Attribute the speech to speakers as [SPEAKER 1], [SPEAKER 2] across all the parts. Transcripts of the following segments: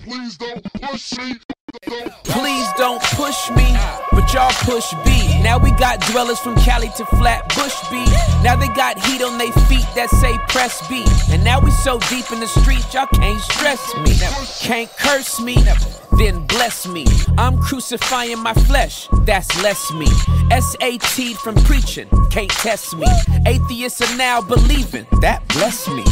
[SPEAKER 1] Please don't push me. Don't
[SPEAKER 2] Please don't push me, but y'all push B. Now we got dwellers from Cali to Flatbush B. Now they got heat on they feet that say press B. And now we so deep in the streets, y'all can't stress me. Can't curse me, then bless me. I'm crucifying my flesh, that's less me. SAT from preaching, can't test me. Atheists are now believing, that bless me.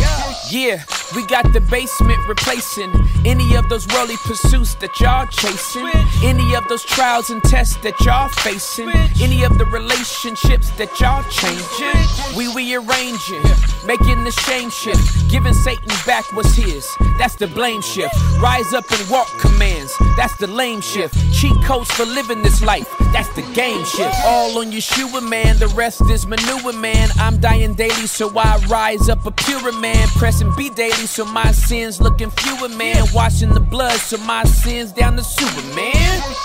[SPEAKER 2] Yeah, we got the basement replacing any of those worldly pursuits that y'all chasing, any of those trials and tests that y'all facing, any of the relationships that y'all changing. We rearranging, making the shame shift, giving Satan back what's his. That's the blame shift. Rise up and walk commands. That's the lame shift. Cheat codes for living this life. That's the game shift. All on Yeshua, man. The rest is manure, man. I'm dying daily, so I rise up a purer man. Pressing B daily, so my sins looking fewer, man. Washing the blood, so my sins down the sewer, man.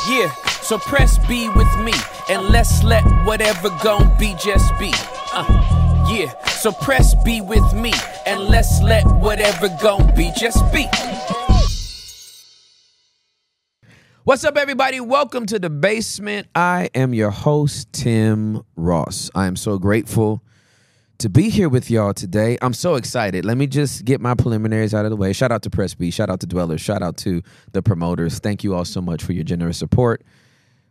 [SPEAKER 2] Yeah, so press B with me, and let's let whatever gon' be just be. Uh. Yeah, so press B with me, and let's let whatever gon' be just be. What's up, everybody? Welcome to the basement. I am your host, Tim Ross. I am so grateful to be here with y'all today. I'm so excited. Let me just get my preliminaries out of the way. Shout out to Press B, shout out to Dwellers, shout out to the promoters. Thank you all so much for your generous support.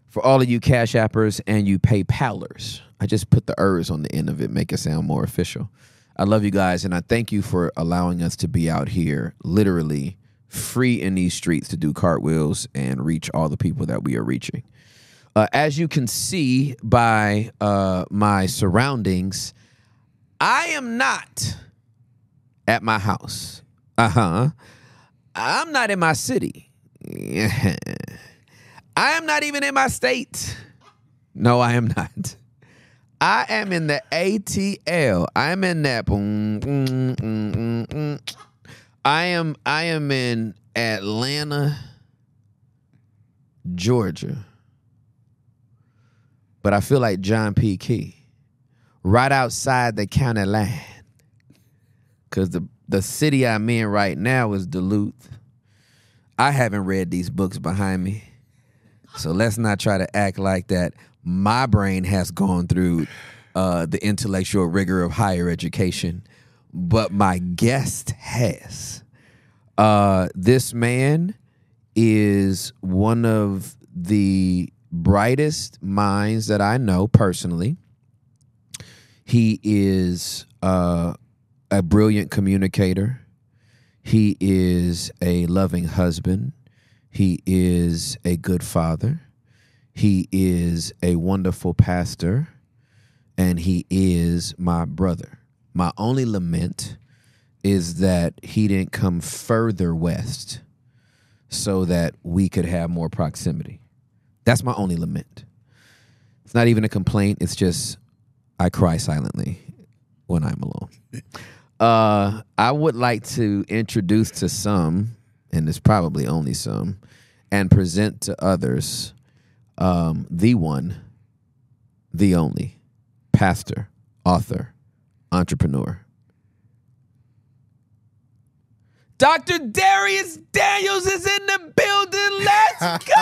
[SPEAKER 2] For all of you Cash Appers and you PayPalers, I just put the ers on the end of it, make it sound more official. I love you guys, and I thank you for allowing us to be out here, literally free in these streets to do cartwheels and reach all the people that we are reaching. Uh, as you can see by uh, my surroundings, I am not at my house. Uh huh. I'm not in my city. I am not even in my state. No, I am not. I am in the ATL. I am in that. boom, boom, boom, boom, boom. I am. I am in Atlanta, Georgia. But I feel like John P. Key, right outside the county line, because the the city I'm in right now is Duluth. I haven't read these books behind me. So let's not try to act like that. My brain has gone through uh, the intellectual rigor of higher education, but my guest has. Uh, this man is one of the brightest minds that I know personally. He is uh, a brilliant communicator. He is a loving husband. He is a good father. He is a wonderful pastor. And he is my brother. My only lament is that he didn't come further west so that we could have more proximity. That's my only lament. It's not even a complaint, it's just I cry silently when I'm alone. Uh, I would like to introduce to some, and it's probably only some, and present to others um, the one, the only pastor, author, entrepreneur. Dr. Darius Daniels is in the building. Let's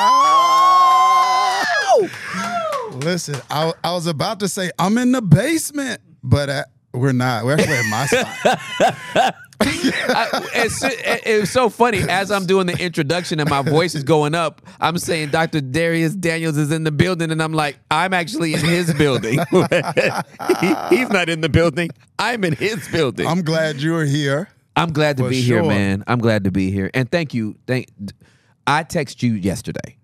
[SPEAKER 2] go!
[SPEAKER 3] Listen, I, I was about to say I'm in the basement, but uh we're not. We're actually in my spot.
[SPEAKER 2] I, it's, it, it's so funny. As I'm doing the introduction and my voice is going up, I'm saying Dr. Darius Daniels is in the building, and I'm like, I'm actually in his building. He- he's not in the building. I'm in his building. I'm,
[SPEAKER 3] I'm glad you are here.
[SPEAKER 2] glad to
[SPEAKER 3] For
[SPEAKER 2] be here,
[SPEAKER 3] sure.
[SPEAKER 2] man. I'm glad to be here, and thank you. Thank. I text you yesterday,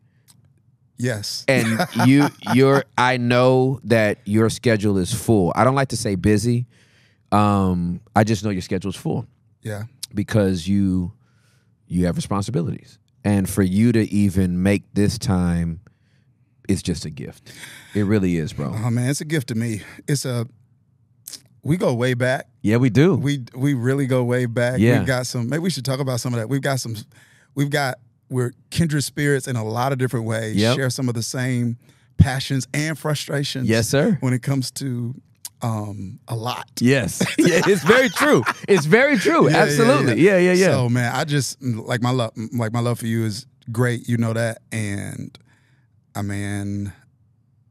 [SPEAKER 3] Yes.
[SPEAKER 2] and you, you're. I know that your schedule is full. I don't like to say busy. Um, I just know your schedule's full.
[SPEAKER 3] yeah.
[SPEAKER 2] because you you have responsibilities and for you to even make this time it's just a gift it really is bro
[SPEAKER 3] Oh man, it's a gift to me. It's a we go way back.
[SPEAKER 2] yeah we do
[SPEAKER 3] We we really go way back.
[SPEAKER 2] Yeah.
[SPEAKER 3] We've got some maybe we should talk about some of that. We've got some we've got we're kindred spirits in a lot of different ways.
[SPEAKER 2] Yep.
[SPEAKER 3] Share some of the same passions and frustrations.
[SPEAKER 2] Yes, sir.
[SPEAKER 3] When it comes to um, a lot.
[SPEAKER 2] Yes. Yeah, it's very true. It's very true.
[SPEAKER 3] Yeah, yeah,
[SPEAKER 2] Absolutely. Yeah, yeah, yeah.
[SPEAKER 3] So man, I just like my love, like my love for you is great. You know that, and I mean,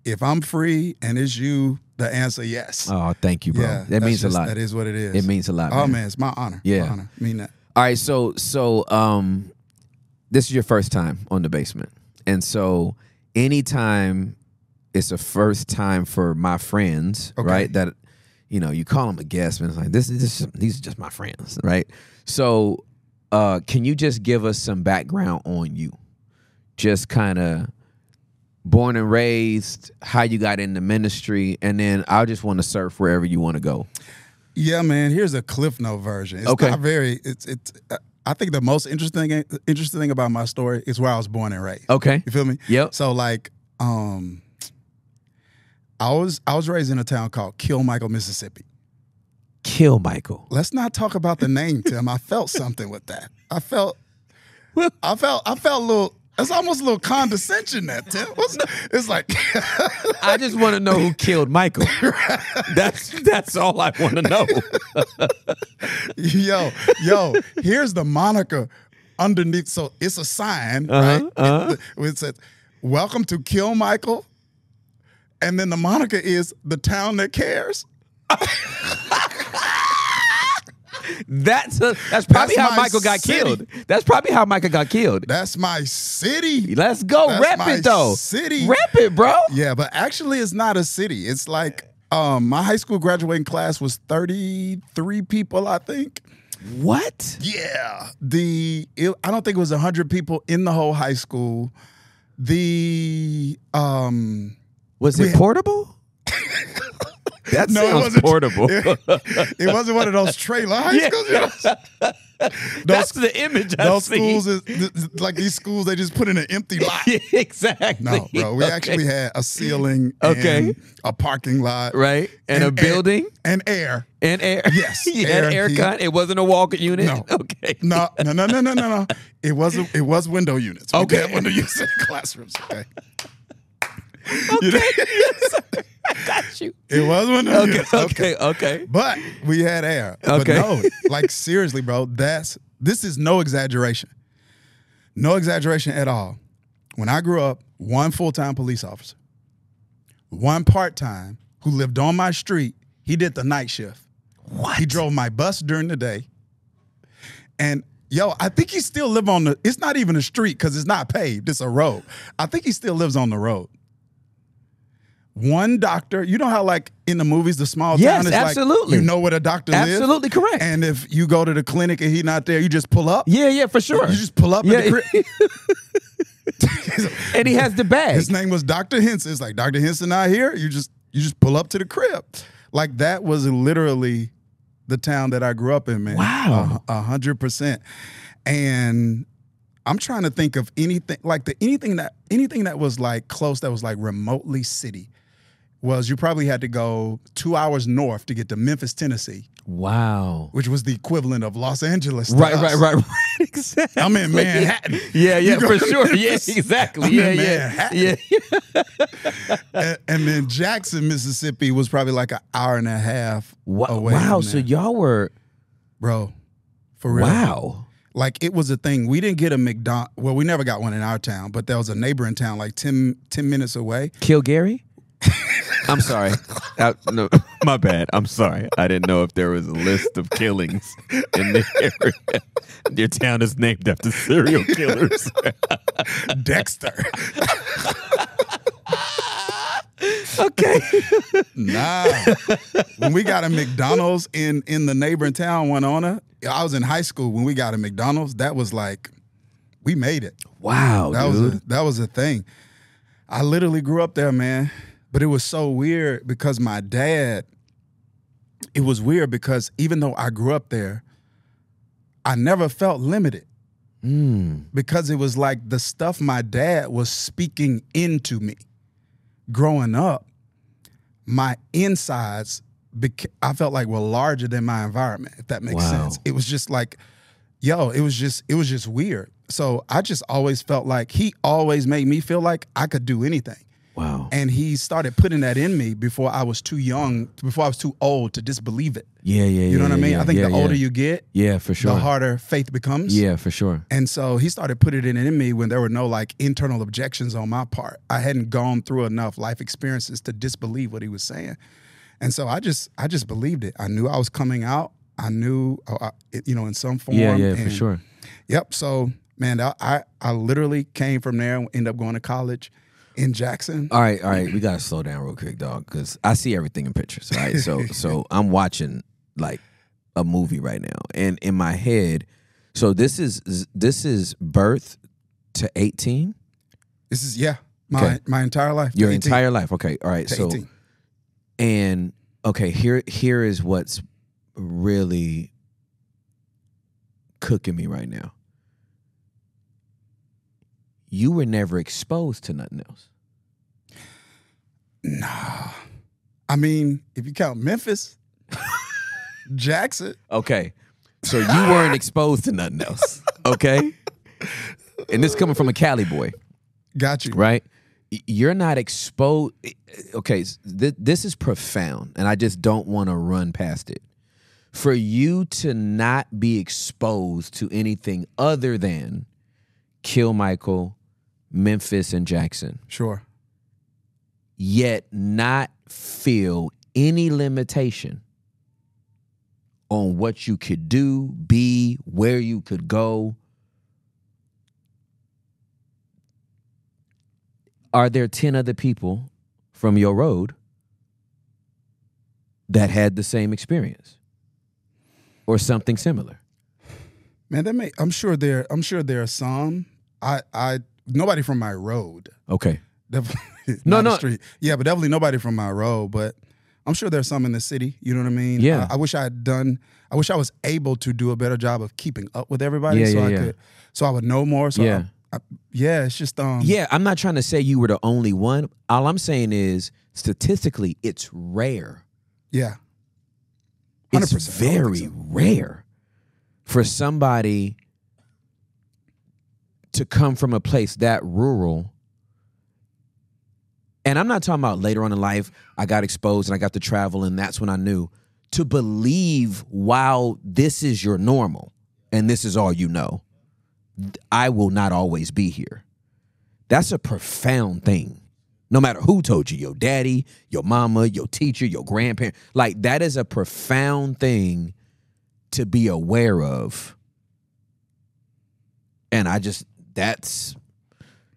[SPEAKER 3] if I'm free and it's you, the answer yes.
[SPEAKER 2] oh, thank you, bro.
[SPEAKER 3] yeah,
[SPEAKER 2] that
[SPEAKER 3] that's
[SPEAKER 2] means
[SPEAKER 3] just-
[SPEAKER 2] a lot.
[SPEAKER 3] That is what it is.
[SPEAKER 2] It means a lot.
[SPEAKER 3] Oh man, it's my honor.
[SPEAKER 2] Yeah.
[SPEAKER 3] my honor. mean uh, that.
[SPEAKER 2] All right, so so um this is your first time on the basement. And so anytime it's a first time for my friends,
[SPEAKER 3] Okay.
[SPEAKER 2] right? That you know, you call them a guest, and it's like this is just, these are just my friends, right? So uh can you just give us some background on you? Just kind of born and raised, how you got into ministry, and then I just want to surf wherever you want to go.
[SPEAKER 3] Yeah, man. Here's a cliff note version. It's
[SPEAKER 2] Okay.
[SPEAKER 3] not very. It's it's. Uh, I think the most interesting interesting thing about my story is where I was born and raised.
[SPEAKER 2] Okay.
[SPEAKER 3] You feel me?
[SPEAKER 2] Yep.
[SPEAKER 3] So like, um, I was I was raised in a town called Kill Michael, Mississippi.
[SPEAKER 2] Kill Michael.
[SPEAKER 3] Let's not talk about the name, Tim. I felt something with that. I felt, I felt, I felt a little. It's almost a little condescension there, Tim. What's, it's like,
[SPEAKER 2] I just want to know who killed Michael. That's that's all I want to know.
[SPEAKER 3] yo, yo. Here's the moniker underneath. So it's a sign, right? It- it says, "Welcome to Kill Michael," and then the moniker is the town that cares.
[SPEAKER 2] That's a, that's probably how
[SPEAKER 3] That's my
[SPEAKER 2] Michael got
[SPEAKER 3] city.
[SPEAKER 2] killed. That's probably how Michael got killed.
[SPEAKER 3] That's my city.
[SPEAKER 2] Let's go,
[SPEAKER 3] That's
[SPEAKER 2] rep
[SPEAKER 3] my
[SPEAKER 2] it though.
[SPEAKER 3] city.
[SPEAKER 2] Rep it, bro.
[SPEAKER 3] Yeah, but actually, it's not a city. It's like um, my high school graduating class was 33 people, I think.
[SPEAKER 2] What?
[SPEAKER 3] Yeah. The it, I don't think it was 100 people in the whole high school. The um
[SPEAKER 2] Was it
[SPEAKER 3] Yeah.
[SPEAKER 2] portable? that
[SPEAKER 3] No, it
[SPEAKER 2] sounds
[SPEAKER 3] wasn't.
[SPEAKER 2] portable.
[SPEAKER 3] it wasn't one of those trailer high
[SPEAKER 2] Yeah.
[SPEAKER 3] schools. you know?
[SPEAKER 2] that's
[SPEAKER 3] Those,
[SPEAKER 2] the image I
[SPEAKER 3] those
[SPEAKER 2] see.
[SPEAKER 3] schools is th- th- like these schools they just put in an empty lot.
[SPEAKER 2] Yeah, exactly.
[SPEAKER 3] No, bro. We
[SPEAKER 2] Okay.
[SPEAKER 3] actually had a ceiling,
[SPEAKER 2] Okay.
[SPEAKER 3] and a parking lot,
[SPEAKER 2] right and, a building
[SPEAKER 3] and air.
[SPEAKER 2] and air.
[SPEAKER 3] Yes,
[SPEAKER 2] yeah,
[SPEAKER 3] air
[SPEAKER 2] air,
[SPEAKER 3] and heat.
[SPEAKER 2] con. It wasn't a walk-in unit.
[SPEAKER 3] No.
[SPEAKER 2] Okay.
[SPEAKER 3] No, no, no, no, no, no, no. It was it was window units. We
[SPEAKER 2] Okay.
[SPEAKER 3] did have window units in the classrooms. Okay, You know,
[SPEAKER 2] Okay. yes, sir. I got you.
[SPEAKER 3] it was window
[SPEAKER 2] Okay.
[SPEAKER 3] units.
[SPEAKER 2] Okay. Okay.
[SPEAKER 3] but we had air.
[SPEAKER 2] Okay.
[SPEAKER 3] but no, like seriously, bro. That's this is no exaggeration, no exaggeration at all. When I grew up, one full time police officer, one part time who lived on my street. He did the night shift.
[SPEAKER 2] What?
[SPEAKER 3] He drove my bus during the day. And yo, I think he still live on the it's not even a street cuz it's not paved, it's a road. I think he still lives on the road. One doctor, you know how like in the movies the small
[SPEAKER 2] Yes,
[SPEAKER 3] town is
[SPEAKER 2] absolutely.
[SPEAKER 3] like you know where the doctor lives.
[SPEAKER 2] Absolutely correct.
[SPEAKER 3] And if you go to the clinic and he not there, you just pull up.
[SPEAKER 2] yeah, yeah, for sure.
[SPEAKER 3] You just pull up at the crib.
[SPEAKER 2] and he has the bag.
[SPEAKER 3] His name was Dr. Henson. It's like Dr. Henson not here. You just you just pull up to the crib. Like that was literally the town that I grew up in, man.
[SPEAKER 2] Wow.
[SPEAKER 3] A a hundred percent. And I'm trying to think of anything like the anything that anything that was like close that was like remotely city was you probably had to go two hours north to get to Memphis, Tennessee,
[SPEAKER 2] Wow.
[SPEAKER 3] which was the equivalent of Los Angeles. to
[SPEAKER 2] Right,
[SPEAKER 3] us.
[SPEAKER 2] right, right, right. Exactly.
[SPEAKER 3] I'm in Manhattan.
[SPEAKER 2] Yeah, yeah,
[SPEAKER 3] go
[SPEAKER 2] for
[SPEAKER 3] to
[SPEAKER 2] sure. Yeah,
[SPEAKER 3] Memphis.
[SPEAKER 2] exactly.
[SPEAKER 3] I'm
[SPEAKER 2] yeah,
[SPEAKER 3] in
[SPEAKER 2] yeah,
[SPEAKER 3] Manhattan.
[SPEAKER 2] yeah, yeah.
[SPEAKER 3] and, and then Jackson, Mississippi was probably like an hour and a half
[SPEAKER 2] Wow.
[SPEAKER 3] away.
[SPEAKER 2] wow.
[SPEAKER 3] from
[SPEAKER 2] So
[SPEAKER 3] there.
[SPEAKER 2] y'all were
[SPEAKER 3] bro, for real.
[SPEAKER 2] wow.
[SPEAKER 3] Like it was a thing. We didn't get a McDonald. Well, we never got one in our town, but there was a neighboring town like 10, 10 minutes away.
[SPEAKER 2] Kill Gary. I'm sorry. I, no, my bad. I'm sorry. I didn't know if there was a list of killings in the area. Your town is named after serial killers.
[SPEAKER 3] Dexter.
[SPEAKER 2] okay.
[SPEAKER 3] nah. when we got a McDonald's in in the neighboring town, Winona, I was in high school when we got a McDonald's. That was like, we made it.
[SPEAKER 2] Wow,
[SPEAKER 3] That
[SPEAKER 2] dude.
[SPEAKER 3] was a, that was a thing. I literally grew up there, man. But it was so weird because my dad. It was weird because even though I grew up there, I never felt limited
[SPEAKER 2] Mm.
[SPEAKER 3] because it was like the stuff my dad was speaking into me. Growing up, my insides beca- I felt like were larger than my environment, if that makes
[SPEAKER 2] Wow.
[SPEAKER 3] sense. It was just like, yo, it was just it was just weird. So I just always felt like he always made me feel like I could do anything.
[SPEAKER 2] Wow.
[SPEAKER 3] And he started putting that in me before I was too young, before I was too old to disbelieve it.
[SPEAKER 2] yeah, yeah, yeah.
[SPEAKER 3] You know what I
[SPEAKER 2] yeah,
[SPEAKER 3] mean?
[SPEAKER 2] yeah,
[SPEAKER 3] I think
[SPEAKER 2] yeah,
[SPEAKER 3] the older
[SPEAKER 2] yeah.
[SPEAKER 3] you get,
[SPEAKER 2] Yeah, for sure.
[SPEAKER 3] the harder faith becomes.
[SPEAKER 2] Yeah, for sure.
[SPEAKER 3] And so he started putting it in me when there were no like internal objections on my part. I hadn't gone through enough life experiences to disbelieve what he was saying. And so I just I just believed it. I knew I was coming out. I knew uh, I, it- you know in some form.
[SPEAKER 2] Yeah, yeah, for
[SPEAKER 3] And,
[SPEAKER 2] sure.
[SPEAKER 3] Yep. So man, I I, I literally came from there and ended up going to college in Jackson.
[SPEAKER 2] All right, all right. We gotta slow down real quick, dog, because I see everything in pictures. All right, so so I'm watching like a movie right now, and in my head, so this is this is birth to 18,
[SPEAKER 3] This is yeah. My
[SPEAKER 2] Okay.
[SPEAKER 3] my entire life.
[SPEAKER 2] your
[SPEAKER 3] 18
[SPEAKER 2] entire life. Okay, all right.
[SPEAKER 3] to
[SPEAKER 2] So
[SPEAKER 3] 18.
[SPEAKER 2] and okay, here here is what's really cooking me right now. You were never exposed to nothing else.
[SPEAKER 3] Nah. I mean, if you count Memphis, Jackson.
[SPEAKER 2] Okay. So you weren't exposed to nothing else. Okay. And this coming from a Cali boy,
[SPEAKER 3] Got you.
[SPEAKER 2] right? Y- You're not exposed. Okay. s- thi- This is profound. And I just don't want to run past it. For you to not be exposed to anything other than Kill Michael, Memphis, and Jackson,
[SPEAKER 3] Sure.
[SPEAKER 2] yet not feel any limitation on what you could do, be, where you could go. Are there 10 other people from your road that had the same experience or something similar?
[SPEAKER 3] Man, that may I'm sure there I'm sure there are some. I I nobody from my road.
[SPEAKER 2] Okay.
[SPEAKER 3] Definitely
[SPEAKER 2] No,
[SPEAKER 3] not the
[SPEAKER 2] no.
[SPEAKER 3] street. Yeah, but definitely nobody from my road, but I'm sure there's some in the city. You know what I mean?
[SPEAKER 2] Yeah.
[SPEAKER 3] I, I wish I had done I wish I was able to do a better job of keeping up with everybody
[SPEAKER 2] Yeah,
[SPEAKER 3] so
[SPEAKER 2] yeah,
[SPEAKER 3] I
[SPEAKER 2] yeah.
[SPEAKER 3] could so I would know more. So I-
[SPEAKER 2] Yeah.
[SPEAKER 3] I, yeah, it's just um
[SPEAKER 2] Yeah, I'm not trying to say you were the only one. All I'm saying is statistically, it's rare.
[SPEAKER 3] yeah.
[SPEAKER 2] It's
[SPEAKER 3] 100%, I don't
[SPEAKER 2] very
[SPEAKER 3] think
[SPEAKER 2] rare for somebody to come from a place that rural. And I'm not talking about later on in life, I got exposed and I got to travel, and that's when I knew to believe, wow, this is your normal and this is all you know. I will not always be here. That's a profound thing. No matter who told you, your daddy, your mama, your teacher, your grandparent, like that is a profound thing to be aware of. And I just that's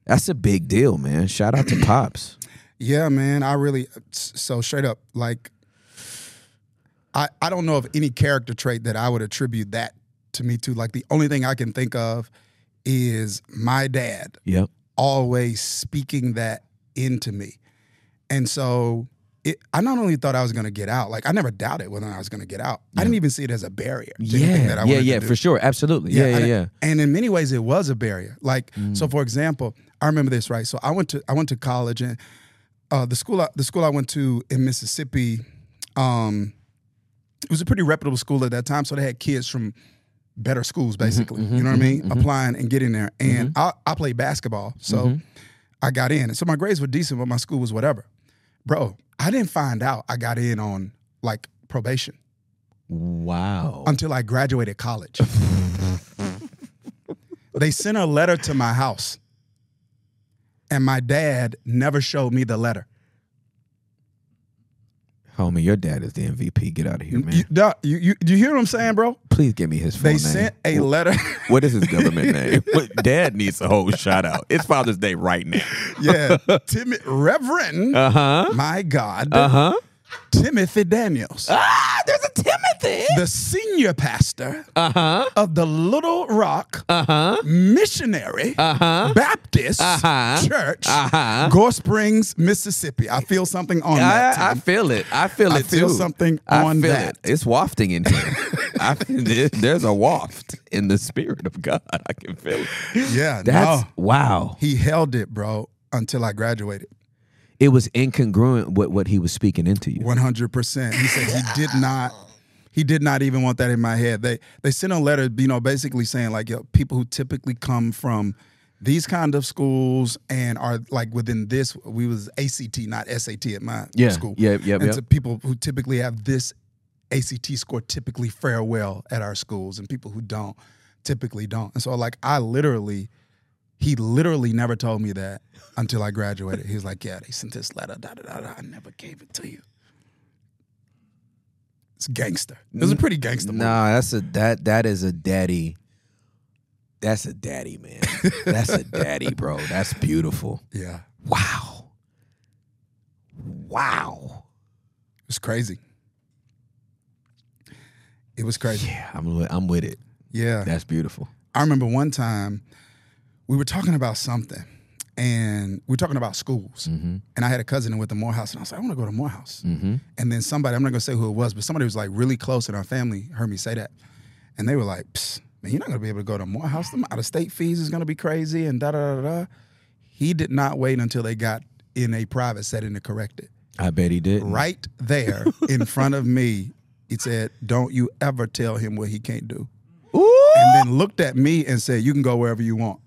[SPEAKER 2] that's a big deal, man. Shout out to Pops.
[SPEAKER 3] Yeah, man. I really uh, so straight up like I I don't know of any character trait that I would attribute that to me to. Like the only thing I can think of is my dad
[SPEAKER 2] Yep.
[SPEAKER 3] always speaking that into me. And so it, I not only thought I was going to get out, like I never doubted whether I was going to get out. I didn't even see it as a barrier. to anything that I
[SPEAKER 2] Yeah. Yeah,
[SPEAKER 3] wanted to
[SPEAKER 2] yeah,
[SPEAKER 3] do.
[SPEAKER 2] for sure. Absolutely. Yeah, yeah,
[SPEAKER 3] and,
[SPEAKER 2] yeah.
[SPEAKER 3] And in many ways, it was a barrier. Like, so for example, I remember this right. So I went to I went to college, and uh, the school I, the school I went to in Mississippi, um, it was a pretty reputable school at that time. So they had kids from better schools, basically. you know what I mean? Applying and getting there. And I, I played basketball, so I got in. And so my grades were decent, but my school was whatever. Bro, I didn't find out I got in on like probation
[SPEAKER 2] Wow.
[SPEAKER 3] until I graduated college. they sent a letter to my house, and my dad never showed me the letter.
[SPEAKER 2] Homie, your dad is the MVP. Get out of here,
[SPEAKER 3] Mm, You,
[SPEAKER 2] man.
[SPEAKER 3] duh, you, you, do you hear what I'm saying, bro?
[SPEAKER 2] Please give me his full
[SPEAKER 3] They
[SPEAKER 2] name.
[SPEAKER 3] sent a letter.
[SPEAKER 2] What is his government name? What- Dad needs a whole shout out. It's Father's Day right now.
[SPEAKER 3] yeah, Tim, Reverend,
[SPEAKER 2] Uh huh.
[SPEAKER 3] my God,
[SPEAKER 2] Uh huh.
[SPEAKER 3] Timothy Daniels,
[SPEAKER 2] Ah, there's a Timothy.
[SPEAKER 3] the senior pastor
[SPEAKER 2] Uh huh.
[SPEAKER 3] of the Little Rock
[SPEAKER 2] Uh huh.
[SPEAKER 3] Missionary
[SPEAKER 2] Uh huh.
[SPEAKER 3] Baptist
[SPEAKER 2] Uh-huh.
[SPEAKER 3] Church,
[SPEAKER 2] Uh-huh.
[SPEAKER 3] Gore Springs, Mississippi. I feel something on that.
[SPEAKER 2] I, I
[SPEAKER 3] Tim.
[SPEAKER 2] feel it. I feel
[SPEAKER 3] I
[SPEAKER 2] it
[SPEAKER 3] feel
[SPEAKER 2] too.
[SPEAKER 3] something on that.
[SPEAKER 2] It. It's wafting in here. I, there- there's a waft in the spirit of God. I can feel it.
[SPEAKER 3] yeah,
[SPEAKER 2] That's
[SPEAKER 3] no.
[SPEAKER 2] wow.
[SPEAKER 3] He held it, bro, until I graduated.
[SPEAKER 2] It was incongruent with what he was speaking into you.
[SPEAKER 3] One hundred percent. He said he did not. He did not even want that in my head. They they sent a letter, you know, basically saying like, yo, people who typically come from these kind of schools and are like within this we was ACT not SAT at my
[SPEAKER 2] Yeah,
[SPEAKER 3] school.
[SPEAKER 2] yep, yep,
[SPEAKER 3] And
[SPEAKER 2] yep.
[SPEAKER 3] so people who typically have this ACT score typically fare well at our schools and people who don't typically don't. And so like I literally he literally never told me that until I graduated. He was like, "Yeah, they sent this letter. Da da da da. I never gave it to you." It's gangster. It was a pretty gangster. move.
[SPEAKER 2] Nah, that's a that that is a daddy. That's a daddy, man. That's a daddy, bro. That's beautiful.
[SPEAKER 3] Yeah,
[SPEAKER 2] Wow. Wow.
[SPEAKER 3] it was crazy. It was crazy.
[SPEAKER 2] Yeah, I'm with, I'm with it.
[SPEAKER 3] Yeah.
[SPEAKER 2] That's beautiful.
[SPEAKER 3] I remember one time we were talking about something and we were talking about schools. And I had a cousin who went to Morehouse and I was like, I want to go to Morehouse. And then somebody, I'm not going to say who it was, but somebody who was like really close in our family heard me say that. And they were like, Psst, man, you're not going to be able to go to Morehouse. Them out of state fees is going to be crazy and da da da da. He did not wait until they got in a private setting to correct it
[SPEAKER 2] I bet he did.
[SPEAKER 3] right there in front of me, he said, Don't you ever tell him what he can't do. And then looked at me and said, You can go wherever you want.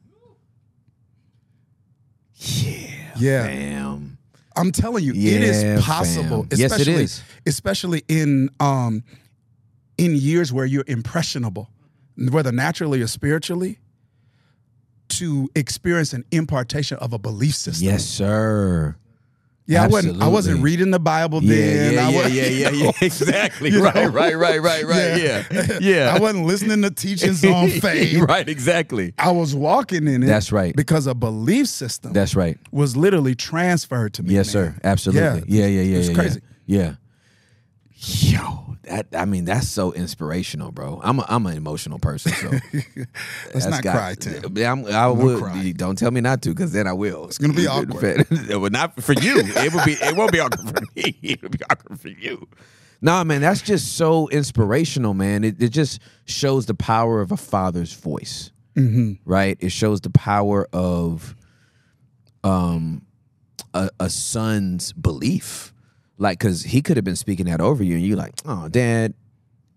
[SPEAKER 2] Yeah.
[SPEAKER 3] Yeah.
[SPEAKER 2] Damn.
[SPEAKER 3] I'm telling you, it
[SPEAKER 2] Oh, Yeah,
[SPEAKER 3] is possible.
[SPEAKER 2] fam. Yes, it
[SPEAKER 3] especially-
[SPEAKER 2] is.
[SPEAKER 3] Especially in um in years where you're impressionable, whether naturally or spiritually, to experience an impartation of a belief system.
[SPEAKER 2] Yes, sir.
[SPEAKER 3] yeah, I wasn't I wasn't
[SPEAKER 2] absolutely.
[SPEAKER 3] reading the Bible
[SPEAKER 2] Yeah,
[SPEAKER 3] then.
[SPEAKER 2] yeah,
[SPEAKER 3] I
[SPEAKER 2] yeah,
[SPEAKER 3] wasn't-
[SPEAKER 2] yeah, yeah, yeah. Exactly.
[SPEAKER 3] You
[SPEAKER 2] right,
[SPEAKER 3] know?
[SPEAKER 2] right, right, right, right. Yeah. Yeah.
[SPEAKER 3] I wasn't listening to teachings on faith.
[SPEAKER 2] right, exactly.
[SPEAKER 3] I was walking in it.
[SPEAKER 2] That's right.
[SPEAKER 3] Because a belief system
[SPEAKER 2] That's right.
[SPEAKER 3] was literally transferred to me.
[SPEAKER 2] Yes,
[SPEAKER 3] man.
[SPEAKER 2] sir. Absolutely. Yeah, yeah, yeah, yeah.
[SPEAKER 3] it's
[SPEAKER 2] yeah,
[SPEAKER 3] crazy.
[SPEAKER 2] Yeah. Yo, that I mean, that's so inspirational, bro. I'm a, I'm an emotional person, so
[SPEAKER 3] Let's
[SPEAKER 2] that's
[SPEAKER 3] not
[SPEAKER 2] got-
[SPEAKER 3] cry, Tim.
[SPEAKER 2] I'm, I would.
[SPEAKER 3] cry.
[SPEAKER 2] Don't tell me not to, because then I will. It's
[SPEAKER 3] gonna be awkward.
[SPEAKER 2] well, not for you. It would be. It won't be awkward for me. It'll be awkward for you. Nah, man, that's just so inspirational, man. It, it just shows the power of a father's voice,
[SPEAKER 3] Mm-hmm.
[SPEAKER 2] right? It shows the power of um, a, a son's belief. Like, cause he could have been speaking that over you, and you like, oh, dad,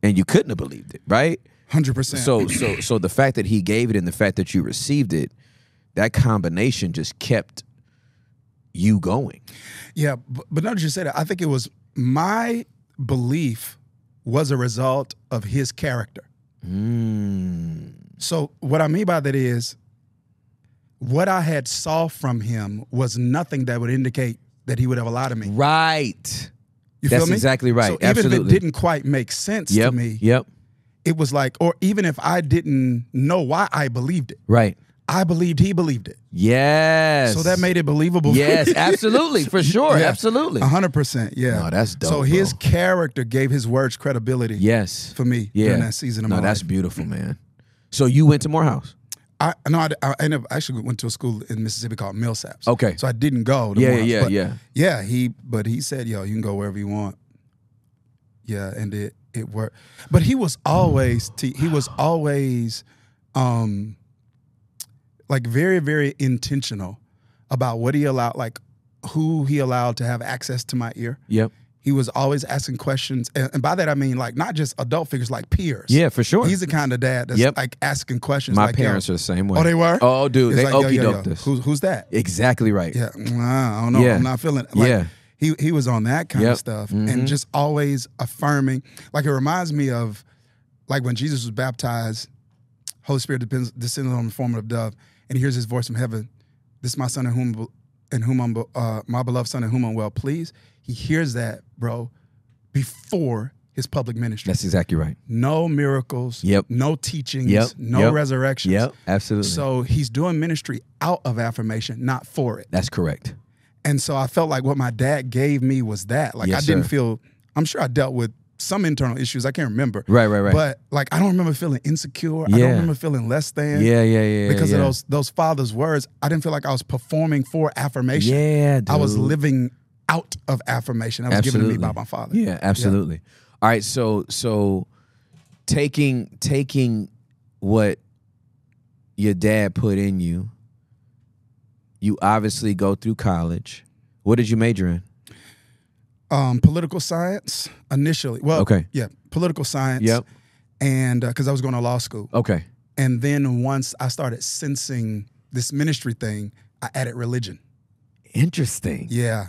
[SPEAKER 2] and you couldn't have believed it, right?
[SPEAKER 3] 100%.
[SPEAKER 2] So, so, so the fact that he gave it and the fact that you received it, that combination just kept you going.
[SPEAKER 3] yeah, but, but now that you say that, I think it was my belief was a result of his character.
[SPEAKER 2] Mm.
[SPEAKER 3] So what I mean by that is what I had saw from him was nothing that would indicate that he would have lied to me.
[SPEAKER 2] Right.
[SPEAKER 3] You
[SPEAKER 2] That's
[SPEAKER 3] feel me?
[SPEAKER 2] exactly right.
[SPEAKER 3] So even if it
[SPEAKER 2] Absolutely.
[SPEAKER 3] didn't quite make sense
[SPEAKER 2] Yep.
[SPEAKER 3] to me,
[SPEAKER 2] Yep.
[SPEAKER 3] it was like, or even if I didn't know why I believed it,
[SPEAKER 2] Right.
[SPEAKER 3] I believed he believed it.
[SPEAKER 2] Yes.
[SPEAKER 3] So that made it believable.
[SPEAKER 2] yes, absolutely, for sure,
[SPEAKER 3] Yeah. Uh-huh.
[SPEAKER 2] absolutely.
[SPEAKER 3] A hundred percent. Yeah.
[SPEAKER 2] No, that's dope,
[SPEAKER 3] So his
[SPEAKER 2] bro.
[SPEAKER 3] character gave his words credibility.
[SPEAKER 2] Yes.
[SPEAKER 3] For me,
[SPEAKER 2] yeah.
[SPEAKER 3] during that season of
[SPEAKER 2] no,
[SPEAKER 3] my
[SPEAKER 2] that's
[SPEAKER 3] life,
[SPEAKER 2] beautiful, man. So you went to Morehouse.
[SPEAKER 3] I no, I, I ended up- I actually went to a school in Mississippi called Millsaps.
[SPEAKER 2] Okay.
[SPEAKER 3] So I didn't go. To
[SPEAKER 2] Yeah,
[SPEAKER 3] Morehouse,
[SPEAKER 2] yeah,
[SPEAKER 3] but
[SPEAKER 2] yeah.
[SPEAKER 3] Yeah. He, but he said, "Yo, you can go wherever you want." Yeah, and it it worked. But he was always te- he was always, um, like very very intentional about what he allowed, like who he allowed to have access to my ear.
[SPEAKER 2] Yep.
[SPEAKER 3] He was always asking questions. And, and by that, I mean like not just adult figures, like peers.
[SPEAKER 2] Yeah, for sure.
[SPEAKER 3] He's the kind of dad that's
[SPEAKER 2] Yep.
[SPEAKER 3] like asking questions.
[SPEAKER 2] My
[SPEAKER 3] like, yo-
[SPEAKER 2] parents are the same way.
[SPEAKER 3] Oh, they were?
[SPEAKER 2] Oh, dude,
[SPEAKER 3] It's
[SPEAKER 2] they
[SPEAKER 3] like, yo,
[SPEAKER 2] okey
[SPEAKER 3] yo, yo,
[SPEAKER 2] doked us.
[SPEAKER 3] Who's, who's that?
[SPEAKER 2] Exactly right.
[SPEAKER 3] Yeah. mm, I don't know.
[SPEAKER 2] Yeah.
[SPEAKER 3] I'm not feeling it. Like,
[SPEAKER 2] Yeah.
[SPEAKER 3] He, he was on that kind
[SPEAKER 2] Yep. Mm-hmm.
[SPEAKER 3] of stuff and just always affirming. Like it reminds me of like when Jesus was baptized, Holy Spirit depends, descended on the form of a dove, and he hears his voice from heaven. This is my son in whom in whom I'm uh, my beloved son in whom I'm well pleased. He hears that, bro, before his public ministry.
[SPEAKER 2] That's exactly right.
[SPEAKER 3] no miracles.
[SPEAKER 2] Yep.
[SPEAKER 3] No teachings.
[SPEAKER 2] Yep,
[SPEAKER 3] No
[SPEAKER 2] yep,
[SPEAKER 3] resurrections.
[SPEAKER 2] Yep, absolutely.
[SPEAKER 3] So he's doing ministry out of affirmation, not for it.
[SPEAKER 2] That's correct.
[SPEAKER 3] And so I felt like what my dad gave me was that. Like
[SPEAKER 2] Yes,
[SPEAKER 3] I didn't
[SPEAKER 2] sir.
[SPEAKER 3] feel I'm sure I dealt with some internal issues. I can't remember.
[SPEAKER 2] Right, right, right.
[SPEAKER 3] But like I don't remember feeling insecure. I
[SPEAKER 2] Yeah.
[SPEAKER 3] don't remember feeling less than.
[SPEAKER 2] yeah, yeah, yeah.
[SPEAKER 3] Because
[SPEAKER 2] yeah.
[SPEAKER 3] of those those father's words, I didn't feel like I was performing for affirmation.
[SPEAKER 2] Yeah, dude.
[SPEAKER 3] I was living out of affirmation. That was given to me by
[SPEAKER 2] Absolutely.
[SPEAKER 3] my father.
[SPEAKER 2] Yeah, absolutely. All right, so so taking taking what your dad put in you, you obviously go through college. What did you major in?
[SPEAKER 3] Um, political science initially. Well,
[SPEAKER 2] Okay.
[SPEAKER 3] Yeah, political science. uh,
[SPEAKER 2] Yep.
[SPEAKER 3] And because I was going to law school.
[SPEAKER 2] Okay.
[SPEAKER 3] And then once I started sensing this ministry thing, I added religion.
[SPEAKER 2] Interesting.
[SPEAKER 3] Yeah.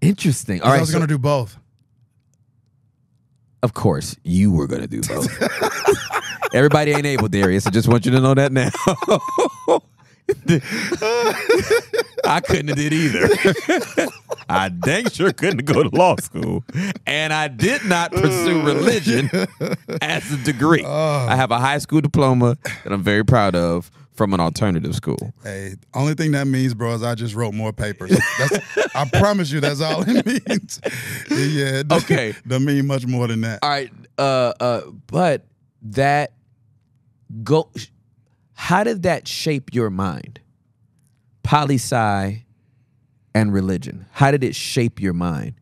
[SPEAKER 2] Interesting.
[SPEAKER 3] 'Cause
[SPEAKER 2] All right.
[SPEAKER 3] I was
[SPEAKER 2] so-
[SPEAKER 3] going to do both.
[SPEAKER 2] Of course, you were gonna do both. Everybody ain't able, Darius. I just want you to know that now. I couldn't have did either. I dang sure couldn't go to law school, and I did not pursue religion as a degree. I have a high school diploma that I'm very proud of from an alternative school.
[SPEAKER 3] Hey, only thing that means, bro, is I just wrote more papers. That's, I promise you, that's all it means. yeah. it
[SPEAKER 2] Okay.
[SPEAKER 3] Doesn't mean much more than that.
[SPEAKER 2] All right, uh, uh, but that go. How did that shape your mind? Poli sci and religion. How did it shape your mind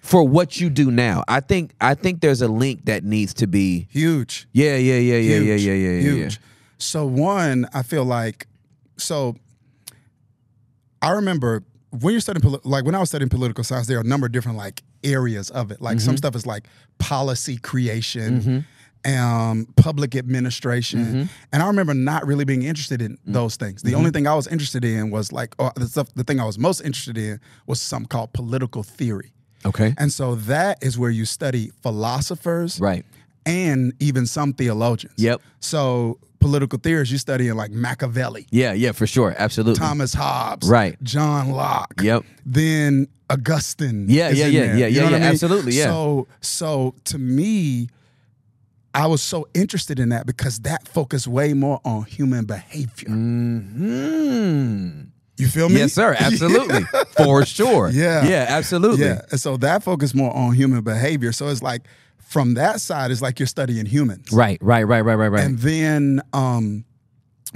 [SPEAKER 2] for what you do now? I think I think there's a link that needs to be.
[SPEAKER 3] Huge.
[SPEAKER 2] Yeah, yeah, yeah, yeah,
[SPEAKER 3] huge,
[SPEAKER 2] yeah, yeah, yeah, yeah,
[SPEAKER 3] huge. So one, I feel like, so I remember when you're studying, poli- like when I was studying political science, there are a number of different like areas of it. Like
[SPEAKER 2] Mm-hmm.
[SPEAKER 3] some stuff is like policy creation, um, public administration,
[SPEAKER 2] Mm-hmm.
[SPEAKER 3] and I remember not really being interested in
[SPEAKER 2] Mm.
[SPEAKER 3] those things. The only thing I was interested in was like oh, the stuff. The thing I was most interested in was something called political theory,
[SPEAKER 2] yeah. Okay.
[SPEAKER 3] and so that is where you study philosophers,
[SPEAKER 2] Right.
[SPEAKER 3] and even some theologians.
[SPEAKER 2] Yep.
[SPEAKER 3] So political theorists, you studying like Machiavelli,
[SPEAKER 2] Yeah, yeah, for sure. Absolutely.
[SPEAKER 3] Thomas Hobbes,
[SPEAKER 2] Right.
[SPEAKER 3] John Locke.
[SPEAKER 2] Yep.
[SPEAKER 3] Then Augustine.
[SPEAKER 2] Yeah,
[SPEAKER 3] is
[SPEAKER 2] yeah,
[SPEAKER 3] in
[SPEAKER 2] yeah,
[SPEAKER 3] there.
[SPEAKER 2] yeah,
[SPEAKER 3] You
[SPEAKER 2] yeah,
[SPEAKER 3] know what
[SPEAKER 2] yeah,
[SPEAKER 3] I mean?
[SPEAKER 2] absolutely, yeah.
[SPEAKER 3] So so to me, I was so interested in that because that focused way more on human behavior.
[SPEAKER 2] Hmm.
[SPEAKER 3] You feel Oh, me?
[SPEAKER 2] Yes, sir. Absolutely. For sure.
[SPEAKER 3] Yeah.
[SPEAKER 2] Yeah, absolutely.
[SPEAKER 3] Yeah. And so that focused more on human behavior. So it's like from that side, it's like you're studying humans.
[SPEAKER 2] Right, right, right, right, right, right.
[SPEAKER 3] And then um,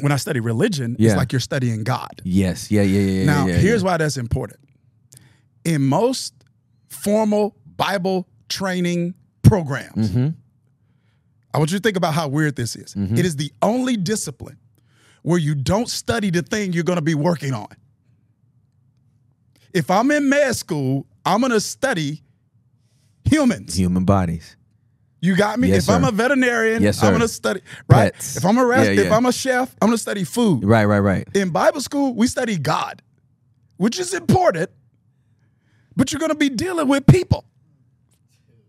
[SPEAKER 3] when I study religion,
[SPEAKER 2] Yeah.
[SPEAKER 3] it's like you're studying God.
[SPEAKER 2] yes. Yeah, yeah, yeah. yeah,
[SPEAKER 3] now,
[SPEAKER 2] yeah,
[SPEAKER 3] here's why that's important. In most formal Bible training programs,
[SPEAKER 2] Mm-hmm.
[SPEAKER 3] I want you to think about how weird this is.
[SPEAKER 2] Mm-hmm.
[SPEAKER 3] It is the only discipline where you don't study the thing you're going to be working on. If I'm in med school, I'm going to study humans.
[SPEAKER 2] human bodies.
[SPEAKER 3] You got me.
[SPEAKER 2] Yes,
[SPEAKER 3] if I'm
[SPEAKER 2] sir.
[SPEAKER 3] a veterinarian,
[SPEAKER 2] Yes,
[SPEAKER 3] I'm
[SPEAKER 2] sir.
[SPEAKER 3] gonna study right.
[SPEAKER 2] Pets.
[SPEAKER 3] If I'm a rest,
[SPEAKER 2] Yeah,
[SPEAKER 3] if
[SPEAKER 2] yeah.
[SPEAKER 3] I'm a chef, I'm gonna study food.
[SPEAKER 2] Right, right, right.
[SPEAKER 3] In Bible school, we study God, which is important, but you're gonna be dealing with people.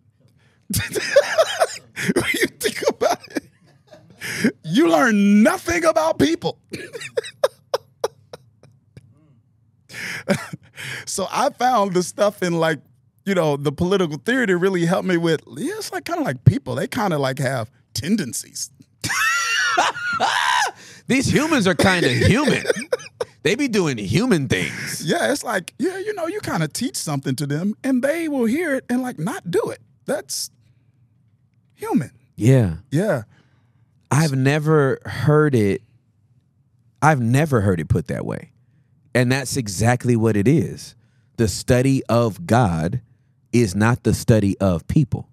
[SPEAKER 3] when you think about it, you learn nothing about people. so I found the stuff in like, you know, the political theory to really help me with, yeah, it's like kind of like people. They kind of like have tendencies.
[SPEAKER 2] These humans are kind of human. They be doing human things.
[SPEAKER 3] Yeah, it's like, yeah, you know, you kind of teach something to them and they will hear it and like not do it. That's human.
[SPEAKER 2] Yeah.
[SPEAKER 3] Yeah.
[SPEAKER 2] I've never heard it. I've never heard it put that way. And that's exactly what it is. The study of God is not the study of people.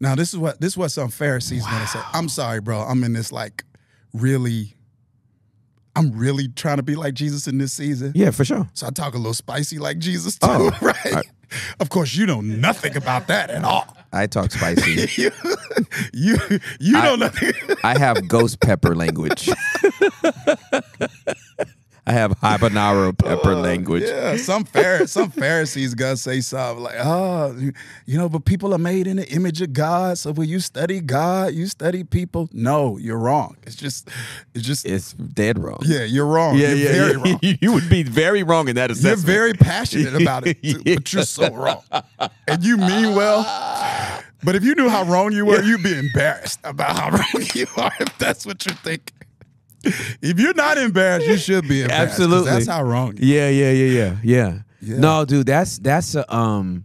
[SPEAKER 3] Now this is what this is what some Pharisees want to say. I'm sorry, bro. I'm in this like really I'm really trying to be like Jesus in this season.
[SPEAKER 2] Yeah, for sure.
[SPEAKER 3] So I talk a little spicy like Jesus too,
[SPEAKER 2] Oh,
[SPEAKER 3] right? Of course, you know nothing about that at all.
[SPEAKER 2] I talk spicy.
[SPEAKER 3] You you, you know nothing.
[SPEAKER 2] I have ghost pepper language. I have habanero pepper language.
[SPEAKER 3] Yeah, some Phar- some Pharisees gonna say something like, "Oh, you- you know, but people are made in the image of God. So when you study God, you study people. No, you're wrong. It's just, it's just,
[SPEAKER 2] It's dead wrong.
[SPEAKER 3] yeah, you're wrong.
[SPEAKER 2] Yeah,
[SPEAKER 3] you're
[SPEAKER 2] yeah,
[SPEAKER 3] very
[SPEAKER 2] yeah.
[SPEAKER 3] wrong.
[SPEAKER 2] You, would be very wrong in that
[SPEAKER 3] You're
[SPEAKER 2] assessment.
[SPEAKER 3] very passionate about it, too, but you're so wrong, and you mean well. But if you knew how wrong you were, you'd be embarrassed about how wrong you are. If that's what you're thinking. If you're not embarrassed, you should be embarrassed. 'cause
[SPEAKER 2] Absolutely.
[SPEAKER 3] That's how wrong. you-
[SPEAKER 2] Yeah, yeah, yeah, yeah, yeah,
[SPEAKER 3] Yeah.
[SPEAKER 2] No, dude, that's that's a um,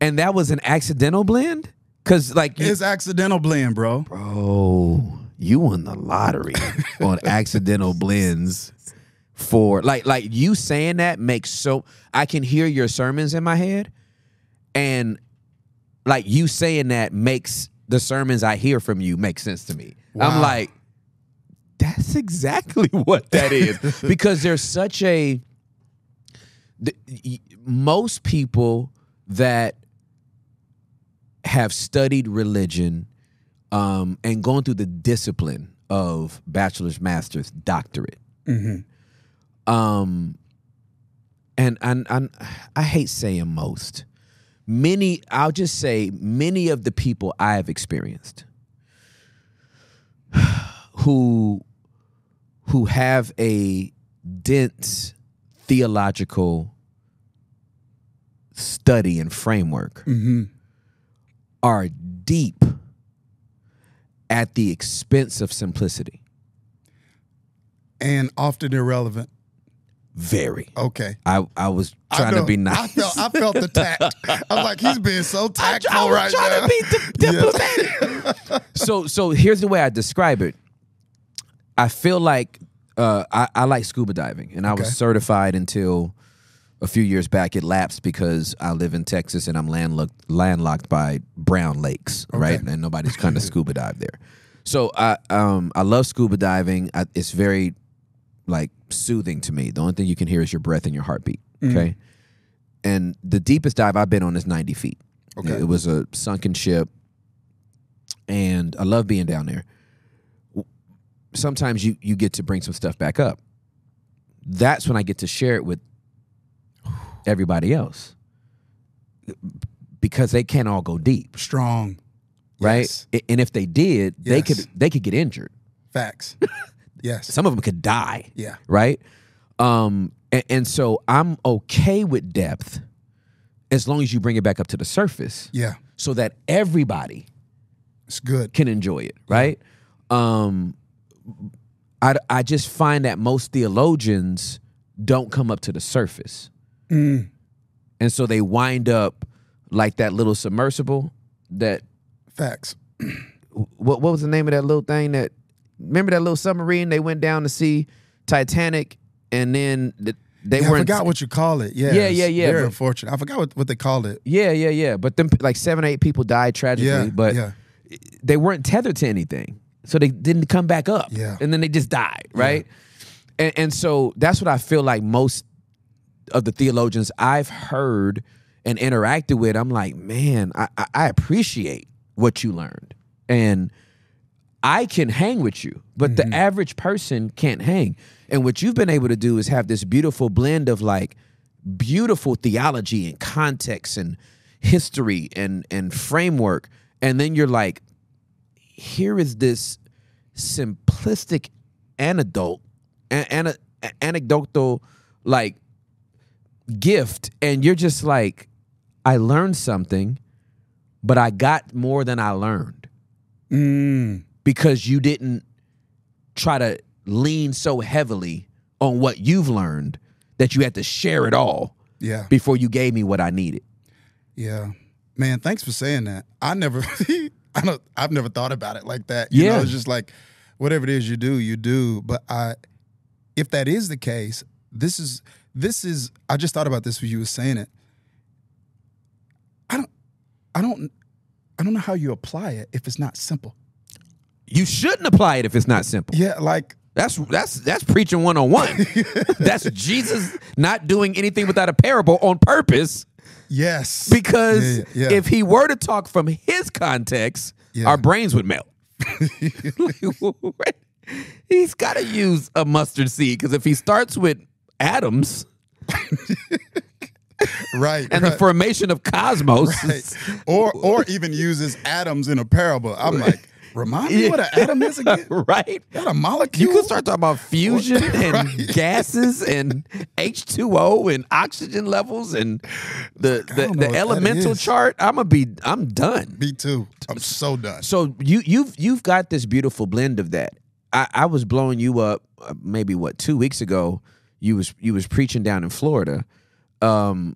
[SPEAKER 2] and that was an accidental blend, cause like, you,
[SPEAKER 3] It's accidental blend, bro.
[SPEAKER 2] bro, you won the lottery on accidental blends for like like you saying that makes so I can hear your sermons in my head, and like you saying that makes the sermons I hear from you make sense to me. I'm
[SPEAKER 3] Wow.
[SPEAKER 2] like, that's exactly what that is because there's such a the, y- most people that have studied religion um, and gone through the discipline of bachelor's, master's, doctorate. Um, and and and I hate saying most. Many, I'll just say many of the people I have experienced who who have a dense theological study and framework
[SPEAKER 3] Mm-hmm.
[SPEAKER 2] are deep at the expense of simplicity.
[SPEAKER 3] and often irrelevant.
[SPEAKER 2] Very.
[SPEAKER 3] Okay.
[SPEAKER 2] I, I was trying
[SPEAKER 3] Oh. I
[SPEAKER 2] to be
[SPEAKER 3] know.
[SPEAKER 2] nice.
[SPEAKER 3] I felt, I felt the tact. I was like, he's being so
[SPEAKER 2] I
[SPEAKER 3] tactful
[SPEAKER 2] try- I was
[SPEAKER 3] right
[SPEAKER 2] trying
[SPEAKER 3] now.
[SPEAKER 2] to be di- diplomatic. so so here's the way I describe it. I feel like uh, I, I like scuba diving, and I
[SPEAKER 3] Okay.
[SPEAKER 2] was certified until a few years back. It lapsed because I live in Texas and I'm landlocked, landlocked by brown lakes, right? And nobody's kind of scuba dive there. So I um I love scuba diving. I, it's very like soothing to me. The only thing you can hear is your breath and your heartbeat. Okay. And the deepest dive I've been on is 90 feet.
[SPEAKER 3] Okay.
[SPEAKER 2] It was a sunken ship. And I love being down there. W- Sometimes you, you get to bring some stuff back up. That's when I get to share it with everybody else because they can't all go deep,
[SPEAKER 3] Strong.
[SPEAKER 2] right?
[SPEAKER 3] Yes.
[SPEAKER 2] I- And if they did, they
[SPEAKER 3] Yes.
[SPEAKER 2] could they could get injured.
[SPEAKER 3] Facts. Yes.
[SPEAKER 2] Some of them could die
[SPEAKER 3] Yeah.
[SPEAKER 2] right? Um, a- and, so I'm okay with depth as long as you bring it back up to the surface
[SPEAKER 3] Yeah.
[SPEAKER 2] so that everybody
[SPEAKER 3] It's good.
[SPEAKER 2] can enjoy it, right? Um, I, I just find that most theologians don't come up to the surface.
[SPEAKER 3] Mm.
[SPEAKER 2] And so they wind up like that little submersible that,
[SPEAKER 3] Facts.
[SPEAKER 2] what, what was the name of that little thing that, remember that little submarine? They went down to see Titanic and then th- they
[SPEAKER 3] Yeah, I
[SPEAKER 2] weren't
[SPEAKER 3] forgot what you call it. Yeah.
[SPEAKER 2] Yeah, yeah,
[SPEAKER 3] it's
[SPEAKER 2] yeah,
[SPEAKER 3] Very
[SPEAKER 2] but-
[SPEAKER 3] unfortunate. I forgot what, what they called it.
[SPEAKER 2] Yeah, yeah, yeah. But then like seven or eight people died tragically,
[SPEAKER 3] Yeah.
[SPEAKER 2] but
[SPEAKER 3] yeah.
[SPEAKER 2] they weren't tethered to anything. So they didn't come back up.
[SPEAKER 3] Yeah.
[SPEAKER 2] And then they just died, right? And and so that's what I feel like most of the theologians I've heard and interacted with, I'm like, man, I, I- I appreciate what you learned. And I can hang with you, but
[SPEAKER 3] Mm-hmm.
[SPEAKER 2] the average person can't hang. And what you've been able to do is have this beautiful blend of like beautiful theology and context and history and and framework. And then you're like, here is this simplistic anecdote, an, an, anecdotal like gift, and you're just like, I learned something, but I got more than I learned
[SPEAKER 3] Mm.
[SPEAKER 2] because you didn't try to lean so heavily on what you've learned that you had to share it all
[SPEAKER 3] Yeah.
[SPEAKER 2] before you gave me what I needed.
[SPEAKER 3] Yeah. Man, thanks for saying that. I never I don't I've never thought about it like that. You know,
[SPEAKER 2] Yeah.
[SPEAKER 3] it's just like whatever it is you do, you do. But I if that is the case, this is this is I just thought about this when you were saying it. I don't I don't I don't know how you apply it if it's not simple.
[SPEAKER 2] You shouldn't apply it if it's not simple.
[SPEAKER 3] Yeah, like
[SPEAKER 2] That's that's that's preaching one on one. That's Jesus not doing anything without a parable on purpose
[SPEAKER 3] yes.
[SPEAKER 2] because
[SPEAKER 3] Yeah, yeah, yeah.
[SPEAKER 2] if he were to talk from his context,
[SPEAKER 3] Yeah.
[SPEAKER 2] our brains would melt. Right? He's got to use a mustard seed because if he starts with atoms
[SPEAKER 3] right.
[SPEAKER 2] and the
[SPEAKER 3] right.
[SPEAKER 2] formation of cosmos,
[SPEAKER 3] Right. Or or even uses atoms in a parable. I'm like, remind me what an atom is again?
[SPEAKER 2] right?
[SPEAKER 3] What a molecule?
[SPEAKER 2] You can start talking about fusion and
[SPEAKER 3] Right.
[SPEAKER 2] gases and H2O and oxygen levels and the the,
[SPEAKER 3] I don't know
[SPEAKER 2] the
[SPEAKER 3] what that
[SPEAKER 2] elemental
[SPEAKER 3] is.
[SPEAKER 2] chart. I'm gonna be I'm done.
[SPEAKER 3] Me too. I'm so done.
[SPEAKER 2] So you you've you've got this beautiful blend of that. I, I was blowing you up uh, maybe what two weeks ago. You was you was preaching down in Florida, um,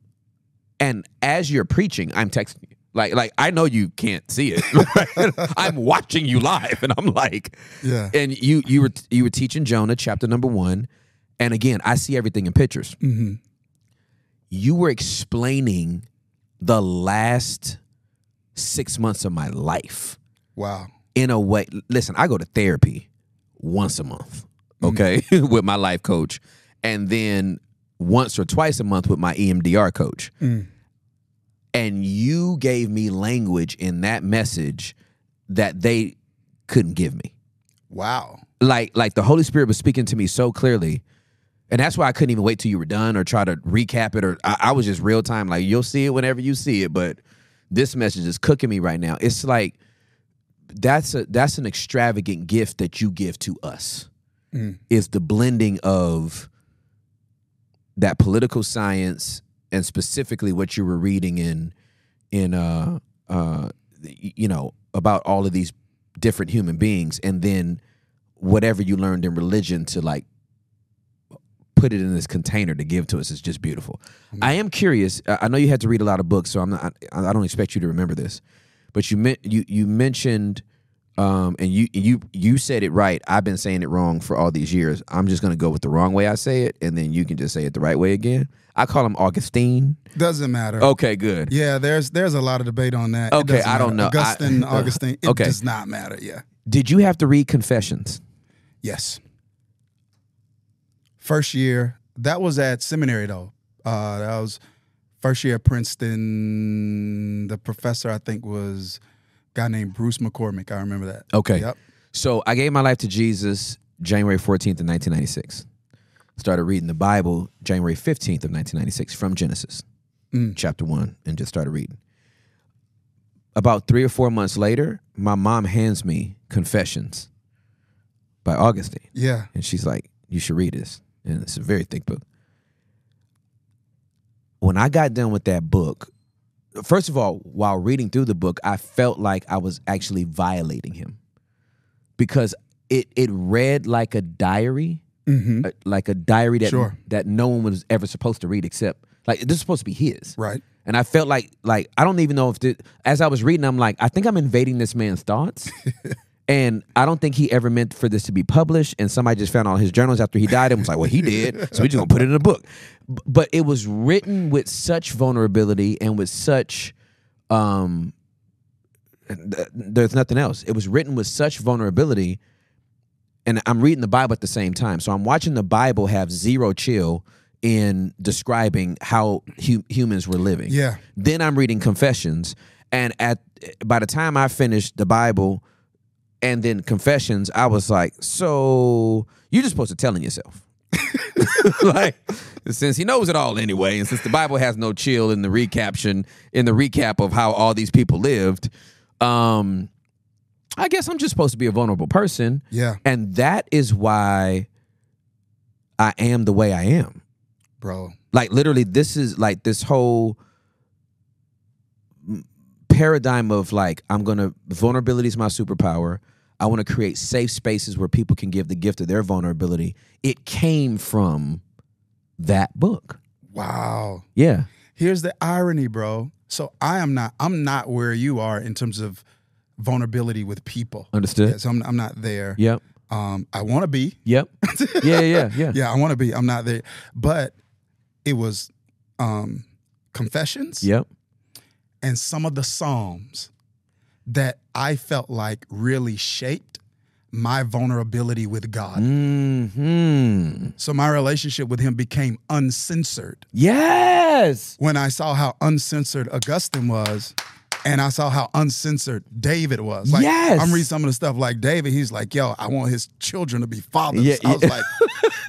[SPEAKER 2] and as you're preaching, I'm texting you. Like like I know you can't see it. I'm watching you live, and I'm like,
[SPEAKER 3] Yeah.
[SPEAKER 2] And you you were you were teaching Jonah chapter number one, and again I see everything in pictures. You were explaining the last six months of my life
[SPEAKER 3] Wow.
[SPEAKER 2] in a way listen i go to therapy once a month okay with my life coach and then once or twice a month with my E emdr coach and you gave me language in that message that they couldn't give me
[SPEAKER 3] Wow.
[SPEAKER 2] like like the Holy Spirit was speaking to me so clearly, and that's why I couldn't even wait till you were done or try to recap it or I, I was just real time. Like you'll see it whenever you see it, but this message is cooking me right now. It's like that's a that's an extravagant gift that you give to us. Is the blending of that political science and specifically what you were reading in in uh uh y- you know about all of these different human beings and then whatever you learned in religion to like put it in this container to give to us is just beautiful. I am curious. I I know you had to read a lot of books, so I'm not. I, I don't expect you to remember this, but you meant you you mentioned, um, and you you you said it right. I've been saying it wrong for all these years. I'm just gonna go with the wrong way I say it, and then you can just say it the right way again. I call him Augustine.
[SPEAKER 3] Doesn't matter.
[SPEAKER 2] Okay, good.
[SPEAKER 3] Yeah, there's there's a lot of debate on that. It
[SPEAKER 2] Oh. Okay,
[SPEAKER 3] doesn't
[SPEAKER 2] I don't
[SPEAKER 3] matter.
[SPEAKER 2] know. I-
[SPEAKER 3] Augustine, Augustine, it
[SPEAKER 2] Okay.
[SPEAKER 3] does not matter. Yeah.
[SPEAKER 2] Did you have to read Confessions?
[SPEAKER 3] Yes. First year. That was at seminary though. Uh, that was first year at Princeton. The professor I think was a guy named Bruce McCormick. I remember that.
[SPEAKER 2] Okay.
[SPEAKER 3] Yep.
[SPEAKER 2] So I gave my life to Jesus January 14th of 1996. Started reading the Bible January 15th of 1996 from Genesis, chapter 1, and just started reading. About three or four months later, my mom hands me Confessions by Augustine.
[SPEAKER 3] Yeah.
[SPEAKER 2] And she's like, You should read this. And it's a very thick book. When I got done with that book, first of all, while reading through the book, I felt like I was actually violating him because it it read like a diary, uh, like a diary that
[SPEAKER 3] Mm-hmm. Sure.
[SPEAKER 2] that no one was ever supposed to read except like this is supposed to be his.
[SPEAKER 3] Right.
[SPEAKER 2] And I felt like like I don't even know if the, as I was reading, I'm like, I think I'm invading this man's thoughts. And I don't think he ever meant for this to be published. And somebody just found all his journals after he died and was like, well, he did. So we just gonna put it in a book. B- But it was written with such vulnerability and with such um th- there's nothing else. It was written with such vulnerability. And I'm reading the Bible at the same time. So I'm watching the Bible have zero chill in describing how hu- humans were living.
[SPEAKER 3] Yeah.
[SPEAKER 2] Then I'm reading Confessions, and at by the time I finished the Bible and then Confessions, I was like, so you're just supposed to telling yourself. like since he knows it all anyway and since the bible has no chill in the recaption in the recap of how all these people lived um i guess i'm just supposed to be a vulnerable person
[SPEAKER 3] Yeah,
[SPEAKER 2] and that is why i am the way i am
[SPEAKER 3] bro.
[SPEAKER 2] like literally this is like this whole paradigm of like i'm gonna vulnerability is my superpower i want to create safe spaces where people can give the gift of their vulnerability it came from that book
[SPEAKER 3] Wow.
[SPEAKER 2] yeah
[SPEAKER 3] Here's the irony, bro. So I am not I'm not where you are in terms of vulnerability with people.
[SPEAKER 2] understood
[SPEAKER 3] Yeah, so I'm, I'm not there.
[SPEAKER 2] yep
[SPEAKER 3] Um, I want to be.
[SPEAKER 2] yep yeah yeah yeah yeah,
[SPEAKER 3] Yeah, I want to be. I'm not there. But it was um, confessions
[SPEAKER 2] yep
[SPEAKER 3] and some of the psalms that I felt like really shaped my vulnerability with God.
[SPEAKER 2] hmm
[SPEAKER 3] So my relationship with Him became uncensored.
[SPEAKER 2] yes
[SPEAKER 3] when I saw how uncensored Augustine was and I saw how uncensored David was. Like
[SPEAKER 2] Yes.
[SPEAKER 3] I'm reading some of the stuff like David, he's like, yo, I want his children to be fathers.
[SPEAKER 2] Yeah,
[SPEAKER 3] I was
[SPEAKER 2] yeah.
[SPEAKER 3] like,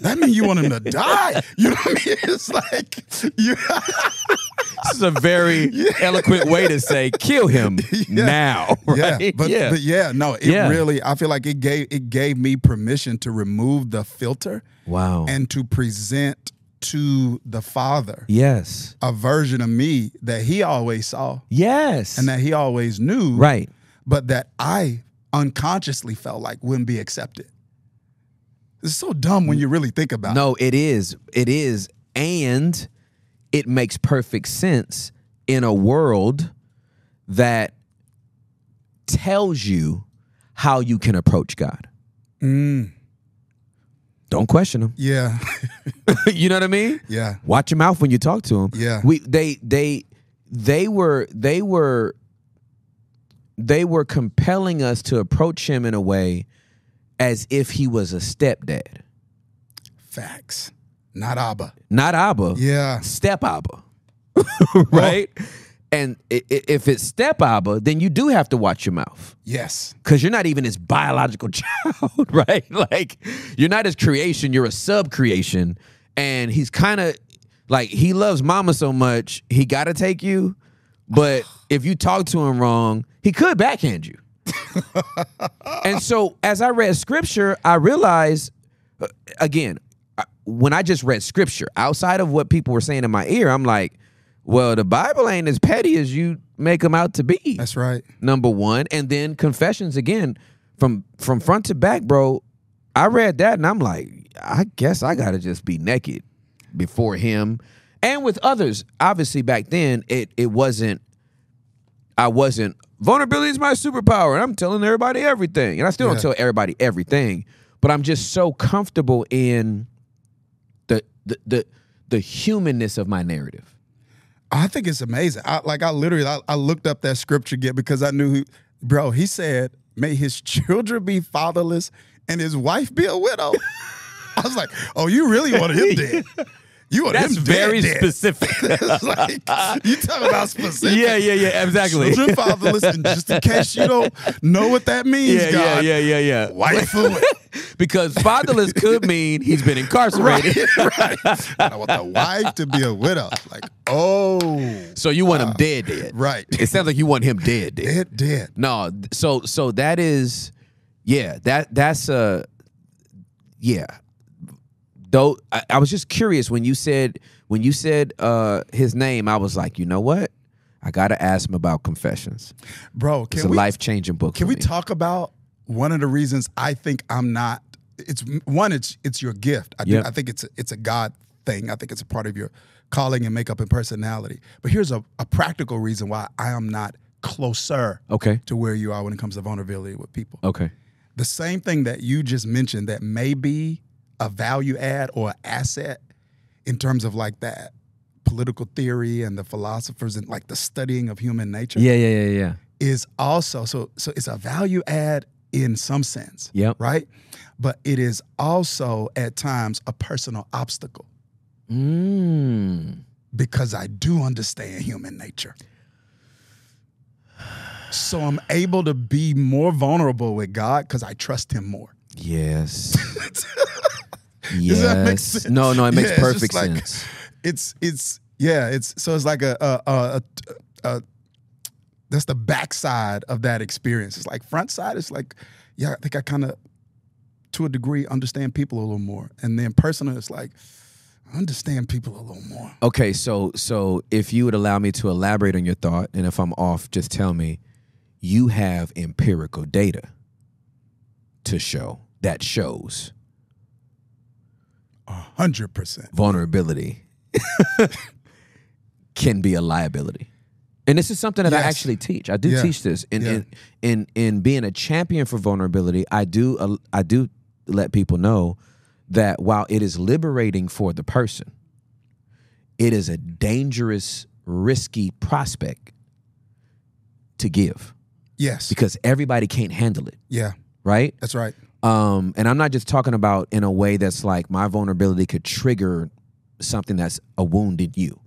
[SPEAKER 3] that means you want him to die. You know what I mean? It's like you
[SPEAKER 2] this is a very eloquent way to say kill him now
[SPEAKER 3] Yeah.
[SPEAKER 2] right?
[SPEAKER 3] But
[SPEAKER 2] yeah.
[SPEAKER 3] but yeah, no, it
[SPEAKER 2] Yeah.
[SPEAKER 3] really I feel like it gave it gave me permission to remove the filter
[SPEAKER 2] wow
[SPEAKER 3] and to present to the Father
[SPEAKER 2] yes
[SPEAKER 3] a version of me that he always saw
[SPEAKER 2] yes
[SPEAKER 3] and that he always knew.
[SPEAKER 2] right
[SPEAKER 3] but that I unconsciously felt like wouldn't be accepted. It's so dumb when you really think about it.
[SPEAKER 2] No, it is. It is. And it makes perfect sense in a world that tells you how you can approach God. Don't question him.
[SPEAKER 3] Mm, Yeah,
[SPEAKER 2] you know what I mean?
[SPEAKER 3] yeah,
[SPEAKER 2] Watch your mouth when you talk to him.
[SPEAKER 3] Yeah.
[SPEAKER 2] We they they they were they were they were compelling us to approach him in a way as if he was a stepdad.
[SPEAKER 3] facts. Not Abba.
[SPEAKER 2] Not Abba.
[SPEAKER 3] Yeah,
[SPEAKER 2] step Abba, right? And i- i- if it's step abba, then you do have to watch your mouth
[SPEAKER 3] Yes.
[SPEAKER 2] because you're not even his biological child, right? Like you're not his creation, you're a sub creation. And he's kind of like he loves mama so much, he got to take you. But if you talk to him wrong, he could backhand you. and so as I read scripture, I realized uh, again, I- when I just read scripture, outside of what people were saying in my ear, I'm like, well, the Bible ain't as petty as you make them out to be
[SPEAKER 3] That's right.
[SPEAKER 2] number one, and then confessions again from from front to back, bro. I read that and I'm like, I guess I gotta just be naked before him and with others. Obviously, back then it it wasn't. I wasn't vulnerability is my superpower, and I'm telling everybody everything, and I still
[SPEAKER 3] Yeah.
[SPEAKER 2] don't tell everybody everything, but I'm just so comfortable in the the the, the humanness of my narrative.
[SPEAKER 3] I think it's amazing. I like I literally I, I looked up that scripture again because I knew who bro, he said, May his children be fatherless and his wife be a widow. I was like, Oh, you really want him dead. You want
[SPEAKER 2] That's
[SPEAKER 3] him
[SPEAKER 2] very
[SPEAKER 3] dead, dead.
[SPEAKER 2] specific.
[SPEAKER 3] It's like, you talking about specific.
[SPEAKER 2] yeah, yeah, yeah, exactly.
[SPEAKER 3] Children fatherless, and just in case you don't know what that means,
[SPEAKER 2] Yeah, yeah,
[SPEAKER 3] God,
[SPEAKER 2] yeah, yeah, yeah.
[SPEAKER 3] wife or widow.
[SPEAKER 2] because fatherless could mean he's been incarcerated.
[SPEAKER 3] right. I want the wife to be a widow. Like, oh,
[SPEAKER 2] So you want him dead, dead.
[SPEAKER 3] right.
[SPEAKER 2] It sounds like you want him dead, dead.
[SPEAKER 3] It did.
[SPEAKER 2] No, th- so so that is, yeah, that that's uh, yeah. Though I, I was just curious when you said when you said uh his name, I was like, you know what? I gotta ask him about confessions.
[SPEAKER 3] Bro,
[SPEAKER 2] It's
[SPEAKER 3] can
[SPEAKER 2] a
[SPEAKER 3] we,
[SPEAKER 2] life changing book.
[SPEAKER 3] can
[SPEAKER 2] for
[SPEAKER 3] we
[SPEAKER 2] me.
[SPEAKER 3] talk about one of the reasons I think I'm not it's one, it's it's your gift. I, do-
[SPEAKER 2] Yep.
[SPEAKER 3] I think it's it's a God thing. I think it's a part of your calling and makeup and personality. But here's a, a practical reason why I am not closer
[SPEAKER 2] Okay.
[SPEAKER 3] to where you are when it comes to vulnerability with people.
[SPEAKER 2] Okay.
[SPEAKER 3] the same thing that you just mentioned that may be a value add or an asset in terms of like that political theory and the philosophers and like the studying of human nature
[SPEAKER 2] Yeah. Yeah. Yeah. Yeah.
[SPEAKER 3] is also so so it's a value add in some sense
[SPEAKER 2] Yep.
[SPEAKER 3] right but it is also at times a personal obstacle
[SPEAKER 2] Mm.
[SPEAKER 3] because I do understand human nature so I'm able to be more vulnerable with God cuz I trust him more
[SPEAKER 2] Yes. yes.
[SPEAKER 3] Does that make sense?
[SPEAKER 2] No, no, it makes
[SPEAKER 3] Yeah, it's
[SPEAKER 2] perfect
[SPEAKER 3] just like-
[SPEAKER 2] sense.
[SPEAKER 3] it's it's yeah it's so it's like a a, a, a, a that's the backside of that experience it's like front side is like yeah i think i kind of to a degree understand people a little more and then personal it's like I understand people a little more
[SPEAKER 2] Okay, so so if you would allow me to elaborate on your thought, and if I'm off, just tell me. You have empirical data to show that shows
[SPEAKER 3] a hundred percent
[SPEAKER 2] vulnerability can be a liability. And this is something that
[SPEAKER 3] Yes.
[SPEAKER 2] I actually teach. I do
[SPEAKER 3] Yeah.
[SPEAKER 2] teach this in,
[SPEAKER 3] Yeah.
[SPEAKER 2] in in in being a champion for vulnerability. I do uh, I do let people know that while it is liberating for the person, it is a dangerous, risky prospect to give
[SPEAKER 3] yes
[SPEAKER 2] because everybody can't handle it,
[SPEAKER 3] yeah
[SPEAKER 2] right?
[SPEAKER 3] that's right
[SPEAKER 2] Um, and I'm not just talking about in a way that's like my vulnerability could trigger something that's a wound in you.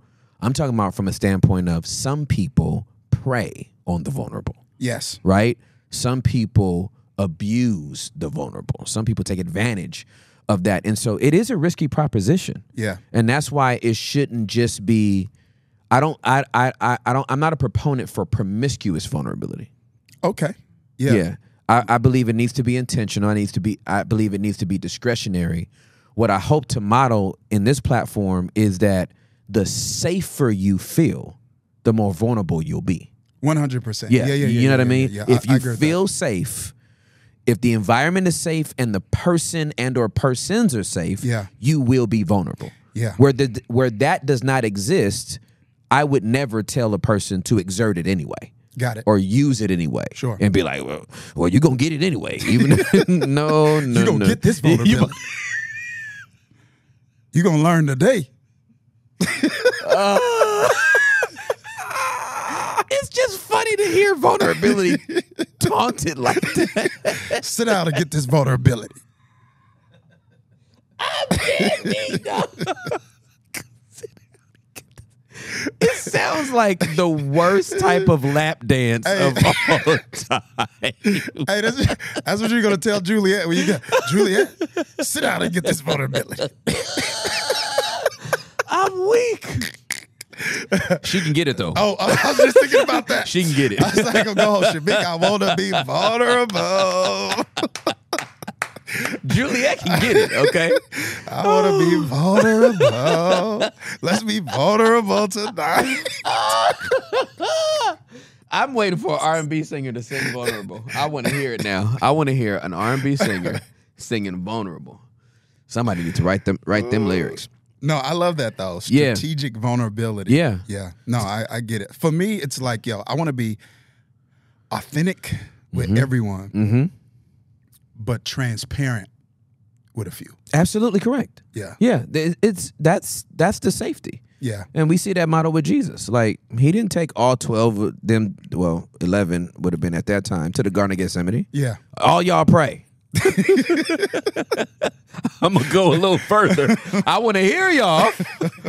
[SPEAKER 2] I'm talking about from a standpoint of some people prey on the vulnerable,
[SPEAKER 3] yes
[SPEAKER 2] right? Some people abuse the vulnerable. Some people take advantage of that. And so it is a risky proposition.
[SPEAKER 3] yeah
[SPEAKER 2] And that's why it shouldn't just be I don't I I I, I don't I'm not a proponent for promiscuous vulnerability.
[SPEAKER 3] okay yeah
[SPEAKER 2] Yeah. I, I believe it needs to be intentional. It needs to be I believe it needs to be discretionary. What I hope to model in this platform is that the safer you feel, the more vulnerable you'll be.
[SPEAKER 3] 100%
[SPEAKER 2] Yeah. you know what I mean?
[SPEAKER 3] yeah,
[SPEAKER 2] If
[SPEAKER 3] I, I
[SPEAKER 2] you
[SPEAKER 3] agree with that.
[SPEAKER 2] feel safe, if the environment is safe and the person and or persons are safe,
[SPEAKER 3] Yeah.
[SPEAKER 2] you will be vulnerable.
[SPEAKER 3] Yeah.
[SPEAKER 2] Where the where that does not exist, I would never tell a person to exert it anyway
[SPEAKER 3] got it
[SPEAKER 2] or use it anyway.
[SPEAKER 3] Sure.
[SPEAKER 2] And be like, well, well you're going to get it anyway. Even no, no,
[SPEAKER 3] you gonna
[SPEAKER 2] no.
[SPEAKER 3] get this
[SPEAKER 2] You-
[SPEAKER 3] vulnerability. you gonna learn today.
[SPEAKER 2] it's just funny to hear vulnerability taunted like that.
[SPEAKER 3] Sit down and get this vulnerability.
[SPEAKER 2] It sounds That's like the worst type of lap dance of all time.
[SPEAKER 3] Hey, that's, that's what you're gonna tell Juliet when you get Juliet. Sit down and get this vulnerability.
[SPEAKER 2] I'm weak. She can get it though.
[SPEAKER 3] Oh, I I was just thinking about that.
[SPEAKER 2] She can get it.
[SPEAKER 3] I was like, oh, go, Shabik, I wanna be vulnerable.
[SPEAKER 2] Juliet can get it, okay?
[SPEAKER 3] I wanna be vulnerable. Let's be vulnerable tonight.
[SPEAKER 2] I'm waiting for an R&B singer to sing vulnerable. I want to hear it now. I want to hear an R&B singer singing vulnerable. Somebody needs to write them write them lyrics.
[SPEAKER 3] No, I love that though.
[SPEAKER 2] Yeah.
[SPEAKER 3] Strategic vulnerability.
[SPEAKER 2] Yeah.
[SPEAKER 3] Yeah. No, I, I get it. For me, it's like, yo, I wanna be authentic with everyone,
[SPEAKER 2] Mhm.
[SPEAKER 3] but transparent with a few.
[SPEAKER 2] Absolutely correct.
[SPEAKER 3] Yeah.
[SPEAKER 2] Yeah, th- it's that's that's the safety.
[SPEAKER 3] Yeah.
[SPEAKER 2] And we see that model with Jesus. Like he didn't take all 12 of them, well, 11 would have been at that time to the Garden of Gethsemane.
[SPEAKER 3] Yeah.
[SPEAKER 2] All y'all pray. I'm gonna go a little further. I want to hear y'all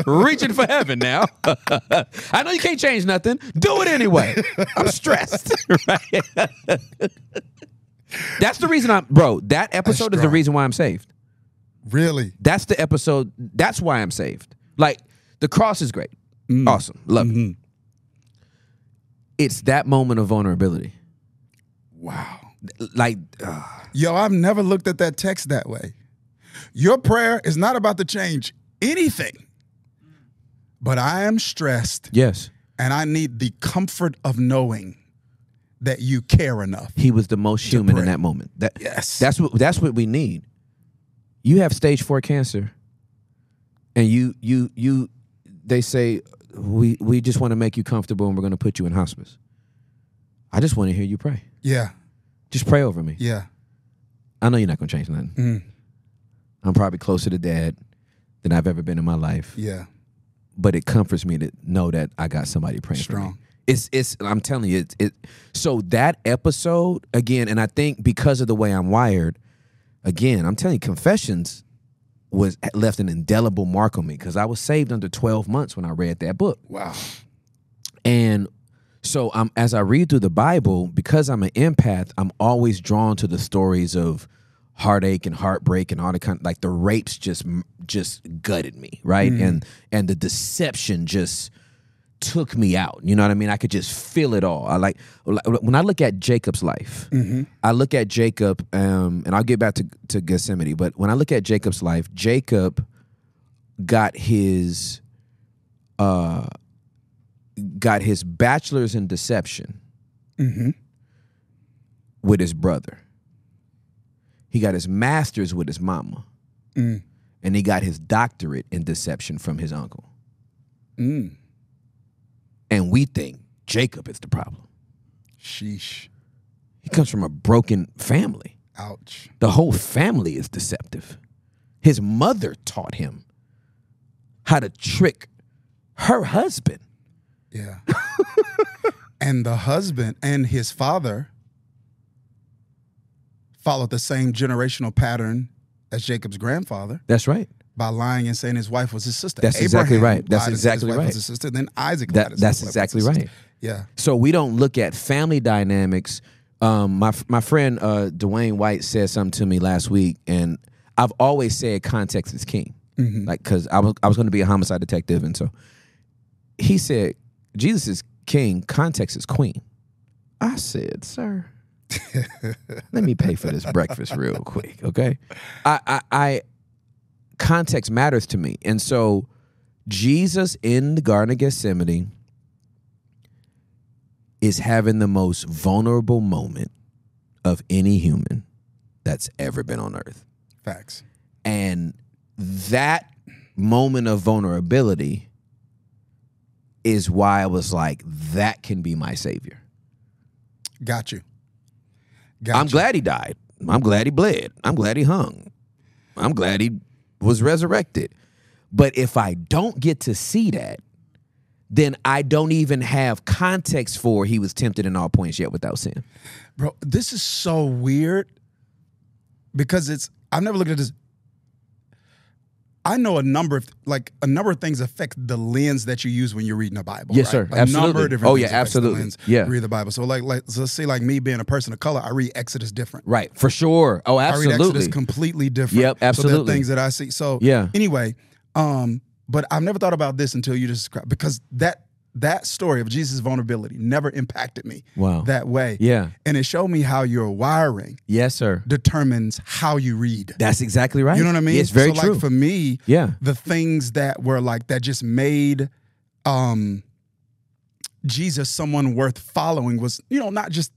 [SPEAKER 2] reaching for heaven now. I know you can't change nothing. Do it anyway. I'm stressed. right? That's the reason I'm, bro. That episode is the
[SPEAKER 3] strong.
[SPEAKER 2] reason why I'm saved.
[SPEAKER 3] Really?
[SPEAKER 2] That's the episode. That's why I'm saved. Like the cross is great,
[SPEAKER 3] Mm.
[SPEAKER 2] awesome, love
[SPEAKER 3] Mm-hmm.
[SPEAKER 2] it. It's that moment of vulnerability.
[SPEAKER 3] Wow.
[SPEAKER 2] Like, ah,
[SPEAKER 3] Yo, I've never looked at that text that way. Your prayer is not about to change anything, but I am stressed
[SPEAKER 2] yes,
[SPEAKER 3] and I need the comfort of knowing that you care enough.
[SPEAKER 2] he was the most human in
[SPEAKER 3] pray.
[SPEAKER 2] that moment. That
[SPEAKER 3] Yes.
[SPEAKER 2] that's what that's what we need. You have stage four cancer, and you you you. They say we we just want to make you comfortable, and we're going to put you in hospice. I just want to hear you pray.
[SPEAKER 3] Yeah.
[SPEAKER 2] Just pray over me.
[SPEAKER 3] Yeah.
[SPEAKER 2] I know you're not going to change nothing.
[SPEAKER 3] Mm.
[SPEAKER 2] I'm probably closer to dad than I've ever been in my life.
[SPEAKER 3] Yeah.
[SPEAKER 2] but it comforts me to know that I got somebody praying for me.
[SPEAKER 3] Strong.
[SPEAKER 2] It's it's I'm telling you it it so that episode again and I think because of the way I'm wired again I'm telling you confessions was left an indelible mark on me cuz I was saved under 12 months when I read that book.
[SPEAKER 3] Wow.
[SPEAKER 2] And so I'm as I read through the Bible, because I'm an empath, I'm always drawn to the stories of heartache and heartbreak and all the kind like the rapes just just gutted me, right? And and the deception just took me out. You know what I mean? I could just feel it all. I like like, when I look at Jacob's life. I look at Jacob, um, and I'll get back to to Gethsemane. But when I look at Jacob's life, Jacob got his uh got his bachelor's in deception Mm-hmm. with his brother. He got his master's with his mama.
[SPEAKER 3] Mm.
[SPEAKER 2] And he got his doctorate in deception from his uncle.
[SPEAKER 3] Mm.
[SPEAKER 2] And we think Jacob is the problem.
[SPEAKER 3] Sheesh.
[SPEAKER 2] He comes from a broken family.
[SPEAKER 3] Ouch.
[SPEAKER 2] The whole family is deceptive. His mother taught him how to trick her husband.
[SPEAKER 3] Yeah. and the husband and his father followed the same generational pattern as Jacob's grandfather.
[SPEAKER 2] That's right.
[SPEAKER 3] by lying and saying his wife was his sister.
[SPEAKER 2] That's exactly right. That's
[SPEAKER 3] lied and said
[SPEAKER 2] exactly
[SPEAKER 3] his wife
[SPEAKER 2] right.
[SPEAKER 3] Was his sister. Then Isaac. lied
[SPEAKER 2] That,
[SPEAKER 3] and said
[SPEAKER 2] that's
[SPEAKER 3] his wife was
[SPEAKER 2] exactly
[SPEAKER 3] his
[SPEAKER 2] right.
[SPEAKER 3] sister. Yeah.
[SPEAKER 2] So we don't look at family dynamics. Um, my my friend uh, Dwayne White said something to me last week, and I've always said context is king. Like, cause I was I was going to be a homicide detective, and so he said Jesus is king, context is queen. I said, sir, let me pay for this breakfast real quick, okay? I, I, I context matters to me, and so Jesus in the Garden of Gethsemane is having the most vulnerable moment of any human that's ever been on earth.
[SPEAKER 3] Facts.
[SPEAKER 2] And that moment of vulnerability is why I was like, that can be my savior.
[SPEAKER 3] Got you. Got
[SPEAKER 2] I'm
[SPEAKER 3] you.
[SPEAKER 2] glad he died. I'm glad he bled. I'm glad he hung. I'm glad he was resurrected. But if I don't get to see that, then I don't even have context for he was tempted in all points yet without sin.
[SPEAKER 3] bro. This is so weird because it's. I've never looked at this. I know a number of like a number of things affect the lens that you use when you're reading the Bible.
[SPEAKER 2] Yes, sir.
[SPEAKER 3] right? A number
[SPEAKER 2] Absolutely.
[SPEAKER 3] of different
[SPEAKER 2] Oh,
[SPEAKER 3] things
[SPEAKER 2] yeah,
[SPEAKER 3] affects the
[SPEAKER 2] absolutely.
[SPEAKER 3] lens
[SPEAKER 2] Yeah.
[SPEAKER 3] Read the Bible. So like, like so let's say like me being a person of color, I read Exodus different.
[SPEAKER 2] Right, for sure. Oh,
[SPEAKER 3] I read Exodus
[SPEAKER 2] absolutely.
[SPEAKER 3] completely different.
[SPEAKER 2] Yep,
[SPEAKER 3] So there
[SPEAKER 2] absolutely.
[SPEAKER 3] are things that I see. So
[SPEAKER 2] Yeah.
[SPEAKER 3] Anyway, um, but I've never thought about this until you just described because that that story of Jesus' vulnerability never impacted me
[SPEAKER 2] Wow.
[SPEAKER 3] that way.
[SPEAKER 2] yeah.
[SPEAKER 3] And it showed me how your wiring
[SPEAKER 2] Yes, sir.
[SPEAKER 3] determines how you read.
[SPEAKER 2] That's exactly right.
[SPEAKER 3] You know what I mean?
[SPEAKER 2] It's very
[SPEAKER 3] so
[SPEAKER 2] true.
[SPEAKER 3] Like for me,
[SPEAKER 2] yeah.
[SPEAKER 3] the things that were like that just made um Jesus someone worth following was, you know, not just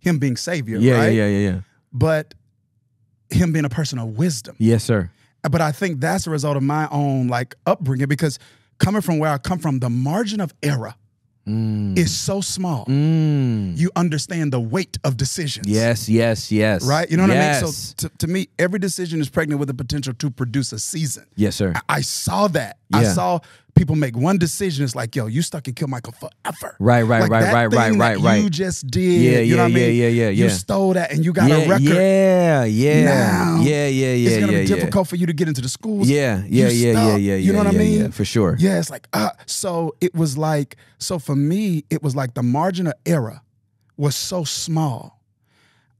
[SPEAKER 3] him being savior,
[SPEAKER 2] Yeah,
[SPEAKER 3] right?
[SPEAKER 2] yeah, yeah, yeah, yeah.
[SPEAKER 3] But him being a person of wisdom.
[SPEAKER 2] Yes, sir.
[SPEAKER 3] But I think that's a result of my own like upbringing because coming from where I come from, the margin of error
[SPEAKER 2] Mm.
[SPEAKER 3] is so small.
[SPEAKER 2] Mm.
[SPEAKER 3] You understand the weight of decisions.
[SPEAKER 2] Yes, yes, yes.
[SPEAKER 3] Right? You know what I mean?
[SPEAKER 2] Yes.
[SPEAKER 3] So to, to me, every decision is pregnant with the potential to produce a season.
[SPEAKER 2] yes, sir.
[SPEAKER 3] I- I saw that. I
[SPEAKER 2] Yeah.
[SPEAKER 3] saw people make one decision. It's like, yo, you stuck in Kill Michael forever.
[SPEAKER 2] Right, right,
[SPEAKER 3] Like
[SPEAKER 2] right,
[SPEAKER 3] that
[SPEAKER 2] right,
[SPEAKER 3] thing
[SPEAKER 2] right,
[SPEAKER 3] that
[SPEAKER 2] right, right.
[SPEAKER 3] You just did.
[SPEAKER 2] Yeah,
[SPEAKER 3] you know
[SPEAKER 2] yeah,
[SPEAKER 3] what I mean?
[SPEAKER 2] yeah, yeah, yeah,
[SPEAKER 3] You
[SPEAKER 2] yeah.
[SPEAKER 3] stole that, and you got
[SPEAKER 2] yeah,
[SPEAKER 3] a record.
[SPEAKER 2] yeah, yeah,
[SPEAKER 3] now,
[SPEAKER 2] yeah, yeah, yeah, yeah.
[SPEAKER 3] it's gonna
[SPEAKER 2] yeah,
[SPEAKER 3] be difficult for you to get into the schools.
[SPEAKER 2] Yeah, yeah,
[SPEAKER 3] You
[SPEAKER 2] yeah, yeah,
[SPEAKER 3] stuck.
[SPEAKER 2] yeah,
[SPEAKER 3] You know
[SPEAKER 2] yeah,
[SPEAKER 3] what I
[SPEAKER 2] yeah,
[SPEAKER 3] mean?
[SPEAKER 2] yeah, for sure.
[SPEAKER 3] Yeah, it's like uh, so. It was like so for me. It was like the margin of error was so small.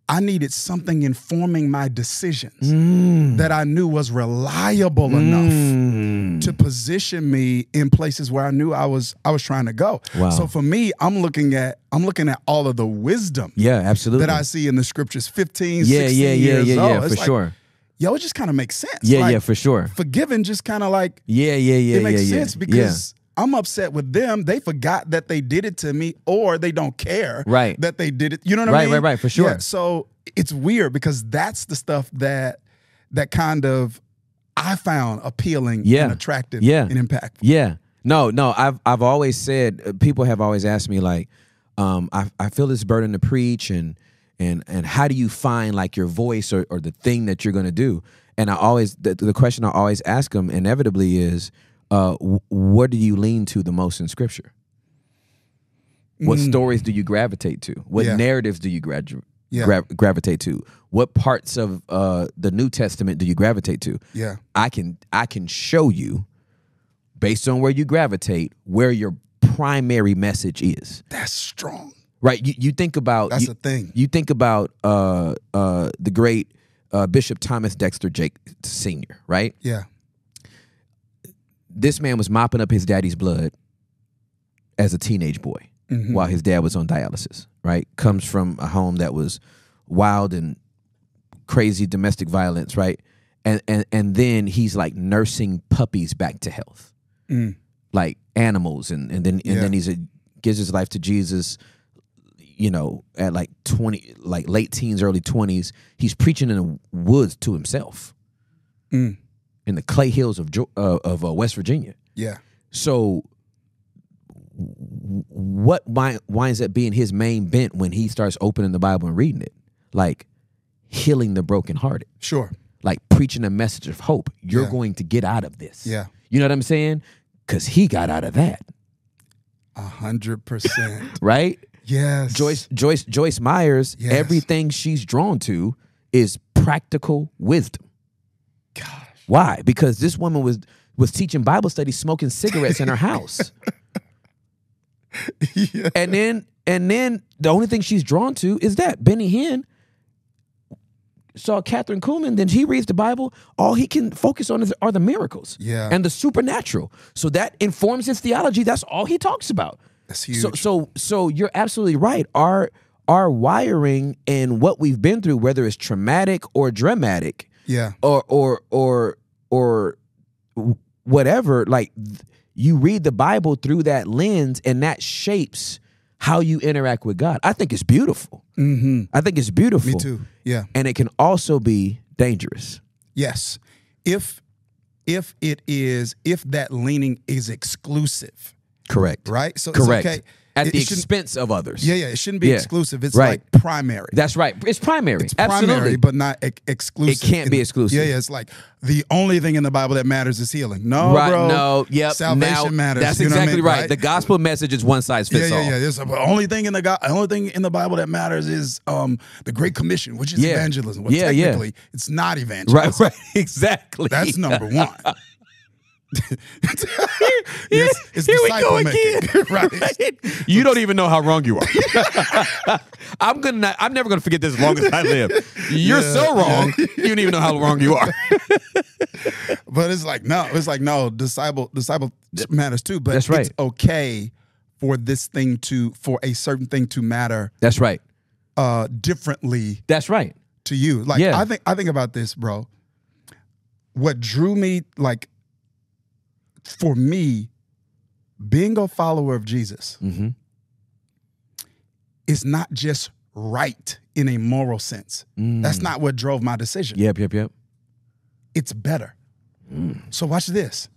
[SPEAKER 3] I needed something informing my decisions
[SPEAKER 2] Mm.
[SPEAKER 3] that I knew was reliable enough
[SPEAKER 2] Mm.
[SPEAKER 3] to position me in places where I knew I was I was trying to go.
[SPEAKER 2] Wow.
[SPEAKER 3] So for me, I'm looking at I'm looking at all of the wisdom
[SPEAKER 2] Yeah, absolutely.
[SPEAKER 3] that I see in the scriptures 15,
[SPEAKER 2] yeah,
[SPEAKER 3] 16
[SPEAKER 2] yeah, yeah,
[SPEAKER 3] years
[SPEAKER 2] yeah,
[SPEAKER 3] old.
[SPEAKER 2] yeah, for
[SPEAKER 3] It's like,
[SPEAKER 2] sure.
[SPEAKER 3] Yo, it just kind of makes sense.
[SPEAKER 2] Yeah,
[SPEAKER 3] Like,
[SPEAKER 2] yeah, for sure.
[SPEAKER 3] Forgiving just kind of like
[SPEAKER 2] Yeah, yeah, yeah,
[SPEAKER 3] it makes
[SPEAKER 2] yeah, yeah.
[SPEAKER 3] sense because I'm upset with them. They forgot that they did it to me, or they don't care
[SPEAKER 2] Right.
[SPEAKER 3] that they did it. You know what I
[SPEAKER 2] Right,
[SPEAKER 3] mean?
[SPEAKER 2] right, right, for sure.
[SPEAKER 3] Yeah, so it's weird because that's the stuff that that kind of I found appealing
[SPEAKER 2] Yeah.
[SPEAKER 3] and attractive
[SPEAKER 2] Yeah.
[SPEAKER 3] and impactful.
[SPEAKER 2] Yeah. No, no. I've I've always said uh, people have always asked me like, um, I I feel this burden to preach and and and how do you find like your voice or, or the thing that you're gonna do? And I always the, the question I always ask them inevitably is, uh, w- what do you lean to the most in Scripture? What stories do you gravitate to? What
[SPEAKER 3] Mm. Yeah.
[SPEAKER 2] narratives do you gradu-
[SPEAKER 3] Yeah.
[SPEAKER 2] gra- gravitate to? What parts of uh, the New Testament do you gravitate to?
[SPEAKER 3] Yeah.
[SPEAKER 2] I can I can show you based on where you gravitate where your primary message is.
[SPEAKER 3] That's strong.
[SPEAKER 2] Right? You you think about
[SPEAKER 3] That's
[SPEAKER 2] you,
[SPEAKER 3] a thing.
[SPEAKER 2] you think about uh uh the great uh, Bishop Thomas Dexter Jake Sr., right?
[SPEAKER 3] Yeah.
[SPEAKER 2] This man was mopping up his daddy's blood as a teenage boy
[SPEAKER 3] Mm-hmm.
[SPEAKER 2] while his dad was on dialysis, right? Comes from a home that was wild and crazy domestic violence, right? And and and then he's like nursing puppies back to health.
[SPEAKER 3] Mm.
[SPEAKER 2] Like animals and, and then and
[SPEAKER 3] Yeah.
[SPEAKER 2] then he's a gives his life to Jesus, you know, at like twenty like late teens, early twenties. He's preaching in the woods to himself.
[SPEAKER 3] Mm.
[SPEAKER 2] In the clay hills of Geo- uh, of uh, West Virginia.
[SPEAKER 3] Yeah.
[SPEAKER 2] So, w- what wi- winds up being his main bent when he starts opening the Bible and reading it? Like healing the brokenhearted,
[SPEAKER 3] Sure.
[SPEAKER 2] like preaching a message of hope. You're
[SPEAKER 3] Yeah.
[SPEAKER 2] going to get out of this.
[SPEAKER 3] Yeah.
[SPEAKER 2] You know what I'm saying? Because he got out of that,
[SPEAKER 3] A hundred percent.
[SPEAKER 2] right?
[SPEAKER 3] Yes.
[SPEAKER 2] Joyce, Joyce, Joyce Myers,
[SPEAKER 3] Yes.
[SPEAKER 2] everything she's drawn to is practical wisdom.
[SPEAKER 3] Gosh.
[SPEAKER 2] Why? Because this woman was was teaching Bible study smoking cigarettes in her house.
[SPEAKER 3] yeah.
[SPEAKER 2] And then and then the only thing she's drawn to is that Benny Hinn saw Catherine Kuhlman, then he reads the Bible. All he can focus on is, are the miracles
[SPEAKER 3] Yeah.
[SPEAKER 2] and the supernatural. So that informs his theology. That's all he talks about.
[SPEAKER 3] That's huge.
[SPEAKER 2] So so so you're absolutely right. Our our wiring and what we've been through, whether it's traumatic or dramatic,
[SPEAKER 3] yeah.
[SPEAKER 2] or or or or w- whatever like th- you read the bible through that lens and that shapes how you interact with god i think it's beautiful
[SPEAKER 3] Mm-hmm.
[SPEAKER 2] i think it's beautiful
[SPEAKER 3] Me too. Yeah.
[SPEAKER 2] and it can also be dangerous
[SPEAKER 3] Yes. If if it is if that leaning is exclusive,
[SPEAKER 2] correct
[SPEAKER 3] right? So
[SPEAKER 2] correct
[SPEAKER 3] it's okay.
[SPEAKER 2] at
[SPEAKER 3] It-
[SPEAKER 2] the
[SPEAKER 3] it shouldn't-
[SPEAKER 2] expense of others
[SPEAKER 3] yeah, yeah. It shouldn't be
[SPEAKER 2] Yeah.
[SPEAKER 3] exclusive. It's
[SPEAKER 2] Right.
[SPEAKER 3] like primary.
[SPEAKER 2] that's right it's primary
[SPEAKER 3] It's
[SPEAKER 2] absolutely
[SPEAKER 3] primary, but not ex- exclusive.
[SPEAKER 2] It can't be exclusive.
[SPEAKER 3] Yeah, yeah. It's like the only thing in the Bible that matters is healing. No,
[SPEAKER 2] right
[SPEAKER 3] Oh, bro.
[SPEAKER 2] no yep
[SPEAKER 3] Salvation
[SPEAKER 2] now,
[SPEAKER 3] matters.
[SPEAKER 2] that's
[SPEAKER 3] You know what I
[SPEAKER 2] exactly
[SPEAKER 3] mean?
[SPEAKER 2] right.
[SPEAKER 3] Right?
[SPEAKER 2] the gospel message is one size
[SPEAKER 3] Yeah,
[SPEAKER 2] fits
[SPEAKER 3] yeah,
[SPEAKER 2] all
[SPEAKER 3] yeah. There's the only thing in the God, the only thing in the Bible that matters is um the Great Commission, which is
[SPEAKER 2] Yeah.
[SPEAKER 3] evangelism. Well,
[SPEAKER 2] Yeah, yeah.
[SPEAKER 3] technically, it's not evangelism.
[SPEAKER 2] right right exactly
[SPEAKER 3] That's number one. Yes, it's
[SPEAKER 2] Here we go
[SPEAKER 3] disciple making.
[SPEAKER 2] again.
[SPEAKER 3] Right.
[SPEAKER 4] You don't even know how wrong you are. I'm gonna. Not, I'm never gonna forget this as long as I live. You're so wrong. You don't even know how wrong you are.
[SPEAKER 3] But it's like no, it's like no, disciple disciple matters too. But
[SPEAKER 2] That's right.
[SPEAKER 3] it's okay for this thing to for a certain thing to matter
[SPEAKER 2] That's right.
[SPEAKER 3] uh differently
[SPEAKER 2] That's right.
[SPEAKER 3] to you. Like
[SPEAKER 2] Yeah.
[SPEAKER 3] I think I think about this, bro. What drew me like for me being a follower of Jesus
[SPEAKER 2] Mm-hmm.
[SPEAKER 3] is not just right in a moral sense.
[SPEAKER 2] Mm.
[SPEAKER 3] That's not what drove my decision.
[SPEAKER 2] Yep, yep, yep.
[SPEAKER 3] It's better.
[SPEAKER 2] Mm.
[SPEAKER 3] So watch this.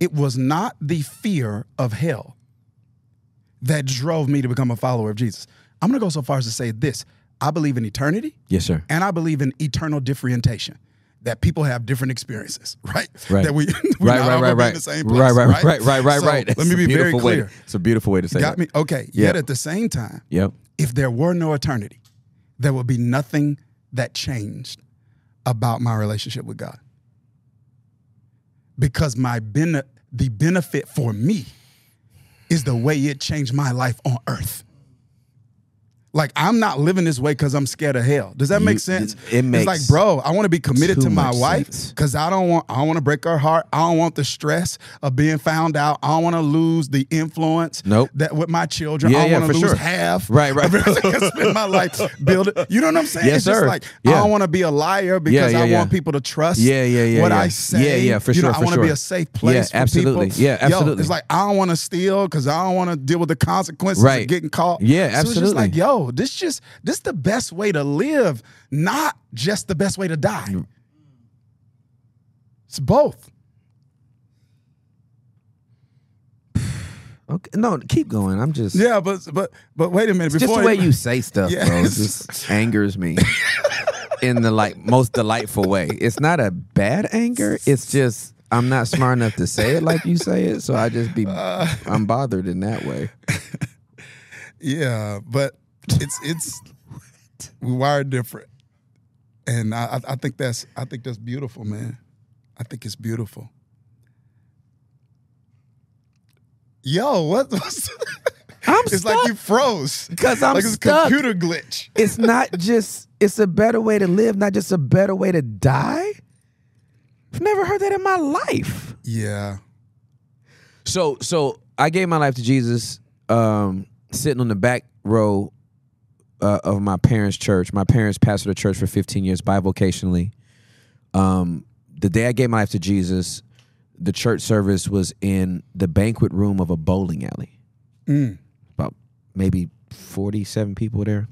[SPEAKER 3] It was not the fear of hell that drove me to become a follower of Jesus. I'm going to go so far as to say this. I believe in eternity.
[SPEAKER 2] Yes, sir.
[SPEAKER 3] and I believe in eternal differentiation. That people have different experiences, right?
[SPEAKER 2] Right.
[SPEAKER 3] That we we're
[SPEAKER 2] Right,
[SPEAKER 3] not
[SPEAKER 2] right, right,
[SPEAKER 3] all gonna be
[SPEAKER 2] right.
[SPEAKER 3] in the same place,
[SPEAKER 2] right, right, right, right, right, right,
[SPEAKER 3] So,
[SPEAKER 2] right.
[SPEAKER 3] Let me
[SPEAKER 4] It's a
[SPEAKER 3] be very
[SPEAKER 4] beautiful way-
[SPEAKER 3] clear.
[SPEAKER 4] It's a beautiful way to say
[SPEAKER 3] Got
[SPEAKER 4] that.
[SPEAKER 3] me? Okay. Yet at the same time,
[SPEAKER 2] Yep.
[SPEAKER 3] if there were no eternity, there would be nothing that changed about my relationship with God. Because my bene- the benefit for me is the way it changed my life on earth. Like I'm not living this way because I'm scared of hell. Does that
[SPEAKER 2] You-
[SPEAKER 3] make sense?
[SPEAKER 2] it makes
[SPEAKER 3] it's like, bro, I want to be committed
[SPEAKER 2] too
[SPEAKER 3] to my
[SPEAKER 2] much
[SPEAKER 3] wife
[SPEAKER 2] sense.
[SPEAKER 3] because I don't want I don't want to break her heart. I don't want the stress of being found out. I don't want to lose the influence
[SPEAKER 2] Nope.
[SPEAKER 3] that with my children.
[SPEAKER 2] Yeah,
[SPEAKER 3] I don't
[SPEAKER 2] yeah,
[SPEAKER 3] want
[SPEAKER 2] for
[SPEAKER 3] to lose
[SPEAKER 2] sure.
[SPEAKER 3] half.
[SPEAKER 2] Right, right.
[SPEAKER 3] I spend my life building. You know what I'm saying?
[SPEAKER 2] Yes,
[SPEAKER 3] it's just
[SPEAKER 2] sir.
[SPEAKER 3] like I
[SPEAKER 2] Yeah.
[SPEAKER 3] don't want to be a liar because
[SPEAKER 2] yeah,
[SPEAKER 3] I
[SPEAKER 2] yeah.
[SPEAKER 3] want people to trust.
[SPEAKER 2] Yeah, yeah, yeah,
[SPEAKER 3] What
[SPEAKER 2] yeah.
[SPEAKER 3] I say.
[SPEAKER 2] Yeah, yeah, for
[SPEAKER 3] you
[SPEAKER 2] sure,
[SPEAKER 3] Know, I
[SPEAKER 2] for
[SPEAKER 3] wanna be
[SPEAKER 2] sure.
[SPEAKER 3] a safe place.
[SPEAKER 2] Yeah,
[SPEAKER 3] for
[SPEAKER 2] absolutely.
[SPEAKER 3] people.
[SPEAKER 2] Yeah,
[SPEAKER 3] Yo,
[SPEAKER 2] absolutely.
[SPEAKER 3] it's like I don't want to steal because I don't want to deal with the consequences
[SPEAKER 2] Right.
[SPEAKER 3] of getting caught.
[SPEAKER 2] Yeah,
[SPEAKER 3] So it's just like,
[SPEAKER 2] absolutely.
[SPEAKER 3] yo, this just this the best way to live, not just the best way to die. It's both.
[SPEAKER 2] Okay. No, keep going. I'm just.
[SPEAKER 3] Yeah, but but but wait a minute.
[SPEAKER 2] Just
[SPEAKER 3] Before
[SPEAKER 2] the way you say stuff,
[SPEAKER 3] Yeah,
[SPEAKER 2] bro,
[SPEAKER 3] it's-
[SPEAKER 2] just angers me in the like most delightful way. It's not a bad anger. It's just I'm not smart enough to say it like you say it, so I just be
[SPEAKER 3] Uh.
[SPEAKER 2] I'm bothered in that way.
[SPEAKER 3] Yeah, but it's it's we wired different, and I, I I think that's I think that's beautiful, man. I think it's beautiful. Yo, what? What's,
[SPEAKER 2] I'm
[SPEAKER 3] it's like you froze
[SPEAKER 2] 'Cause I'm
[SPEAKER 3] like it's
[SPEAKER 2] stuck.
[SPEAKER 3] a computer glitch.
[SPEAKER 2] it's not just it's a better way to live, not just a better way to die. I've never heard that in my life.
[SPEAKER 3] Yeah,
[SPEAKER 2] So so I gave my life to Jesus um sitting on the back row uh, of my parents' church. My parents pastored a church for 15 years bivocationally. Um the day I gave my life to Jesus, the church service was in the banquet room of a bowling alley.
[SPEAKER 3] Mm.
[SPEAKER 2] About maybe 47 people there.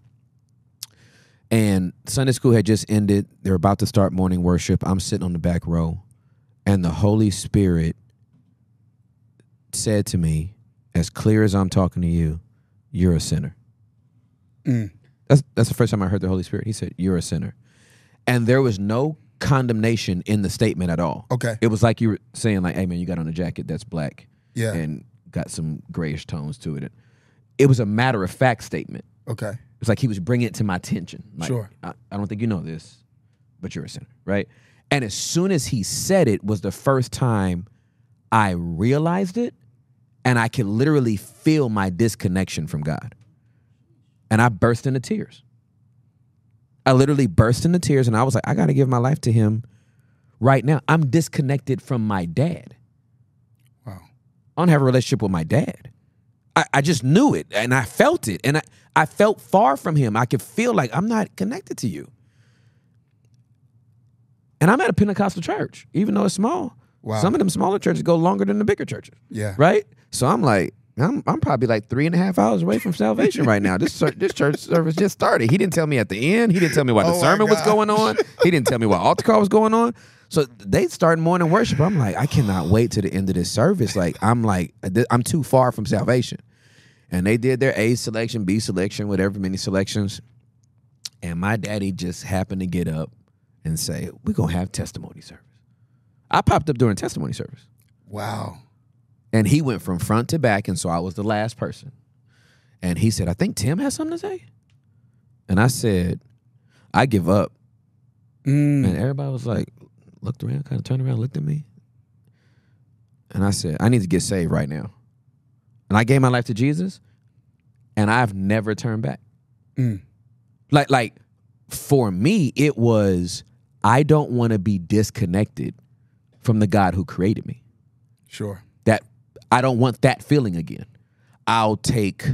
[SPEAKER 2] And Sunday school had just ended. They're about to start morning worship. I'm sitting on the back row, and the Holy Spirit said to me, as clear as I'm talking to you, you're a sinner.
[SPEAKER 3] Mm.
[SPEAKER 2] That's that's the first time I heard the Holy Spirit. He said, "You're a sinner," and there was no condemnation in the statement at all.
[SPEAKER 3] Okay.
[SPEAKER 2] it was like you were saying, like, "Hey, man, you got on a jacket that's black,
[SPEAKER 3] Yeah.
[SPEAKER 2] and got some grayish tones to it." It was a matter of fact statement.
[SPEAKER 3] okay,
[SPEAKER 2] It's like he was bringing it to my attention. Like,
[SPEAKER 3] Sure.
[SPEAKER 2] I, I don't think you know this, but you're a sinner, right? And as soon as he said it, was the first time I realized it, and I could literally feel my disconnection from God. And I burst into tears. I literally burst into tears, and I was like, I got to give my life to him right now. I'm disconnected from my dad.
[SPEAKER 3] wow,
[SPEAKER 2] I don't have a relationship with my dad. I, I just knew it and I felt it. And I, I felt far from him. I could feel like I'm not connected to you. And I'm at a Pentecostal church, even though it's small.
[SPEAKER 3] Wow.
[SPEAKER 2] Some of them smaller churches go longer than the bigger churches.
[SPEAKER 3] yeah,
[SPEAKER 2] Right? So I'm like, I'm, I'm probably like three and a half hours away from salvation right now. This church, this church service just started. He didn't tell me at the end. He didn't tell me why the
[SPEAKER 3] Oh my
[SPEAKER 2] sermon was
[SPEAKER 3] gosh.
[SPEAKER 2] going on. He didn't tell me why altar call was going on. So they start morning worship. I'm like, I cannot wait to the end of this service. Like I'm like, I'm too far from salvation. And they did their A selection, B selection, whatever many selections. And my daddy just happened to get up and say, "We're gonna have testimony service." I popped up during testimony service.
[SPEAKER 3] wow,
[SPEAKER 2] And he went from front to back, and so I was the last person. And he said, I think Tim has something to say. And I said, I give up.
[SPEAKER 3] mm. Hmm.
[SPEAKER 2] Mm. And everybody was like, looked around, kind of turned around, looked at me. And I said, I need to get saved right now. And I gave my life to Jesus, and I've never turned back. Like, like for me, it was I don't want to be disconnected from the God who created me
[SPEAKER 3] Sure.
[SPEAKER 2] that I don't want that feeling again. I'll take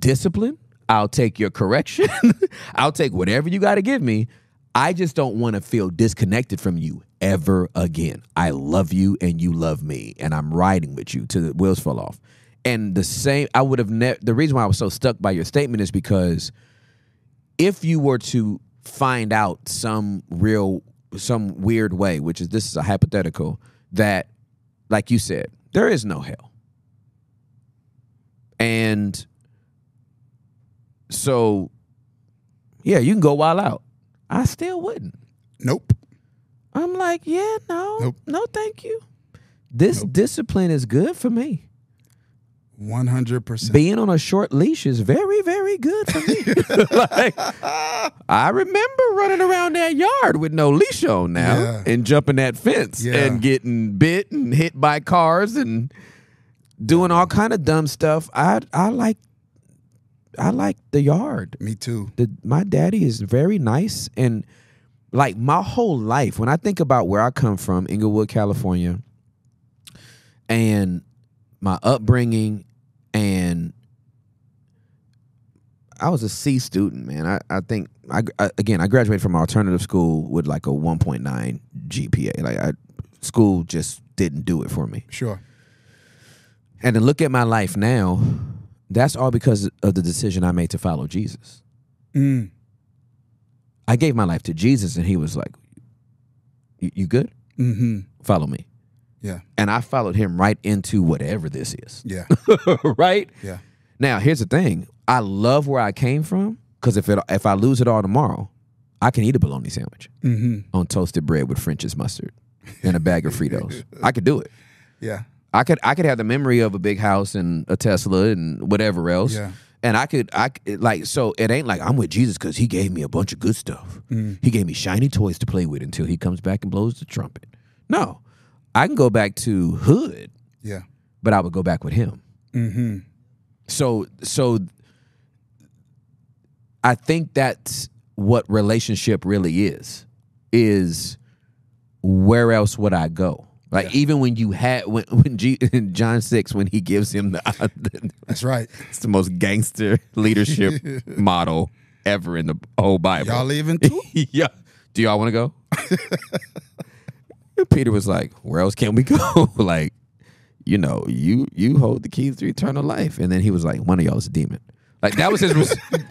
[SPEAKER 2] discipline. I'll take your correction. I'll take whatever you got to give me. I just don't want to feel disconnected from you ever again. I love you and you love me and I'm riding with you till the wheels fall off. And the same, I would have never, the reason why I was so stuck by your statement is because if you were to find out some real some weird way which is this is a hypothetical that like you said there is no hell and so yeah you can go wild out i still wouldn't
[SPEAKER 3] Nope.
[SPEAKER 2] i'm like yeah no
[SPEAKER 3] Nope.
[SPEAKER 2] no thank you this discipline is good for me
[SPEAKER 3] One hundred percent.
[SPEAKER 2] being on a short leash is very, very good for me. like, I remember running around that yard with no leash on now
[SPEAKER 3] Yeah.
[SPEAKER 2] and jumping that fence
[SPEAKER 3] Yeah.
[SPEAKER 2] and getting bit and hit by cars and doing all kind of dumb stuff. I I like I like the yard
[SPEAKER 3] Me too.
[SPEAKER 2] the my daddy is very nice and like my whole life when i think about where i come from inglewood california and my upbringing and i was a c student man i, I think I, I- again i graduated from alternative school with like a 1.9 gpa like I, school just didn't do it for me
[SPEAKER 3] Sure.
[SPEAKER 2] and to look at my life now that's all because of the decision i made to follow jesus
[SPEAKER 3] Mm.
[SPEAKER 2] I gave my life to Jesus, and he was like, "You you good?
[SPEAKER 3] Mm-hmm.
[SPEAKER 2] Follow me."
[SPEAKER 3] Yeah.
[SPEAKER 2] And I followed him right into whatever this is.
[SPEAKER 3] Yeah.
[SPEAKER 2] right
[SPEAKER 3] Yeah.
[SPEAKER 2] now, here's the thing: I love where I came from because if it, if I lose it all tomorrow, I can eat a bologna sandwich
[SPEAKER 3] Mm-hmm.
[SPEAKER 2] on toasted bread with French's mustard and a bag of Fritos. I could do it.
[SPEAKER 3] Yeah.
[SPEAKER 2] I could I could have the memory of a big house and a Tesla and whatever else.
[SPEAKER 3] Yeah.
[SPEAKER 2] And I could I c- like so it ain't like I'm with Jesus because he gave me a bunch of good stuff. He gave me shiny toys to play with until he comes back and blows the trumpet. No, I can go back to hood,
[SPEAKER 3] Yeah.
[SPEAKER 2] but I would go back with him.
[SPEAKER 3] Mm-hmm.
[SPEAKER 2] So so I think that's what relationship really is is where else would I go? Like even when you had when when G, in John 6 when he gives him the
[SPEAKER 3] That's right.
[SPEAKER 2] it's the most gangster leadership model ever in the whole Bible.
[SPEAKER 3] Y'all leaving too?
[SPEAKER 2] yeah. Do y'all want to go? And Peter was like, "Where else can we go?" like, you know, you you hold the keys to eternal life. And then he was like, "One of y'all is a demon." Like that was his. res-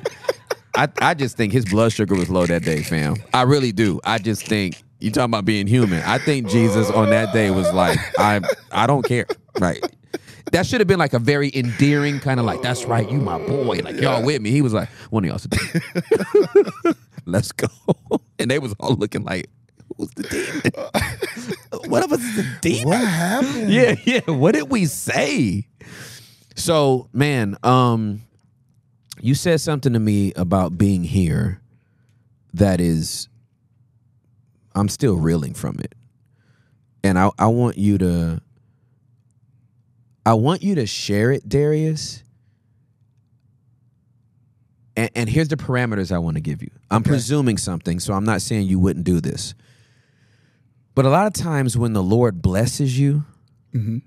[SPEAKER 2] I I just think his blood sugar was low that day, fam. I really do. I just think you talking about being human. I think Jesus on that day was like, "I I don't care." Like that should have been like a very endearing kind of like, "That's right, you my boy." Like y'all with me. He was like, "One of y'all's a demon." let's go. And they was all looking like, who's the demon? One of us is a demon.
[SPEAKER 3] What happened?
[SPEAKER 2] Yeah, yeah. What did we say? So, man, um, you said something to me about being here that is I'm still reeling from it. And I, I want you to I want you to share it, Darius. And, and here's the parameters I want to give you. I'm presuming something, so I'm not saying you wouldn't do this. But a lot of times when the Lord blesses you,
[SPEAKER 3] Mm-hmm.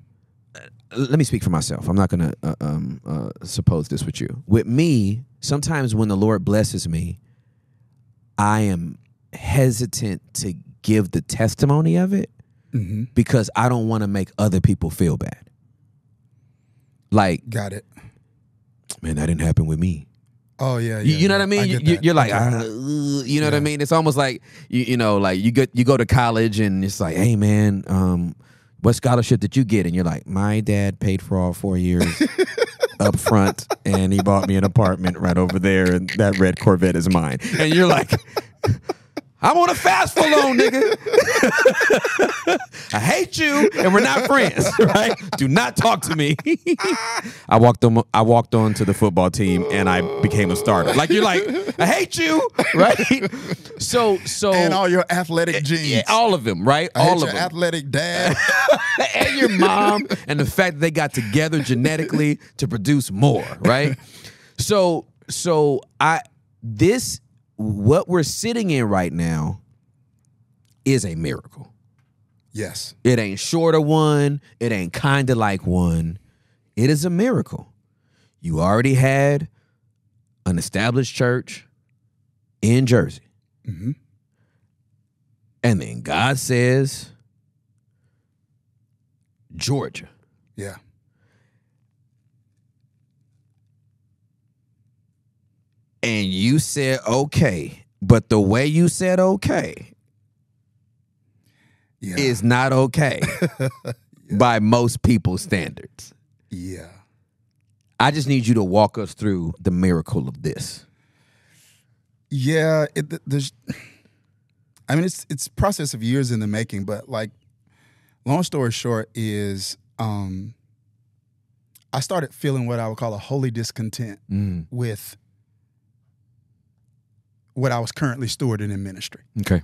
[SPEAKER 2] uh, let me speak for myself. I'm not going to uh, um, uh, suppose this with you. With me, sometimes when the Lord blesses me, I am hesitant to give the testimony of it
[SPEAKER 3] Mm-hmm.
[SPEAKER 2] because I don't want to make other people feel bad. Like,
[SPEAKER 3] Got it.
[SPEAKER 2] man, that didn't happen with me.
[SPEAKER 3] Oh yeah.
[SPEAKER 2] You,
[SPEAKER 3] yeah,
[SPEAKER 2] you know
[SPEAKER 3] yeah.
[SPEAKER 2] what I mean? you,
[SPEAKER 3] get
[SPEAKER 2] you-
[SPEAKER 3] that.
[SPEAKER 2] you're like,
[SPEAKER 3] I get
[SPEAKER 2] "Ah,
[SPEAKER 3] that.
[SPEAKER 2] ugh," you know what I mean? It's almost like you, you know, like you go you go to college and it's like, hey man, um, what scholarship did you get? And you're like, my dad paid for all four years up front, and he bought me an apartment right over there, and that red Corvette is mine. And you're like, I'm on a fast for loan, nigga. I hate you, and we're not friends, right? Do not talk to me. I walked on. I walked on to the football team, and I became a starter. Like you're like, I hate you, right? So so
[SPEAKER 3] and all your athletic genes.
[SPEAKER 2] oh. yeah, all of them, right?
[SPEAKER 3] I hate
[SPEAKER 2] all
[SPEAKER 3] your
[SPEAKER 2] of them.
[SPEAKER 3] athletic dad.
[SPEAKER 2] and your mom and the fact that they got together genetically to produce more, right? So so I this what we're sitting in right now is a miracle.
[SPEAKER 3] yes.
[SPEAKER 2] It ain't short of one, it ain't kinda like one. It is a miracle. You already had an established church in Jersey.
[SPEAKER 3] Mhm.
[SPEAKER 2] And then God says Georgia.
[SPEAKER 3] Yeah.
[SPEAKER 2] and you said okay, but the way you said okay
[SPEAKER 3] Yeah.
[SPEAKER 2] is not okay by most people's standards.
[SPEAKER 3] yeah.
[SPEAKER 2] I just need you to walk us through the miracle of this.
[SPEAKER 3] Yeah. It, th- there's. I mean, it's it's a process of years in the making, but like, long story short is, um, I started feeling what I would call a holy discontent with what I was currently stewarding in ministry.
[SPEAKER 2] Okay.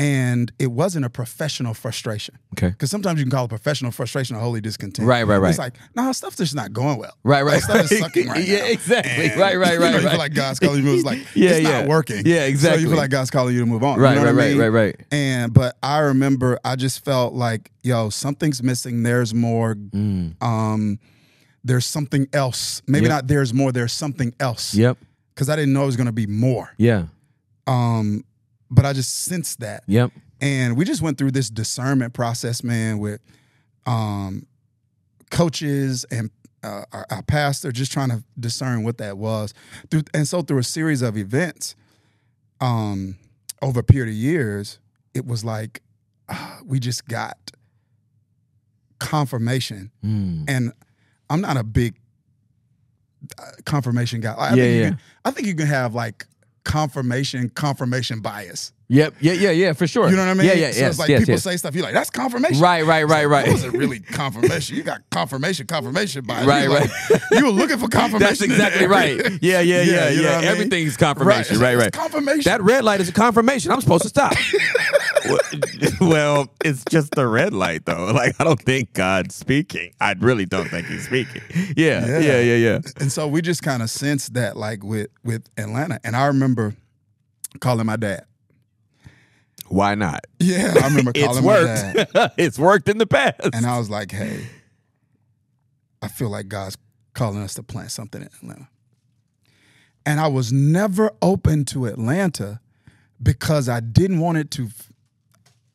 [SPEAKER 3] and it wasn't a professional frustration.
[SPEAKER 2] Okay.
[SPEAKER 3] Because sometimes you can call it professional frustration or holy discontent.
[SPEAKER 2] Right, right, right.
[SPEAKER 3] It's like, nah, stuff's just not going well.
[SPEAKER 2] Right, right.
[SPEAKER 3] Like, stuff is sucking right
[SPEAKER 2] yeah,
[SPEAKER 3] now.
[SPEAKER 2] exactly.
[SPEAKER 3] And,
[SPEAKER 2] right, right,
[SPEAKER 3] you know,
[SPEAKER 2] right,
[SPEAKER 3] You
[SPEAKER 2] right.
[SPEAKER 3] feel like God's calling you. It's like,
[SPEAKER 2] Yeah,
[SPEAKER 3] it's
[SPEAKER 2] yeah.
[SPEAKER 3] not working.
[SPEAKER 2] Yeah,
[SPEAKER 3] So you
[SPEAKER 2] exactly.
[SPEAKER 3] feel like God's calling you to move on.
[SPEAKER 2] Right,
[SPEAKER 3] "Oh, you know what
[SPEAKER 2] right,
[SPEAKER 3] I
[SPEAKER 2] right,
[SPEAKER 3] mean?
[SPEAKER 2] right, right.
[SPEAKER 3] And, but I remember I just felt like, yo, something's missing. There's more.
[SPEAKER 2] Mm.
[SPEAKER 3] Um, There's something else. Maybe
[SPEAKER 2] Yep.
[SPEAKER 3] not there's more. There's something else.
[SPEAKER 2] yep.
[SPEAKER 3] Because I didn't know it was going to be more.
[SPEAKER 2] Yeah.
[SPEAKER 3] Um, but I just sensed that
[SPEAKER 2] Yep.
[SPEAKER 3] and we just went through this discernment process, man, with um, coaches and uh, our, our pastor, just trying to discern what that was. Through, and so, through a series of events um, over a period of years, it was like ah, we just got confirmation.
[SPEAKER 2] Mm.
[SPEAKER 3] And I'm not a big uh, confirmation guy. I,
[SPEAKER 2] Yeah,
[SPEAKER 3] think you
[SPEAKER 2] yeah.
[SPEAKER 3] can- I think you can have like confirmation, confirmation bias.
[SPEAKER 2] Yep. Yeah. Yeah. Yeah. For sure.
[SPEAKER 3] You know what I mean?
[SPEAKER 2] Yeah. Yeah.
[SPEAKER 3] So
[SPEAKER 2] yes,
[SPEAKER 3] it's like
[SPEAKER 2] yes,
[SPEAKER 3] people
[SPEAKER 2] yes.
[SPEAKER 3] say stuff. You're like, that's confirmation.
[SPEAKER 2] Right. Right. Right.
[SPEAKER 3] It
[SPEAKER 2] Right.
[SPEAKER 3] wasn't really confirmation. You got confirmation, confirmation bias.
[SPEAKER 2] Right,
[SPEAKER 3] You're like, You were looking for confirmation.
[SPEAKER 2] That's
[SPEAKER 3] in
[SPEAKER 2] exactly
[SPEAKER 3] every-
[SPEAKER 2] right. Yeah. Yeah. Yeah. Yeah.
[SPEAKER 3] you know what I mean?
[SPEAKER 2] Everything's confirmation. Right.
[SPEAKER 3] It's
[SPEAKER 2] Right.
[SPEAKER 3] Confirmation.
[SPEAKER 2] That red light is a confirmation. I'm supposed to stop.
[SPEAKER 5] well, it's just the red light, though. Like, I don't think God's speaking. I really don't think he's speaking.
[SPEAKER 2] Yeah. Yeah. Yeah. Yeah.
[SPEAKER 3] and so we just kind of sensed that, like with with Atlanta. And I remember calling my dad.
[SPEAKER 2] Why not?
[SPEAKER 3] Yeah, I remember calling
[SPEAKER 2] It's
[SPEAKER 3] my dad.
[SPEAKER 2] worked. it's worked in the past.
[SPEAKER 3] And I was like, hey, I feel like God's calling us to plant something in Atlanta. And I was never open to Atlanta because I didn't want it to.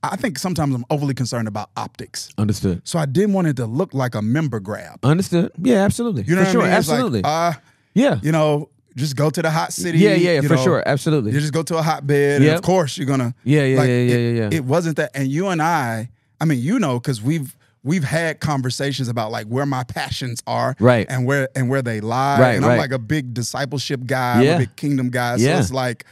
[SPEAKER 3] I think sometimes I'm overly concerned about optics.
[SPEAKER 2] Understood.
[SPEAKER 3] So I didn't want it to look like a member grab.
[SPEAKER 2] Understood. Yeah, absolutely.
[SPEAKER 3] You know
[SPEAKER 2] for
[SPEAKER 3] what
[SPEAKER 2] sure.
[SPEAKER 3] I mean? It's like,
[SPEAKER 2] Absolutely.
[SPEAKER 3] uh,
[SPEAKER 2] yeah.
[SPEAKER 3] you know, just go to the hot city.
[SPEAKER 2] yeah. Yeah. Yeah.
[SPEAKER 3] you
[SPEAKER 2] For
[SPEAKER 3] know,
[SPEAKER 2] sure. Absolutely.
[SPEAKER 3] You just go to a hotbed, and
[SPEAKER 2] Yep.
[SPEAKER 3] of course you're gonna.
[SPEAKER 2] Yeah, yeah, yeah, yeah,
[SPEAKER 3] it,
[SPEAKER 2] yeah, yeah.
[SPEAKER 3] It wasn't that, and you and I. I mean, you know, because we've we've had conversations about like where my passions are,
[SPEAKER 2] Right.
[SPEAKER 3] and where and where they lie.
[SPEAKER 2] Right,
[SPEAKER 3] and I'm
[SPEAKER 2] right.
[SPEAKER 3] like a big discipleship guy, I'm
[SPEAKER 2] Yeah.
[SPEAKER 3] a big kingdom guy. So
[SPEAKER 2] Yeah.
[SPEAKER 3] it's like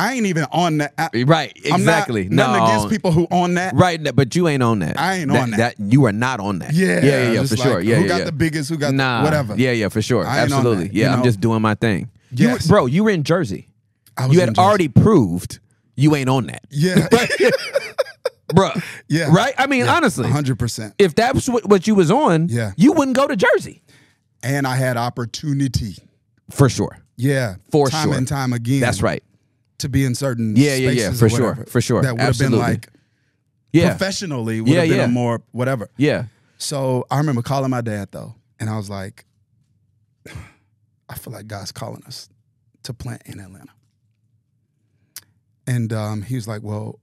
[SPEAKER 3] I ain't even on that. I,
[SPEAKER 2] right.
[SPEAKER 3] I'm not-
[SPEAKER 2] Exactly.
[SPEAKER 3] Nothing
[SPEAKER 2] no.
[SPEAKER 3] against people who on that.
[SPEAKER 2] Right. no, But you ain't on that.
[SPEAKER 3] I ain't
[SPEAKER 2] that,
[SPEAKER 3] on that.
[SPEAKER 2] You are not on that.
[SPEAKER 3] Yeah,
[SPEAKER 2] Yeah. Yeah. yeah
[SPEAKER 3] just
[SPEAKER 2] for sure.
[SPEAKER 3] like,
[SPEAKER 2] Yeah.
[SPEAKER 3] Who
[SPEAKER 2] yeah,
[SPEAKER 3] got
[SPEAKER 2] yeah.
[SPEAKER 3] the biggest? Who got
[SPEAKER 2] Nah.
[SPEAKER 3] the whatever?
[SPEAKER 2] Yeah. Yeah. For sure.
[SPEAKER 3] I ain't on
[SPEAKER 2] Absolutely.
[SPEAKER 3] that, you
[SPEAKER 2] yeah. I'm
[SPEAKER 3] know?
[SPEAKER 2] just doing my thing. You-
[SPEAKER 3] Yes.
[SPEAKER 2] bro, you were in Jersey.
[SPEAKER 3] I was
[SPEAKER 2] You had
[SPEAKER 3] in Jersey.
[SPEAKER 2] already proved you ain't on that,
[SPEAKER 3] Yeah.
[SPEAKER 2] bro.
[SPEAKER 3] Yeah.
[SPEAKER 2] Right. I mean, honestly,
[SPEAKER 3] Hundred percent.
[SPEAKER 2] if that was what, what you was on,
[SPEAKER 3] Yeah.
[SPEAKER 2] you wouldn't go to Jersey
[SPEAKER 3] And I had opportunity.
[SPEAKER 2] for sure.
[SPEAKER 3] Yeah.
[SPEAKER 2] For
[SPEAKER 3] time
[SPEAKER 2] sure.
[SPEAKER 3] and time again.
[SPEAKER 2] That's right.
[SPEAKER 3] to be in certain
[SPEAKER 2] Yeah, yeah, yeah,
[SPEAKER 3] spaces
[SPEAKER 2] for
[SPEAKER 3] or
[SPEAKER 2] sure,
[SPEAKER 3] whatever,
[SPEAKER 2] for sure,
[SPEAKER 3] that would have been
[SPEAKER 2] absolutely.
[SPEAKER 3] like
[SPEAKER 2] Yeah.
[SPEAKER 3] professionally would
[SPEAKER 2] Yeah,
[SPEAKER 3] have been
[SPEAKER 2] yeah.
[SPEAKER 3] a more whatever
[SPEAKER 2] yeah.
[SPEAKER 3] so i remember calling my dad though and i was like i feel like god's calling us to plant in atlanta and um, he was like well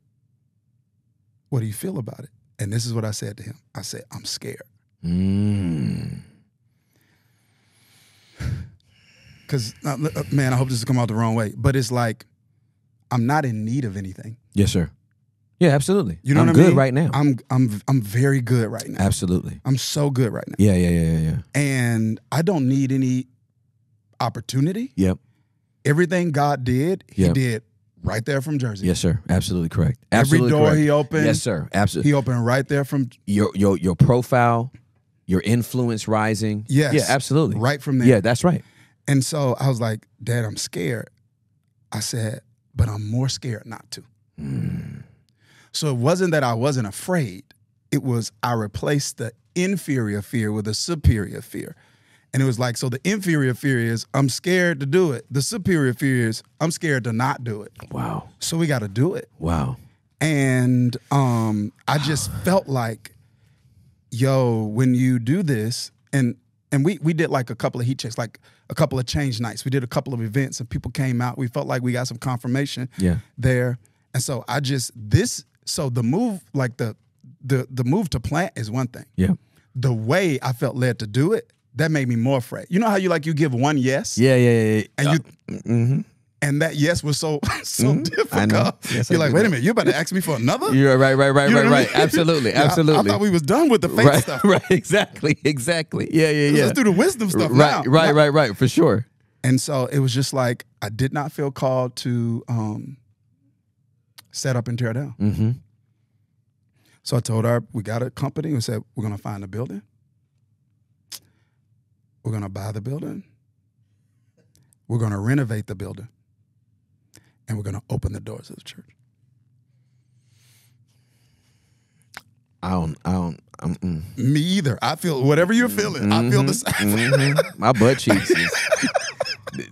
[SPEAKER 3] what do you feel about it and this is what i said to him i said i'm scared
[SPEAKER 2] Mm.
[SPEAKER 3] because uh, man i hope this doesn't come out the wrong way but it's like i'm not in need of anything
[SPEAKER 2] Yes, sir. Yeah, absolutely.
[SPEAKER 3] you know
[SPEAKER 2] I'm
[SPEAKER 3] what i
[SPEAKER 2] good
[SPEAKER 3] mean
[SPEAKER 2] right now.
[SPEAKER 3] i'm i'm i'm very good right now
[SPEAKER 2] absolutely.
[SPEAKER 3] i'm so good right now
[SPEAKER 2] Yeah, yeah, yeah, yeah, yeah.
[SPEAKER 3] and I don't need any opportunity.
[SPEAKER 2] Yep.
[SPEAKER 3] Everything God did, He
[SPEAKER 2] Yep.
[SPEAKER 3] did right there from Jersey.
[SPEAKER 2] Yes, sir. Absolutely correct.
[SPEAKER 3] Every
[SPEAKER 2] Absolutely
[SPEAKER 3] door
[SPEAKER 2] correct.
[SPEAKER 3] he opened,
[SPEAKER 2] Yes, sir. Absolutely.
[SPEAKER 3] He opened right there from
[SPEAKER 2] your your your profile, your influence rising.
[SPEAKER 3] Yes.
[SPEAKER 2] Yeah, absolutely.
[SPEAKER 3] right from there.
[SPEAKER 2] Yeah, that's right.
[SPEAKER 3] And so I was like, Dad, I'm scared. I said, but I'm more scared not to. So it wasn't that I wasn't afraid. It was I replaced the inferior fear with a superior fear. And it was like, so the inferior fear is I'm scared to do it. The superior fear is I'm scared to not do it.
[SPEAKER 2] Wow.
[SPEAKER 3] So we got to do it.
[SPEAKER 2] Wow.
[SPEAKER 3] And um, I just felt like, yo, when you do this, and and we we did like a couple of heat checks, like a couple of change nights. We did a couple of events, and people came out. We felt like we got some confirmation
[SPEAKER 2] Yeah.
[SPEAKER 3] there. And so I just this so the move like the the the move to plant is one thing.
[SPEAKER 2] Yeah.
[SPEAKER 3] The way I felt led to do it that made me more afraid. You know how you like you give one yes,
[SPEAKER 2] Yeah. Yeah. Yeah. yeah.
[SPEAKER 3] and you and that yes was so so
[SPEAKER 2] Mm-hmm. I know.
[SPEAKER 3] difficult.
[SPEAKER 2] Yes, I
[SPEAKER 3] You're like,
[SPEAKER 2] do
[SPEAKER 3] wait
[SPEAKER 2] that.
[SPEAKER 3] a minute, you about to ask me for another?
[SPEAKER 2] You're right. Right. Right.
[SPEAKER 3] You know
[SPEAKER 2] Right.
[SPEAKER 3] what I
[SPEAKER 2] Right.
[SPEAKER 3] mean?
[SPEAKER 2] Absolutely.
[SPEAKER 3] Yeah, I-
[SPEAKER 2] Absolutely.
[SPEAKER 3] I, thought we was done with the faith
[SPEAKER 2] right.
[SPEAKER 3] stuff.
[SPEAKER 2] Right. Exactly. Exactly. Yeah. Yeah. Yeah.
[SPEAKER 3] Let's do the wisdom stuff now.
[SPEAKER 2] right. Right. Right. Right. For sure.
[SPEAKER 3] And so it was just like I did not feel called to um, set up and tear down.
[SPEAKER 2] Mm-hmm.
[SPEAKER 3] So I told her we got a company. We said we're gonna find a building. We're gonna buy the building. We're gonna renovate the building, and we're gonna open the doors of the church.
[SPEAKER 2] I don't. I don't. I'm, mm.
[SPEAKER 3] Me either. I feel whatever you're feeling. I
[SPEAKER 2] Mm-hmm.
[SPEAKER 3] feel the same.
[SPEAKER 2] Mhm. My butt cheeks is.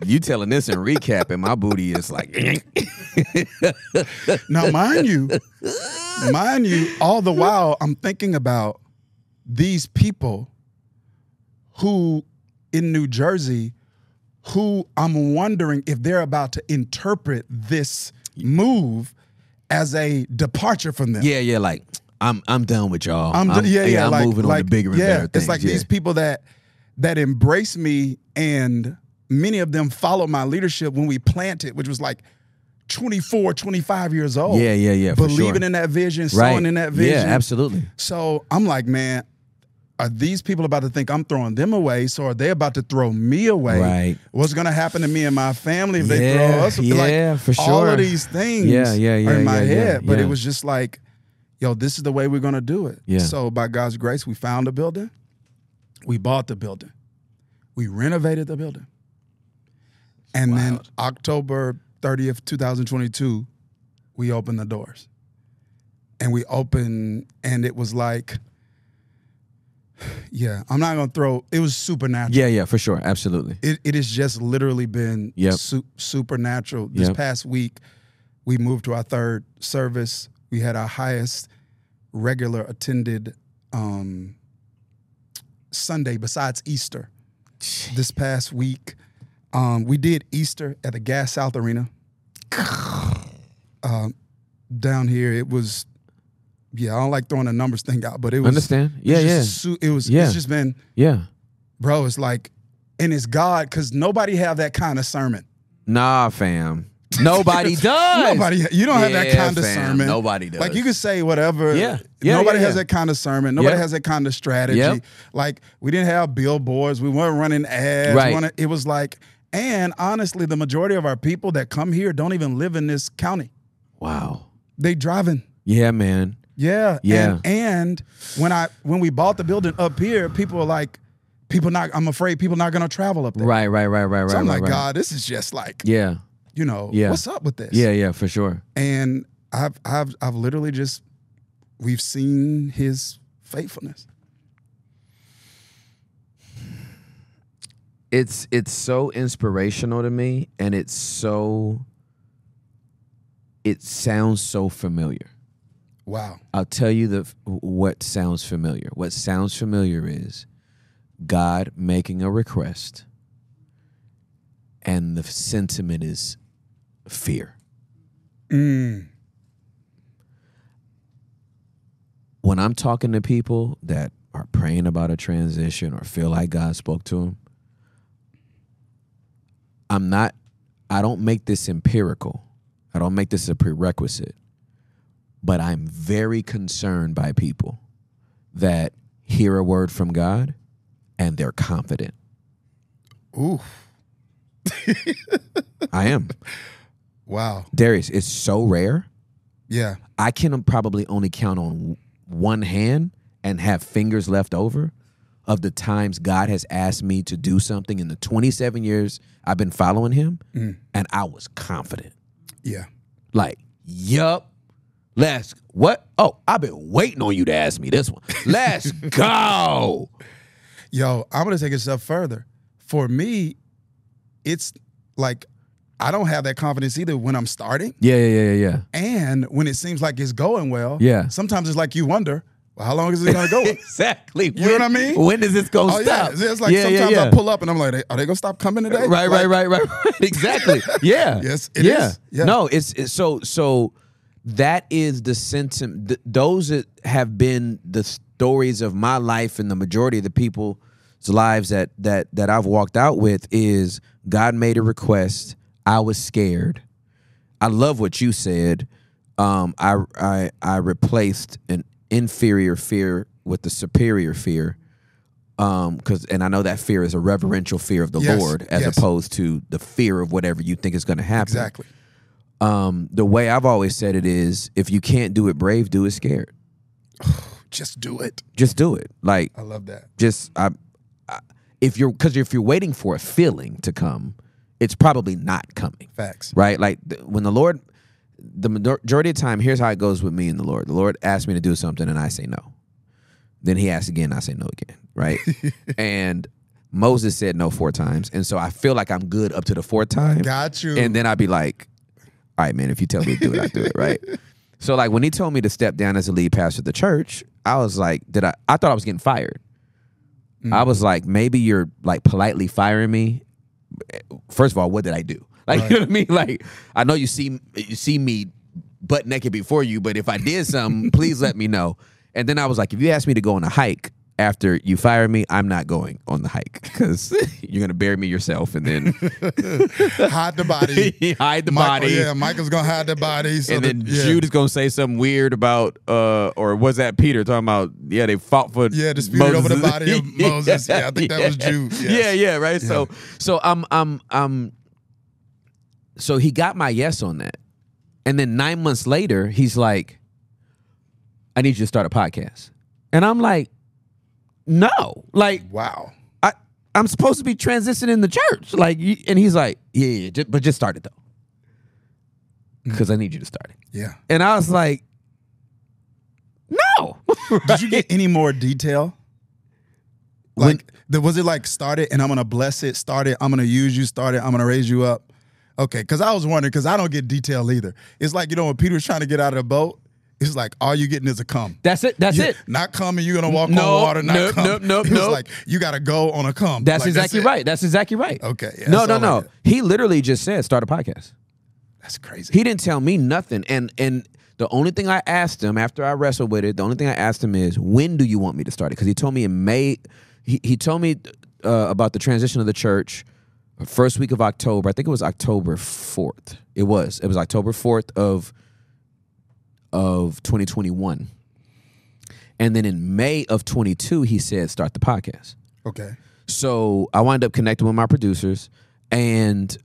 [SPEAKER 2] you telling this in recap, and my booty is like.
[SPEAKER 3] Now, mind you, mind you, all the while I'm thinking about these people who in New Jersey who I'm wondering if they're about to interpret this move as a departure from them.
[SPEAKER 2] yeah. Yeah. Like I'm. I'm done with y'all.
[SPEAKER 3] I'm, yeah, yeah,
[SPEAKER 2] I'm
[SPEAKER 3] like,
[SPEAKER 2] moving
[SPEAKER 3] like,
[SPEAKER 2] on to bigger and
[SPEAKER 3] yeah,
[SPEAKER 2] better things.
[SPEAKER 3] It's like
[SPEAKER 2] yeah.
[SPEAKER 3] these people that that embrace me and many of them follow my leadership when we planted, which was like 24, 25 years old.
[SPEAKER 2] Yeah, yeah, yeah, for
[SPEAKER 3] Believing
[SPEAKER 2] sure.
[SPEAKER 3] in that vision,
[SPEAKER 2] right.
[SPEAKER 3] sowing in that vision.
[SPEAKER 2] Yeah. Absolutely.
[SPEAKER 3] So I'm like, man, are these people about to think I'm throwing them away? So are they about to throw me away?
[SPEAKER 2] Right.
[SPEAKER 3] What's gonna happen to me and my family if they
[SPEAKER 2] Yeah,
[SPEAKER 3] throw us? Like,
[SPEAKER 2] yeah, for
[SPEAKER 3] All
[SPEAKER 2] sure.
[SPEAKER 3] of these things
[SPEAKER 2] Yeah, yeah, yeah,
[SPEAKER 3] are in my
[SPEAKER 2] yeah, yeah,
[SPEAKER 3] head. but
[SPEAKER 2] yeah.
[SPEAKER 3] it was just like, yo, this is the way we're gonna do it.
[SPEAKER 2] Yeah.
[SPEAKER 3] So by God's grace, we found a building, we bought the building, we renovated the building. And then October 30th, 2022, we opened the doors. And we opened, and it was like, yeah, I'm not gonna throw. It was supernatural.
[SPEAKER 2] Yeah. Yeah. For sure. Absolutely.
[SPEAKER 3] It, it has just literally been
[SPEAKER 2] Yep.
[SPEAKER 3] su- supernatural. This
[SPEAKER 2] Yep.
[SPEAKER 3] past week, we moved to our third service. We had our highest regular attended um, Sunday besides Easter. This past week, um, we did Easter at the Gas South Arena. Um, down here, it was. Yeah, I don't like throwing the numbers thing out, but it was.
[SPEAKER 2] Understand?
[SPEAKER 3] it's
[SPEAKER 2] Yeah. Yeah.
[SPEAKER 3] just su- it was.
[SPEAKER 2] Yeah.
[SPEAKER 3] It's just been
[SPEAKER 2] Yeah.
[SPEAKER 3] bro it's like and it's god because nobody have that kind of sermon
[SPEAKER 2] Nah, fam. Nobody does.
[SPEAKER 3] nobody you don't have that
[SPEAKER 2] Yeah,
[SPEAKER 3] kind of
[SPEAKER 2] fam.
[SPEAKER 3] sermon
[SPEAKER 2] Nobody does.
[SPEAKER 3] like you can say whatever
[SPEAKER 2] Yeah. Yeah,
[SPEAKER 3] nobody
[SPEAKER 2] yeah,
[SPEAKER 3] has
[SPEAKER 2] yeah.
[SPEAKER 3] that kind of sermon nobody
[SPEAKER 2] Yep.
[SPEAKER 3] has that kind of strategy
[SPEAKER 2] Yep.
[SPEAKER 3] like we didn't have billboards we weren't running ads
[SPEAKER 2] Right.
[SPEAKER 3] Wanna- it was like and honestly the majority of our people that come here don't even live in this county
[SPEAKER 2] Wow.
[SPEAKER 3] they driving
[SPEAKER 2] Yeah, man.
[SPEAKER 3] yeah
[SPEAKER 2] Yeah.
[SPEAKER 3] and, and when i when we bought the building up here people are like people not i'm afraid people not gonna travel up there
[SPEAKER 2] Right, right, right, right, right.
[SPEAKER 3] so i'm
[SPEAKER 2] right,
[SPEAKER 3] like
[SPEAKER 2] right.
[SPEAKER 3] god this is just like
[SPEAKER 2] Yeah.
[SPEAKER 3] you know,
[SPEAKER 2] Yeah.
[SPEAKER 3] what's up with this?
[SPEAKER 2] Yeah, yeah, for sure.
[SPEAKER 3] And I've I've I've literally just we've seen his faithfulness.
[SPEAKER 2] It's it's so inspirational to me and it's so it sounds so familiar.
[SPEAKER 3] Wow.
[SPEAKER 2] I'll tell you the what sounds familiar. What sounds familiar is God making a request, and the sentiment is fear.
[SPEAKER 3] Mm.
[SPEAKER 2] When I'm talking to people that are praying about a transition or feel like God spoke to them, I'm not. I don't make this empirical. I don't make this a prerequisite but I'm very concerned by people that hear a word from God and they're confident.
[SPEAKER 3] Ooh.
[SPEAKER 2] I am.
[SPEAKER 3] Wow.
[SPEAKER 2] Darius, it's so rare.
[SPEAKER 3] Yeah.
[SPEAKER 2] I can probably only count on one hand and have fingers left over of the times God has asked me to do something in the 27 years I've been following him
[SPEAKER 3] Mm.
[SPEAKER 2] and I was confident.
[SPEAKER 3] Yeah.
[SPEAKER 2] Like, yup. Let's what? Oh, I've been waiting on you to ask me this one. Let's go.
[SPEAKER 3] Yo, I'm gonna take it a step further. For me, it's like I don't have that confidence either when I'm starting
[SPEAKER 2] Yeah, yeah, yeah, yeah.
[SPEAKER 3] and when it seems like it's going well.
[SPEAKER 2] Yeah.
[SPEAKER 3] Sometimes it's like you wonder, well, how long is it gonna go?
[SPEAKER 2] Exactly. You
[SPEAKER 3] know what I mean?
[SPEAKER 2] When does this go
[SPEAKER 3] oh yeah.
[SPEAKER 2] stop?
[SPEAKER 3] It's just like sometimes I pull up and I'm like, are they gonna stop coming today?
[SPEAKER 2] Right, right, right, right, right. Exactly. Yeah.
[SPEAKER 3] Yes, it
[SPEAKER 2] yeah.
[SPEAKER 3] is. Yeah.
[SPEAKER 2] No, it's, it's so so. That is the sentiment. Th- those that have been the stories of my life and the majority of the people's lives that that that I've walked out with is God made a request. I was scared. I love what you said. Um, I I I replaced an inferior fear with the superior fear. Um, cause and I know that fear is a reverential fear of the
[SPEAKER 3] Yes,
[SPEAKER 2] Lord as
[SPEAKER 3] yes.
[SPEAKER 2] opposed to the fear of whatever you think is gonna happen.
[SPEAKER 3] Exactly.
[SPEAKER 2] Um, the way I've always said it is if you can't do it brave, do it scared.
[SPEAKER 3] Just do it.
[SPEAKER 2] Just do it. Like
[SPEAKER 3] I love that.
[SPEAKER 2] just I, I if you're because if you're waiting for a feeling to come, it's probably not coming.
[SPEAKER 3] Facts.
[SPEAKER 2] Right? Like th- when the Lord, the majority of the time, here's how it goes with me and the Lord. The Lord asks me to do something and I say no. Then he asks again, I say no again. Right? and Moses said no four times. And so I feel like I'm good up to the fourth time.
[SPEAKER 3] Got you.
[SPEAKER 2] And then I'd be like, all right, man, if you tell me to do it, I'll do it. Right? So like when he told me to step down as a lead pastor of the church, I was like, did I I thought I was getting fired.
[SPEAKER 3] Mm.
[SPEAKER 2] I was like, maybe you're like politely firing me first of all, what did I do? Like, you know what I mean? Like, I know you see you see me butt naked before you, but if I did something, please let me know. And then I was like, if you ask me to go on a hike after you fire me, I'm not going on the hike because you're gonna bury me yourself and then
[SPEAKER 3] hide the body.
[SPEAKER 2] hide the
[SPEAKER 3] Michael-
[SPEAKER 2] body.
[SPEAKER 3] Yeah, Michael's gonna hide the body. So
[SPEAKER 4] and
[SPEAKER 3] that-
[SPEAKER 4] then
[SPEAKER 3] yeah.
[SPEAKER 4] Jude is gonna say something weird about, uh, or was that Peter talking about? Yeah, they fought for
[SPEAKER 3] Yeah, disputed over the body of
[SPEAKER 4] Yeah,
[SPEAKER 3] Moses. Yeah, I think that was Jude. Yes.
[SPEAKER 4] Yeah, yeah, right.
[SPEAKER 2] So,
[SPEAKER 4] So
[SPEAKER 2] so I'm, I'm, I'm. So he got my yes on that, and then nine months later, he's like, "I need you to start a podcast," and I'm like, "No, like
[SPEAKER 3] Wow.
[SPEAKER 2] I, I'm supposed to be transitioning the church, like," you- and he's like, "Yeah, yeah, ju- but just start it though,
[SPEAKER 3] Mm.
[SPEAKER 2] because I need you to start it,"
[SPEAKER 3] Yeah.
[SPEAKER 2] and I was like, "No."
[SPEAKER 3] Did you get any more detail?
[SPEAKER 2] When-
[SPEAKER 3] Like, the, was it like start it and I'm gonna bless it, start it, I'm gonna use you, start it, I'm gonna raise you up? Okay, because I was wondering, because I don't get detail either. It's like, you know, when Peter's trying to get out of the boat, it's like all you getting is a cum.
[SPEAKER 2] That's it. That's
[SPEAKER 3] You-
[SPEAKER 2] it.
[SPEAKER 3] Not cum and you're gonna walk
[SPEAKER 2] No,
[SPEAKER 3] on water, not
[SPEAKER 2] nope,
[SPEAKER 3] cum.
[SPEAKER 2] nope, nope,
[SPEAKER 3] It was
[SPEAKER 2] nope.
[SPEAKER 3] like you gotta go on a cum.
[SPEAKER 2] That's
[SPEAKER 3] Like,
[SPEAKER 2] exactly
[SPEAKER 3] it.
[SPEAKER 2] right. That's exactly right.
[SPEAKER 3] Okay, yeah,
[SPEAKER 2] no,
[SPEAKER 3] that's
[SPEAKER 2] no,
[SPEAKER 3] all I
[SPEAKER 2] no.
[SPEAKER 3] did.
[SPEAKER 2] He literally just said start a podcast.
[SPEAKER 3] That's crazy.
[SPEAKER 2] He didn't tell me nothing. And and the only thing I asked him after I wrestled with it, the only thing I asked him is when do you want me to start it? Because he told me in May. He he told me uh, about the transition of the church. uh, First week of October, I think it was October fourth. It was. It was October fourth of of 2021. And then in May of 22, he said start the podcast.
[SPEAKER 3] Okay.
[SPEAKER 2] So I wound up connecting with my producers, and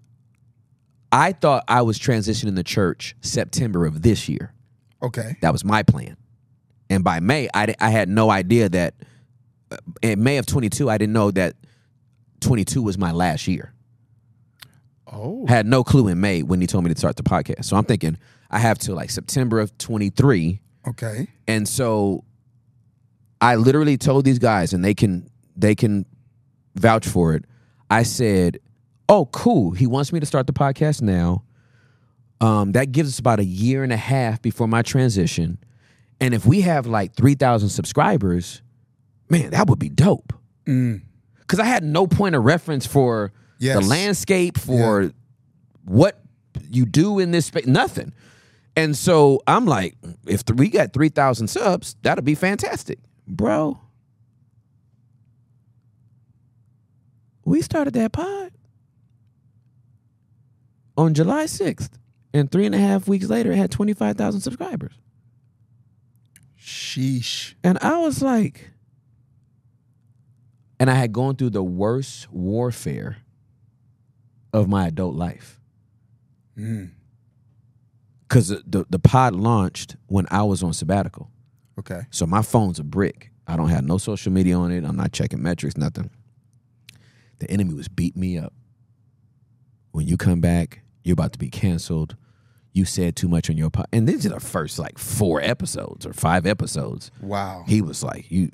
[SPEAKER 2] I thought I was transitioning the church September of this year.
[SPEAKER 3] Okay.
[SPEAKER 2] That was my plan. And by May, I, di- I had no idea that uh, in May of 22, I didn't know that 22 was my last year.
[SPEAKER 3] Oh.
[SPEAKER 2] Had no clue in May when he told me to start the podcast. So I'm thinking I have till like September of 23
[SPEAKER 3] Okay.
[SPEAKER 2] and so I literally told these guys, and they can they can vouch for it. I said, "Oh, cool. He wants me to start the podcast now. Um, that gives us about a year and a half before my transition. And if we have like three thousand subscribers, man, that would be dope. Because I had no point of reference for Mm. the
[SPEAKER 3] Yes.
[SPEAKER 2] landscape for." what you do in this space, nothing. And so I'm like, if th- we got 3,000 subs, that'll be fantastic. Bro, we started that pod on July 6th. And three and a half weeks later, it had 25,000 subscribers.
[SPEAKER 3] Sheesh.
[SPEAKER 2] And I was like, and I had gone through the worst warfare of my adult life. because the the pod launched when I was on sabbatical.
[SPEAKER 3] Okay.
[SPEAKER 2] So my phone's a brick. I don't have no social media on it. I'm not checking metrics, nothing. The enemy was beating me up. When you come back, you're about to be canceled. You said too much on your pod. And these are the first like four episodes or five episodes.
[SPEAKER 3] Wow.
[SPEAKER 2] He was like, You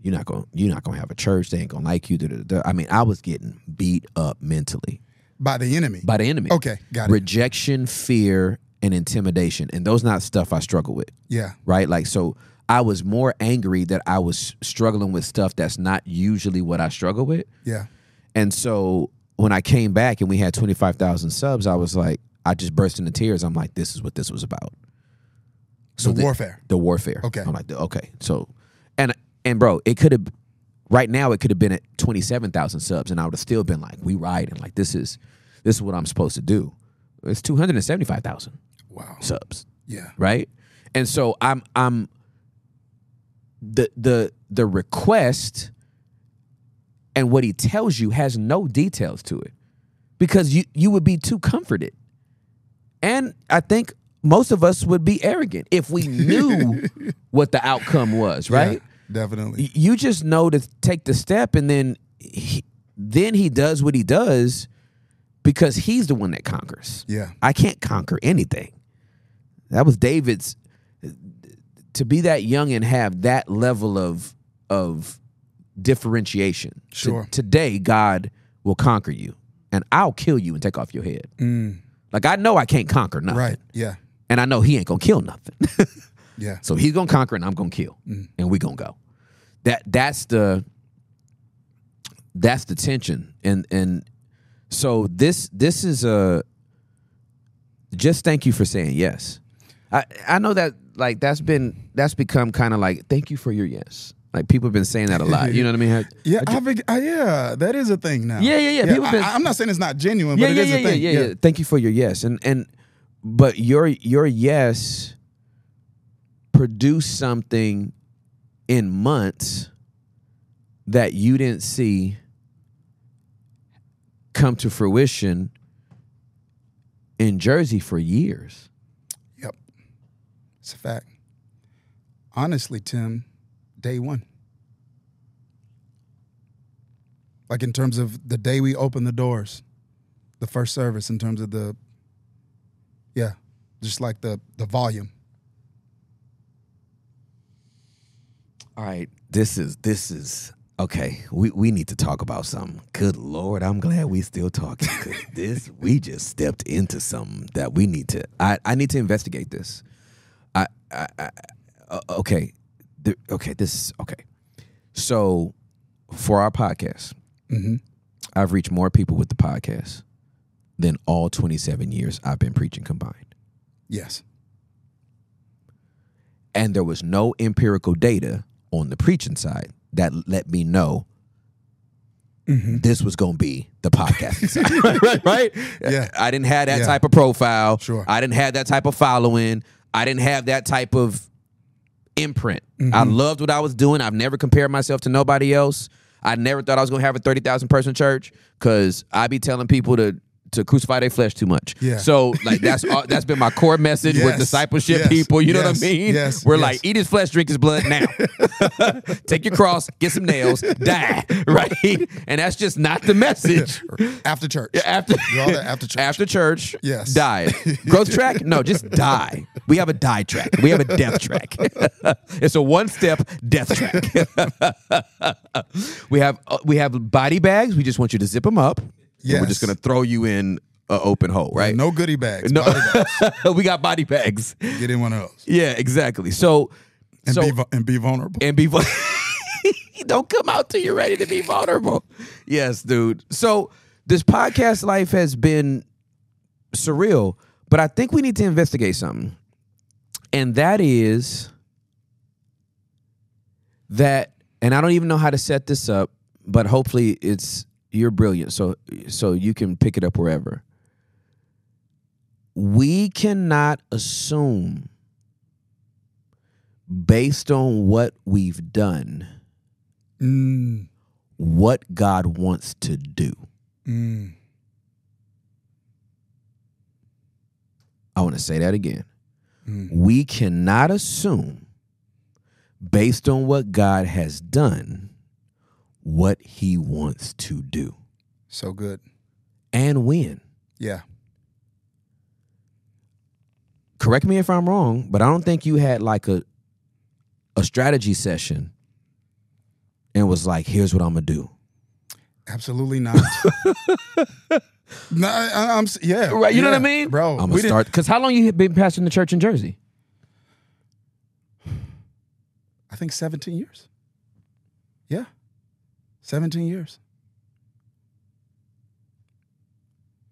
[SPEAKER 2] you're not gonna you're not gonna have a church. They ain't gonna like you. da, da, da, da. I mean, I was getting beat up mentally
[SPEAKER 3] By the enemy.
[SPEAKER 2] by the enemy.
[SPEAKER 3] Okay, got it.
[SPEAKER 2] Rejection, fear, and intimidation. And those not stuff I struggle with
[SPEAKER 3] yeah.
[SPEAKER 2] right? Like so I was more angry that I was struggling with stuff that's not usually what I struggle with.
[SPEAKER 3] Yeah.
[SPEAKER 2] And so when I came back and we had 25,000 subs, I was like I just burst into tears. I'm like this is what this was about.
[SPEAKER 3] So
[SPEAKER 2] the-
[SPEAKER 3] warfare.
[SPEAKER 2] The warfare.
[SPEAKER 3] Okay.
[SPEAKER 2] I'm like okay. So and and bro, it could have right now it could have been at 27,000 subs and I would have still been like we riding like this is this is what I'm supposed to do. It's 275,000
[SPEAKER 3] Wow.
[SPEAKER 2] subs
[SPEAKER 3] Yeah.
[SPEAKER 2] right? And so I'm I'm the the the request and what he tells you has no details to it because you you would be too comforted. And I think most of us would be arrogant if we knew what the outcome was, right?
[SPEAKER 3] Yeah, definitely.
[SPEAKER 2] Y- You just know to take the step and then he, then he does what he does because he's the one that conquers.
[SPEAKER 3] Yeah.
[SPEAKER 2] I can't conquer anything. That was David's to be that young and have that level of of differentiation. To-
[SPEAKER 3] Sure.
[SPEAKER 2] today God will conquer you and I'll kill you and take off your head. Like I know I can't conquer nothing.
[SPEAKER 3] Mm. Right. Yeah.
[SPEAKER 2] And I know he ain't going to kill nothing.
[SPEAKER 3] Yeah. Mm.
[SPEAKER 2] So he's gonna conquer and I'm gonna kill, and we gonna go. That that's the that's the tension, and and so this this is a just thank you for saying yes. I I know that like that's been that's become kind of like thank you for your yes. Like people have been saying that a lot. You know what I mean? Like,
[SPEAKER 3] Yeah, I think, uh, yeah, that is a thing now.
[SPEAKER 2] Yeah, yeah, yeah, people
[SPEAKER 3] I,
[SPEAKER 2] been-
[SPEAKER 3] I- I'm not saying it's not genuine,
[SPEAKER 2] yeah,
[SPEAKER 3] but
[SPEAKER 2] yeah,
[SPEAKER 3] it is
[SPEAKER 2] yeah,
[SPEAKER 3] a
[SPEAKER 2] yeah,
[SPEAKER 3] thing.
[SPEAKER 2] yeah, yeah. Thank you for your yes, and and but your your yes produced something in months that you didn't see come to fruition in Jersey for years.
[SPEAKER 3] Yep. It's a fact. Honestly, Tim, day one. Like in terms of the day we opened the doors, the first service, in terms of the, yeah, just like the the volume.
[SPEAKER 2] All right, this is this is okay. We we need to talk about something. Good lord, I'm glad we still talking 'cause this we just stepped into something that we need to. I I need to investigate this. I I, I uh, okay, The- okay. This is okay. So for our podcast,
[SPEAKER 3] Mm-hmm.
[SPEAKER 2] I've reached more people with the podcast than all 27 years I've been preaching combined
[SPEAKER 3] Yes.
[SPEAKER 2] and there was no empirical data on the preaching side that let me know
[SPEAKER 3] Mm-hmm.
[SPEAKER 2] this was going to be the podcasting side. right, right, right?
[SPEAKER 3] Yeah.
[SPEAKER 2] I didn't have that
[SPEAKER 3] Yeah.
[SPEAKER 2] type of profile.
[SPEAKER 3] Sure.
[SPEAKER 2] I didn't have that type of following. I didn't have that type of imprint. I
[SPEAKER 3] Mm-hmm.
[SPEAKER 2] loved what I was doing. I've never compared myself to nobody else. I never thought I was going to have a 30,000 person church cuz I be telling people to to crucify their flesh too much.
[SPEAKER 3] Yeah.
[SPEAKER 2] So like that's all, that's been my core message with
[SPEAKER 3] Yes.
[SPEAKER 2] discipleship
[SPEAKER 3] Yes.
[SPEAKER 2] people, you know what I
[SPEAKER 3] Yes.
[SPEAKER 2] mean?
[SPEAKER 3] Yes.
[SPEAKER 2] We're
[SPEAKER 3] Yes.
[SPEAKER 2] like eat his flesh, drink his blood now. Take your cross, get some nails, die, right? And that's just not the message.
[SPEAKER 3] After church.
[SPEAKER 2] After,
[SPEAKER 3] Do all that after church.
[SPEAKER 2] after church,
[SPEAKER 3] Yes.
[SPEAKER 2] die. Growth track? No, just die. We have a die track. We have a death track. it's a one step death track. we have uh, we have body bags. We just want you to zip them up. Yeah, We're
[SPEAKER 3] Yes.
[SPEAKER 2] just gonna throw you in an open hole, right?
[SPEAKER 3] No goodie bags.
[SPEAKER 2] No.
[SPEAKER 3] body bags.
[SPEAKER 2] we got body bags.
[SPEAKER 3] Get in one of those.
[SPEAKER 2] Yeah, exactly. So
[SPEAKER 3] And,
[SPEAKER 2] so
[SPEAKER 3] be, vul- and be vulnerable.
[SPEAKER 2] and be vul- don't come out till you're ready to be vulnerable. Yes, dude. So this podcast life has been surreal, but I think we need to investigate something. And that is that and I don't even know how to set this up, but hopefully it's you're brilliant. So so you can pick it up wherever. We cannot assume based on what we've done
[SPEAKER 3] Mm,
[SPEAKER 2] what God wants to do.
[SPEAKER 3] mm.
[SPEAKER 2] I want to say that again. We cannot assume, based on what God has done, what he wants to do
[SPEAKER 3] So good.
[SPEAKER 2] and when.
[SPEAKER 3] Yeah.
[SPEAKER 2] Correct me if I'm wrong, but I don't think you had like a a strategy session and was like, here's what I'm gonna do.
[SPEAKER 3] Absolutely not. no, I, I- I'm s- yeah.
[SPEAKER 2] Right, you know what I
[SPEAKER 3] yeah,
[SPEAKER 2] mean?
[SPEAKER 3] bro?
[SPEAKER 2] I'm gonna
[SPEAKER 3] we didn't-
[SPEAKER 2] start because how long you been pastoring the church in Jersey?
[SPEAKER 3] I think 17 years. Yeah. 17 years.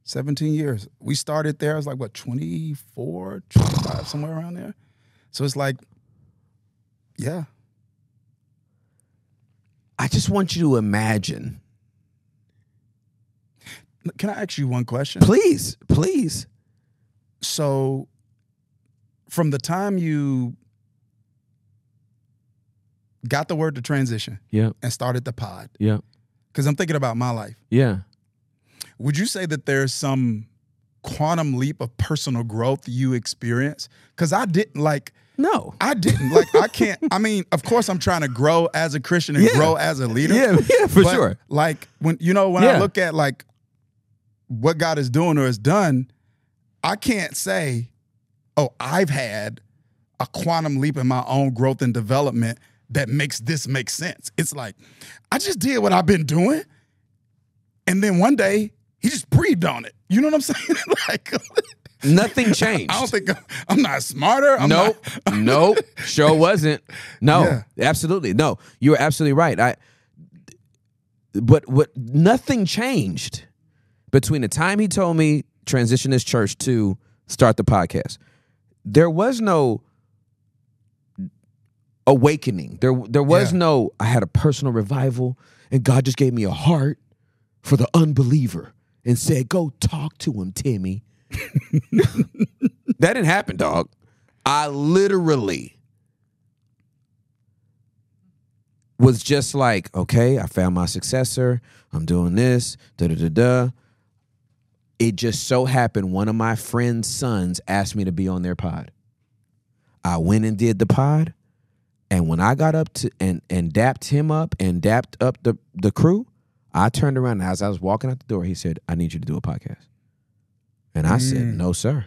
[SPEAKER 3] 17 years. We started there, I was like, what, 24, 25, somewhere around there. So it's like, yeah.
[SPEAKER 2] I just want you to imagine.
[SPEAKER 3] Can I ask you one question?
[SPEAKER 2] Please, please.
[SPEAKER 3] So, from the time you got the word to transition
[SPEAKER 2] Yeah,
[SPEAKER 3] and started the pod,
[SPEAKER 2] yeah,
[SPEAKER 3] because I'm thinking about my life.
[SPEAKER 2] yeah.
[SPEAKER 3] Would you say that there's some quantum leap of personal growth you experience? Because I didn't like,
[SPEAKER 2] No.
[SPEAKER 3] I didn't like, I can't. I mean, of course, I'm trying to grow as a Christian and
[SPEAKER 2] Yeah.
[SPEAKER 3] grow as a leader.
[SPEAKER 2] Yeah, yeah, for
[SPEAKER 3] but,
[SPEAKER 2] sure.
[SPEAKER 3] Like when you know when I
[SPEAKER 2] Yeah.
[SPEAKER 3] look at like what God is doing or has done, I can't say, "Oh, I've had a quantum leap in my own growth and development that makes this make sense." It's like I just did what I've been doing, and then one day He just breathed on it. You know what I'm saying? like
[SPEAKER 2] Nothing changed.
[SPEAKER 3] I don't think I'm, I'm not smarter. I'm not-
[SPEAKER 2] nope. nope. Sure wasn't. No.
[SPEAKER 3] Yeah.
[SPEAKER 2] Absolutely. No. You were absolutely right. I but what nothing changed between the time he told me transition this church to start the podcast. There was no awakening. There there was
[SPEAKER 3] Yeah.
[SPEAKER 2] no I had a personal revival and God just gave me a heart for the unbeliever and said, "Go talk to him, Timmy." that didn't happen, dog. I literally was just like, okay, I found my successor. I'm doing this. Da da da da. It just so happened one of my friend's sons asked me to be on their pod. I went and did the pod, and when I got up to and and dapped him up and dapped up the the crew, I turned around and as I was walking out the door, he said, "I need you to do a podcast," and I said, "No, sir."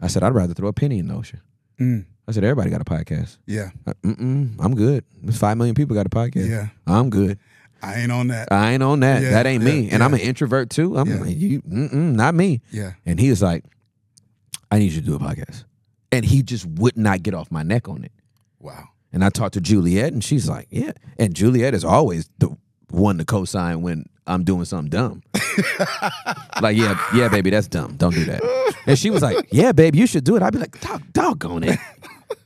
[SPEAKER 2] I said, "I'd rather throw a penny in the ocean."
[SPEAKER 3] Mm.
[SPEAKER 2] I said, "Everybody got a podcast."
[SPEAKER 3] Yeah,
[SPEAKER 2] Uh, Mm-mm, I'm good. There's five million people got a podcast.
[SPEAKER 3] Yeah.
[SPEAKER 2] I'm good.
[SPEAKER 3] I ain't on that.
[SPEAKER 2] I ain't on that.
[SPEAKER 3] Yeah,
[SPEAKER 2] that ain't me.
[SPEAKER 3] yeah,
[SPEAKER 2] And I'm
[SPEAKER 3] yeah.
[SPEAKER 2] an introvert too. I'm
[SPEAKER 3] Yeah.
[SPEAKER 2] like, you, mm-mm, not me.
[SPEAKER 3] Yeah,
[SPEAKER 2] And he was like, I need you to do a podcast. And he just would not get off my neck on it.
[SPEAKER 3] wow.
[SPEAKER 2] And I talked to Juliet, and she's like, "Yeah." And Juliet is always the one to co-sign when I'm doing something dumb. like, yeah, yeah, baby, that's dumb. Don't do that. And she was like, "Yeah, babe, you should do it." I'd be like, Dog, "Doggone it!"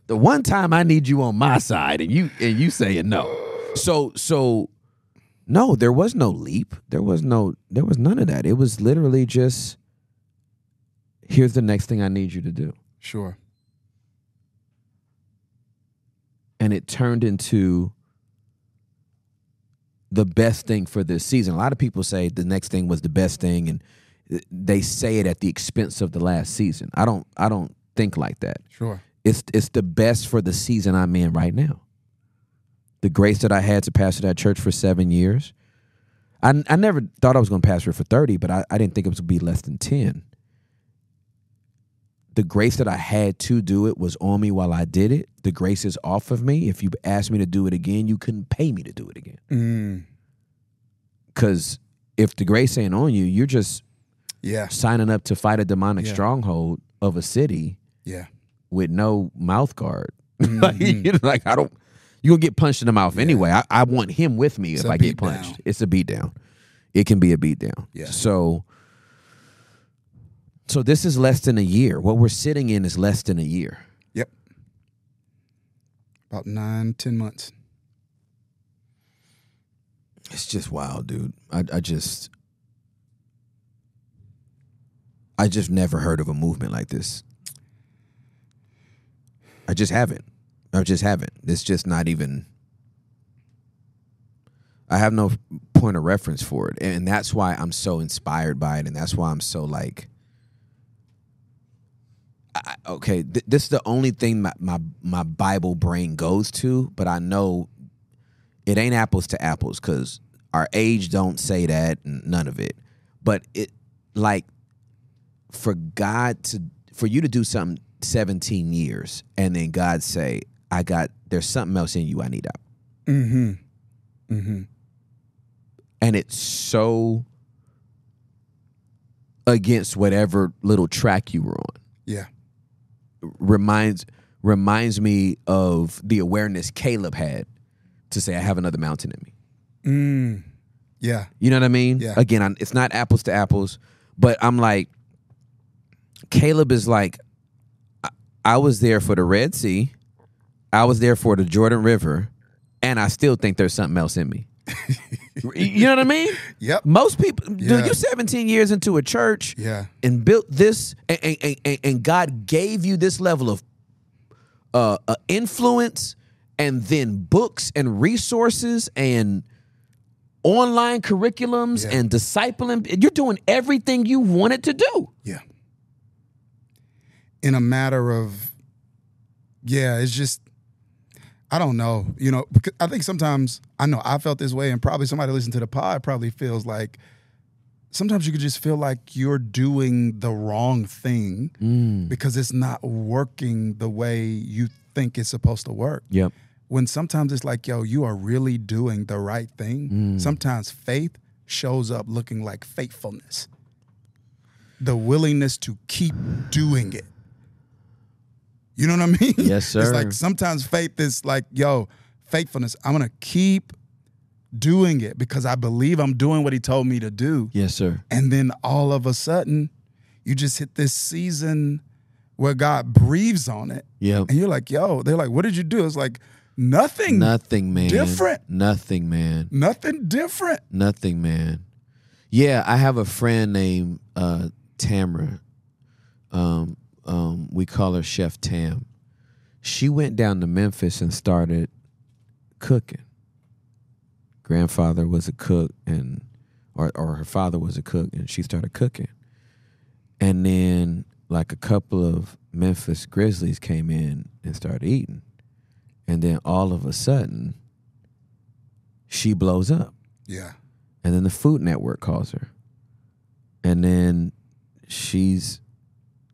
[SPEAKER 2] The one time I need you on my side, and you and you saying no. So, so no, there was no leap. There was no. There was none of that. It was literally just, "Here's the next thing I need you to do."
[SPEAKER 3] Sure.
[SPEAKER 2] and it turned into the best thing for this season. A lot of people say the next thing was the best thing, and th- they say it at the expense of the last season. I don't. I don't think like that.
[SPEAKER 3] Sure.
[SPEAKER 2] It's it's the best for the season I'm in right now. The grace that I had to pastor that church for seven years. I, I never thought I was going to pastor it for 30, but I, I didn't think it was going to be less than 10. The grace that I had to do it was on me while I did it. The grace is off of me. If you asked me to do it again, you couldn't pay me to do it again.
[SPEAKER 3] Mm.
[SPEAKER 2] Because if the grace ain't on you, you're just
[SPEAKER 3] Yeah.
[SPEAKER 2] signing up to fight a demonic
[SPEAKER 3] Yeah.
[SPEAKER 2] stronghold of a city
[SPEAKER 3] Yeah.
[SPEAKER 2] with no mouth guard. like,
[SPEAKER 3] Mm-hmm.
[SPEAKER 2] you know, like, I don't. You'll get punched in the mouth anyway. I, I want him with me
[SPEAKER 3] It's
[SPEAKER 2] if
[SPEAKER 3] a
[SPEAKER 2] I get
[SPEAKER 3] beat down.
[SPEAKER 2] punched. It's a beat down. It can be a beat down.
[SPEAKER 3] Yeah.
[SPEAKER 2] So. So this is less than a year. What we're sitting in is less than a year.
[SPEAKER 3] Yep. About nine, ten months.
[SPEAKER 2] It's just wild, dude. I, I just. I just never heard of a movement like this. I just haven't. I just haven't. It's just not even. I have no point of reference for it. And that's why I'm so inspired by it. And that's why I'm so like okay, th- this is the only thing my, my my Bible brain goes to, but I know it ain't apples to apples because our age don't say that, and none of it. But it like for God to for you to do something 17 years and then God say, I got there's something else in you I need out.
[SPEAKER 3] Mm-hmm. Mm-hmm.
[SPEAKER 2] And it's so against whatever little track you were on.
[SPEAKER 3] Yeah.
[SPEAKER 2] reminds reminds me of the awareness Caleb had to say, "I have another mountain in me."
[SPEAKER 3] Mm. Yeah.
[SPEAKER 2] You know what I mean?
[SPEAKER 3] Yeah.
[SPEAKER 2] Again, I'm, it's not apples to apples, but I'm like, Caleb is like, I, I was there for the Red Sea, I was there for the Jordan River, and I still think there's something else in me. you know what I mean?
[SPEAKER 3] Yep.
[SPEAKER 2] Most people,
[SPEAKER 3] Yeah.
[SPEAKER 2] dude, you 17 years into a church,
[SPEAKER 3] Yeah.
[SPEAKER 2] and built this and, and, and, and God gave you this level of uh, uh, influence and then books and resources and online curriculums
[SPEAKER 3] Yeah.
[SPEAKER 2] and discipling you're doing everything you wanted to do
[SPEAKER 3] Yeah. In a matter of, yeah, it's just, I don't know. You know, because I think sometimes, I know I felt this way, and probably somebody listening to the pod probably feels like sometimes you could just feel like you're doing the wrong thing because it's not working the way you think it's supposed to work.
[SPEAKER 2] yep
[SPEAKER 3] When sometimes it's like, yo, you are really doing the right thing.
[SPEAKER 2] Mm.
[SPEAKER 3] Sometimes faith shows up looking like faithfulness the willingness to keep doing it. You know what I mean?
[SPEAKER 2] Yes,
[SPEAKER 3] It's
[SPEAKER 2] sir.
[SPEAKER 3] like sometimes faith is like, yo, faithfulness. I'm gonna keep doing it because I believe I'm doing what he told me to do.
[SPEAKER 2] yes sir
[SPEAKER 3] And then all of a sudden, you just hit this season where God breathes on it.
[SPEAKER 2] yep
[SPEAKER 3] And you're like, yo, they're like, what did you do? It's like nothing.
[SPEAKER 2] nothing man
[SPEAKER 3] Different.
[SPEAKER 2] nothing man
[SPEAKER 3] nothing different.
[SPEAKER 2] Nothing, man. Yeah, I have a friend named uh, Tamra. Um, um, we call her Chef Tam. She went down to Memphis and started cooking. Grandfather was a cook, and or or her father was a cook, and she started cooking. And then, like a couple of Memphis Grizzlies came in and started eating, and then all of a sudden, she blows up
[SPEAKER 3] Yeah.
[SPEAKER 2] and then the Food Network calls her, and then she's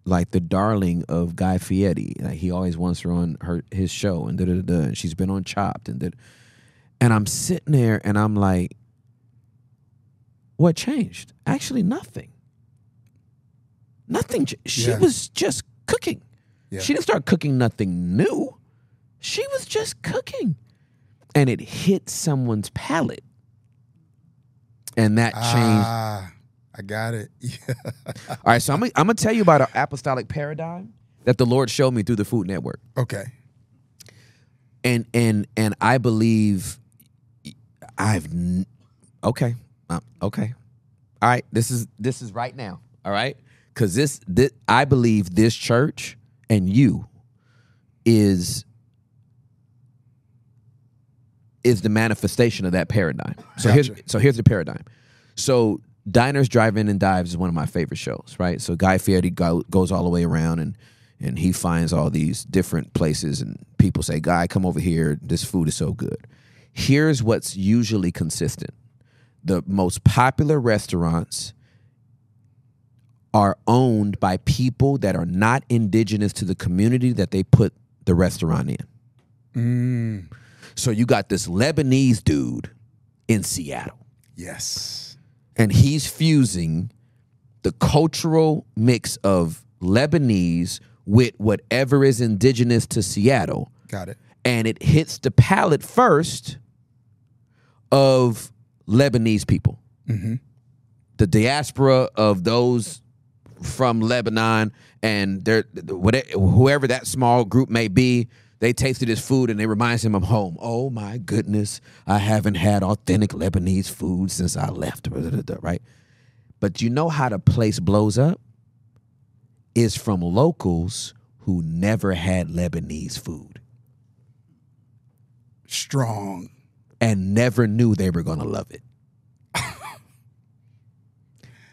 [SPEAKER 2] like the darling of Guy Fieri. Like he always wants her on her his show, and da da da. da. And she's been on Chopped, and da, and I'm sitting there, and I'm like, what changed? Actually, nothing. Nothing. ch- She
[SPEAKER 3] Yeah.
[SPEAKER 2] was just cooking.
[SPEAKER 3] Yeah.
[SPEAKER 2] She didn't start cooking nothing new. She was just cooking, and it hit someone's palate, and that changed
[SPEAKER 3] Ah, I got it. Yeah.
[SPEAKER 2] all right, so I'm gonna, I'm gonna tell you about an apostolic paradigm that the Lord showed me through the Food Network,
[SPEAKER 3] Okay.
[SPEAKER 2] and and and I believe I've n- okay, um, okay, all right. This is this is right now, all right, because this this I believe this church and you is is the manifestation of that paradigm. So here's
[SPEAKER 3] Gotcha.
[SPEAKER 2] so here's the paradigm. So Diners, Drive In, and Dives is one of my favorite shows, right? So Guy Fieri go, goes all the way around and and he finds all these different places and people say, "Guy, come over here. This food is so good." Here's what's usually consistent: the most popular restaurants are owned by people that are not indigenous to the community that they put the restaurant in.
[SPEAKER 3] Mm.
[SPEAKER 2] So you got this Lebanese dude in Seattle,
[SPEAKER 3] Yes.
[SPEAKER 2] and he's fusing the cultural mix of Lebanese with whatever is indigenous to Seattle,
[SPEAKER 3] Got it.
[SPEAKER 2] and it hits the palate first of Lebanese people,
[SPEAKER 3] Mm-hmm.
[SPEAKER 2] the diaspora of those from Lebanon, and their whatever, whoever that small group may be. They tasted his food and it reminds him of home. Oh my goodness, I haven't had authentic Lebanese food since I left. Right? But you know how the place blows up? Is from locals who never had Lebanese food
[SPEAKER 3] Strong.
[SPEAKER 2] and never knew they were going to love it.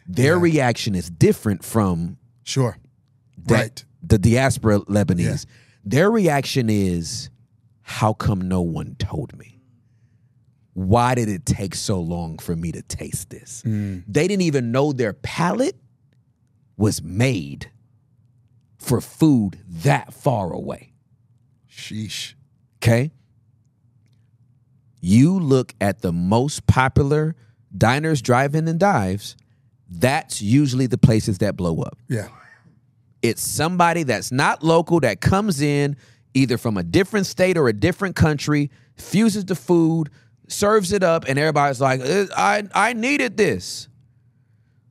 [SPEAKER 2] Their reaction is different from
[SPEAKER 3] Sure.
[SPEAKER 2] that
[SPEAKER 3] Right.
[SPEAKER 2] the diaspora Lebanese, their reaction is, how come no one told me? Why did it take so long for me to taste this? They didn't even know their palate was made for food that far away.
[SPEAKER 3] Sheesh.
[SPEAKER 2] Okay. You look at the most popular diners, drive-in, and dives. That's usually the places that blow up.
[SPEAKER 3] Yeah.
[SPEAKER 2] It's somebody that's not local that comes in either from a different state or a different country, fuses the food, serves it up, and everybody's like, "Eh, "I I needed this."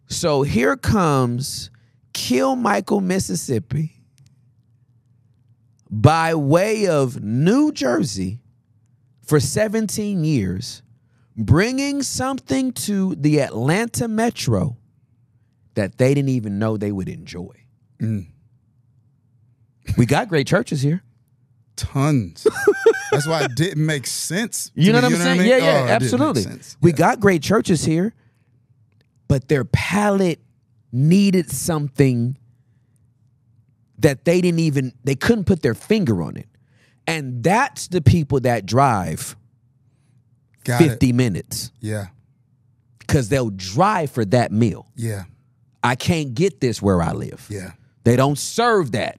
[SPEAKER 2] So here comes Kill Michael, Mississippi, by way of New Jersey for 17 years, bringing something to the Atlanta metro that they didn't even know they would enjoy. We got great churches here.
[SPEAKER 3] Tons. That's why it didn't make sense. to
[SPEAKER 2] You know
[SPEAKER 3] me,
[SPEAKER 2] what I'm saying?
[SPEAKER 3] I mean?
[SPEAKER 2] Yeah,
[SPEAKER 3] Oh, it
[SPEAKER 2] yeah,
[SPEAKER 3] didn't make
[SPEAKER 2] absolutely.
[SPEAKER 3] sense.
[SPEAKER 2] We got great churches here, but their palate needed something that they didn't even they couldn't put their finger on it. And that's the people that drive
[SPEAKER 3] Got it.
[SPEAKER 2] 50 minutes
[SPEAKER 3] Yeah.
[SPEAKER 2] cuz they'll drive for that meal.
[SPEAKER 3] Yeah.
[SPEAKER 2] I can't get this where I live.
[SPEAKER 3] Yeah.
[SPEAKER 2] They don't serve that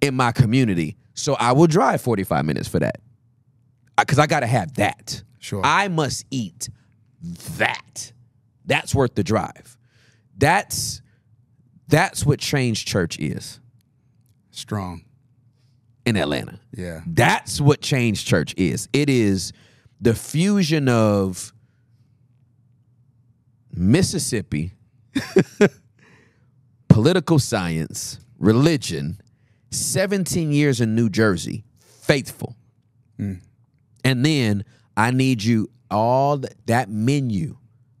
[SPEAKER 2] in my community. So I will drive 45 minutes for that. Because I got to have that.
[SPEAKER 3] Sure.
[SPEAKER 2] I must eat that. That's worth the drive. That's that's what Change Church is
[SPEAKER 3] Strong.
[SPEAKER 2] in Atlanta.
[SPEAKER 3] Yeah.
[SPEAKER 2] That's what Change Church is. It is the fusion of Mississippi, political science, religion, 17 years in New Jersey, faithful. And then I need you all th- that menu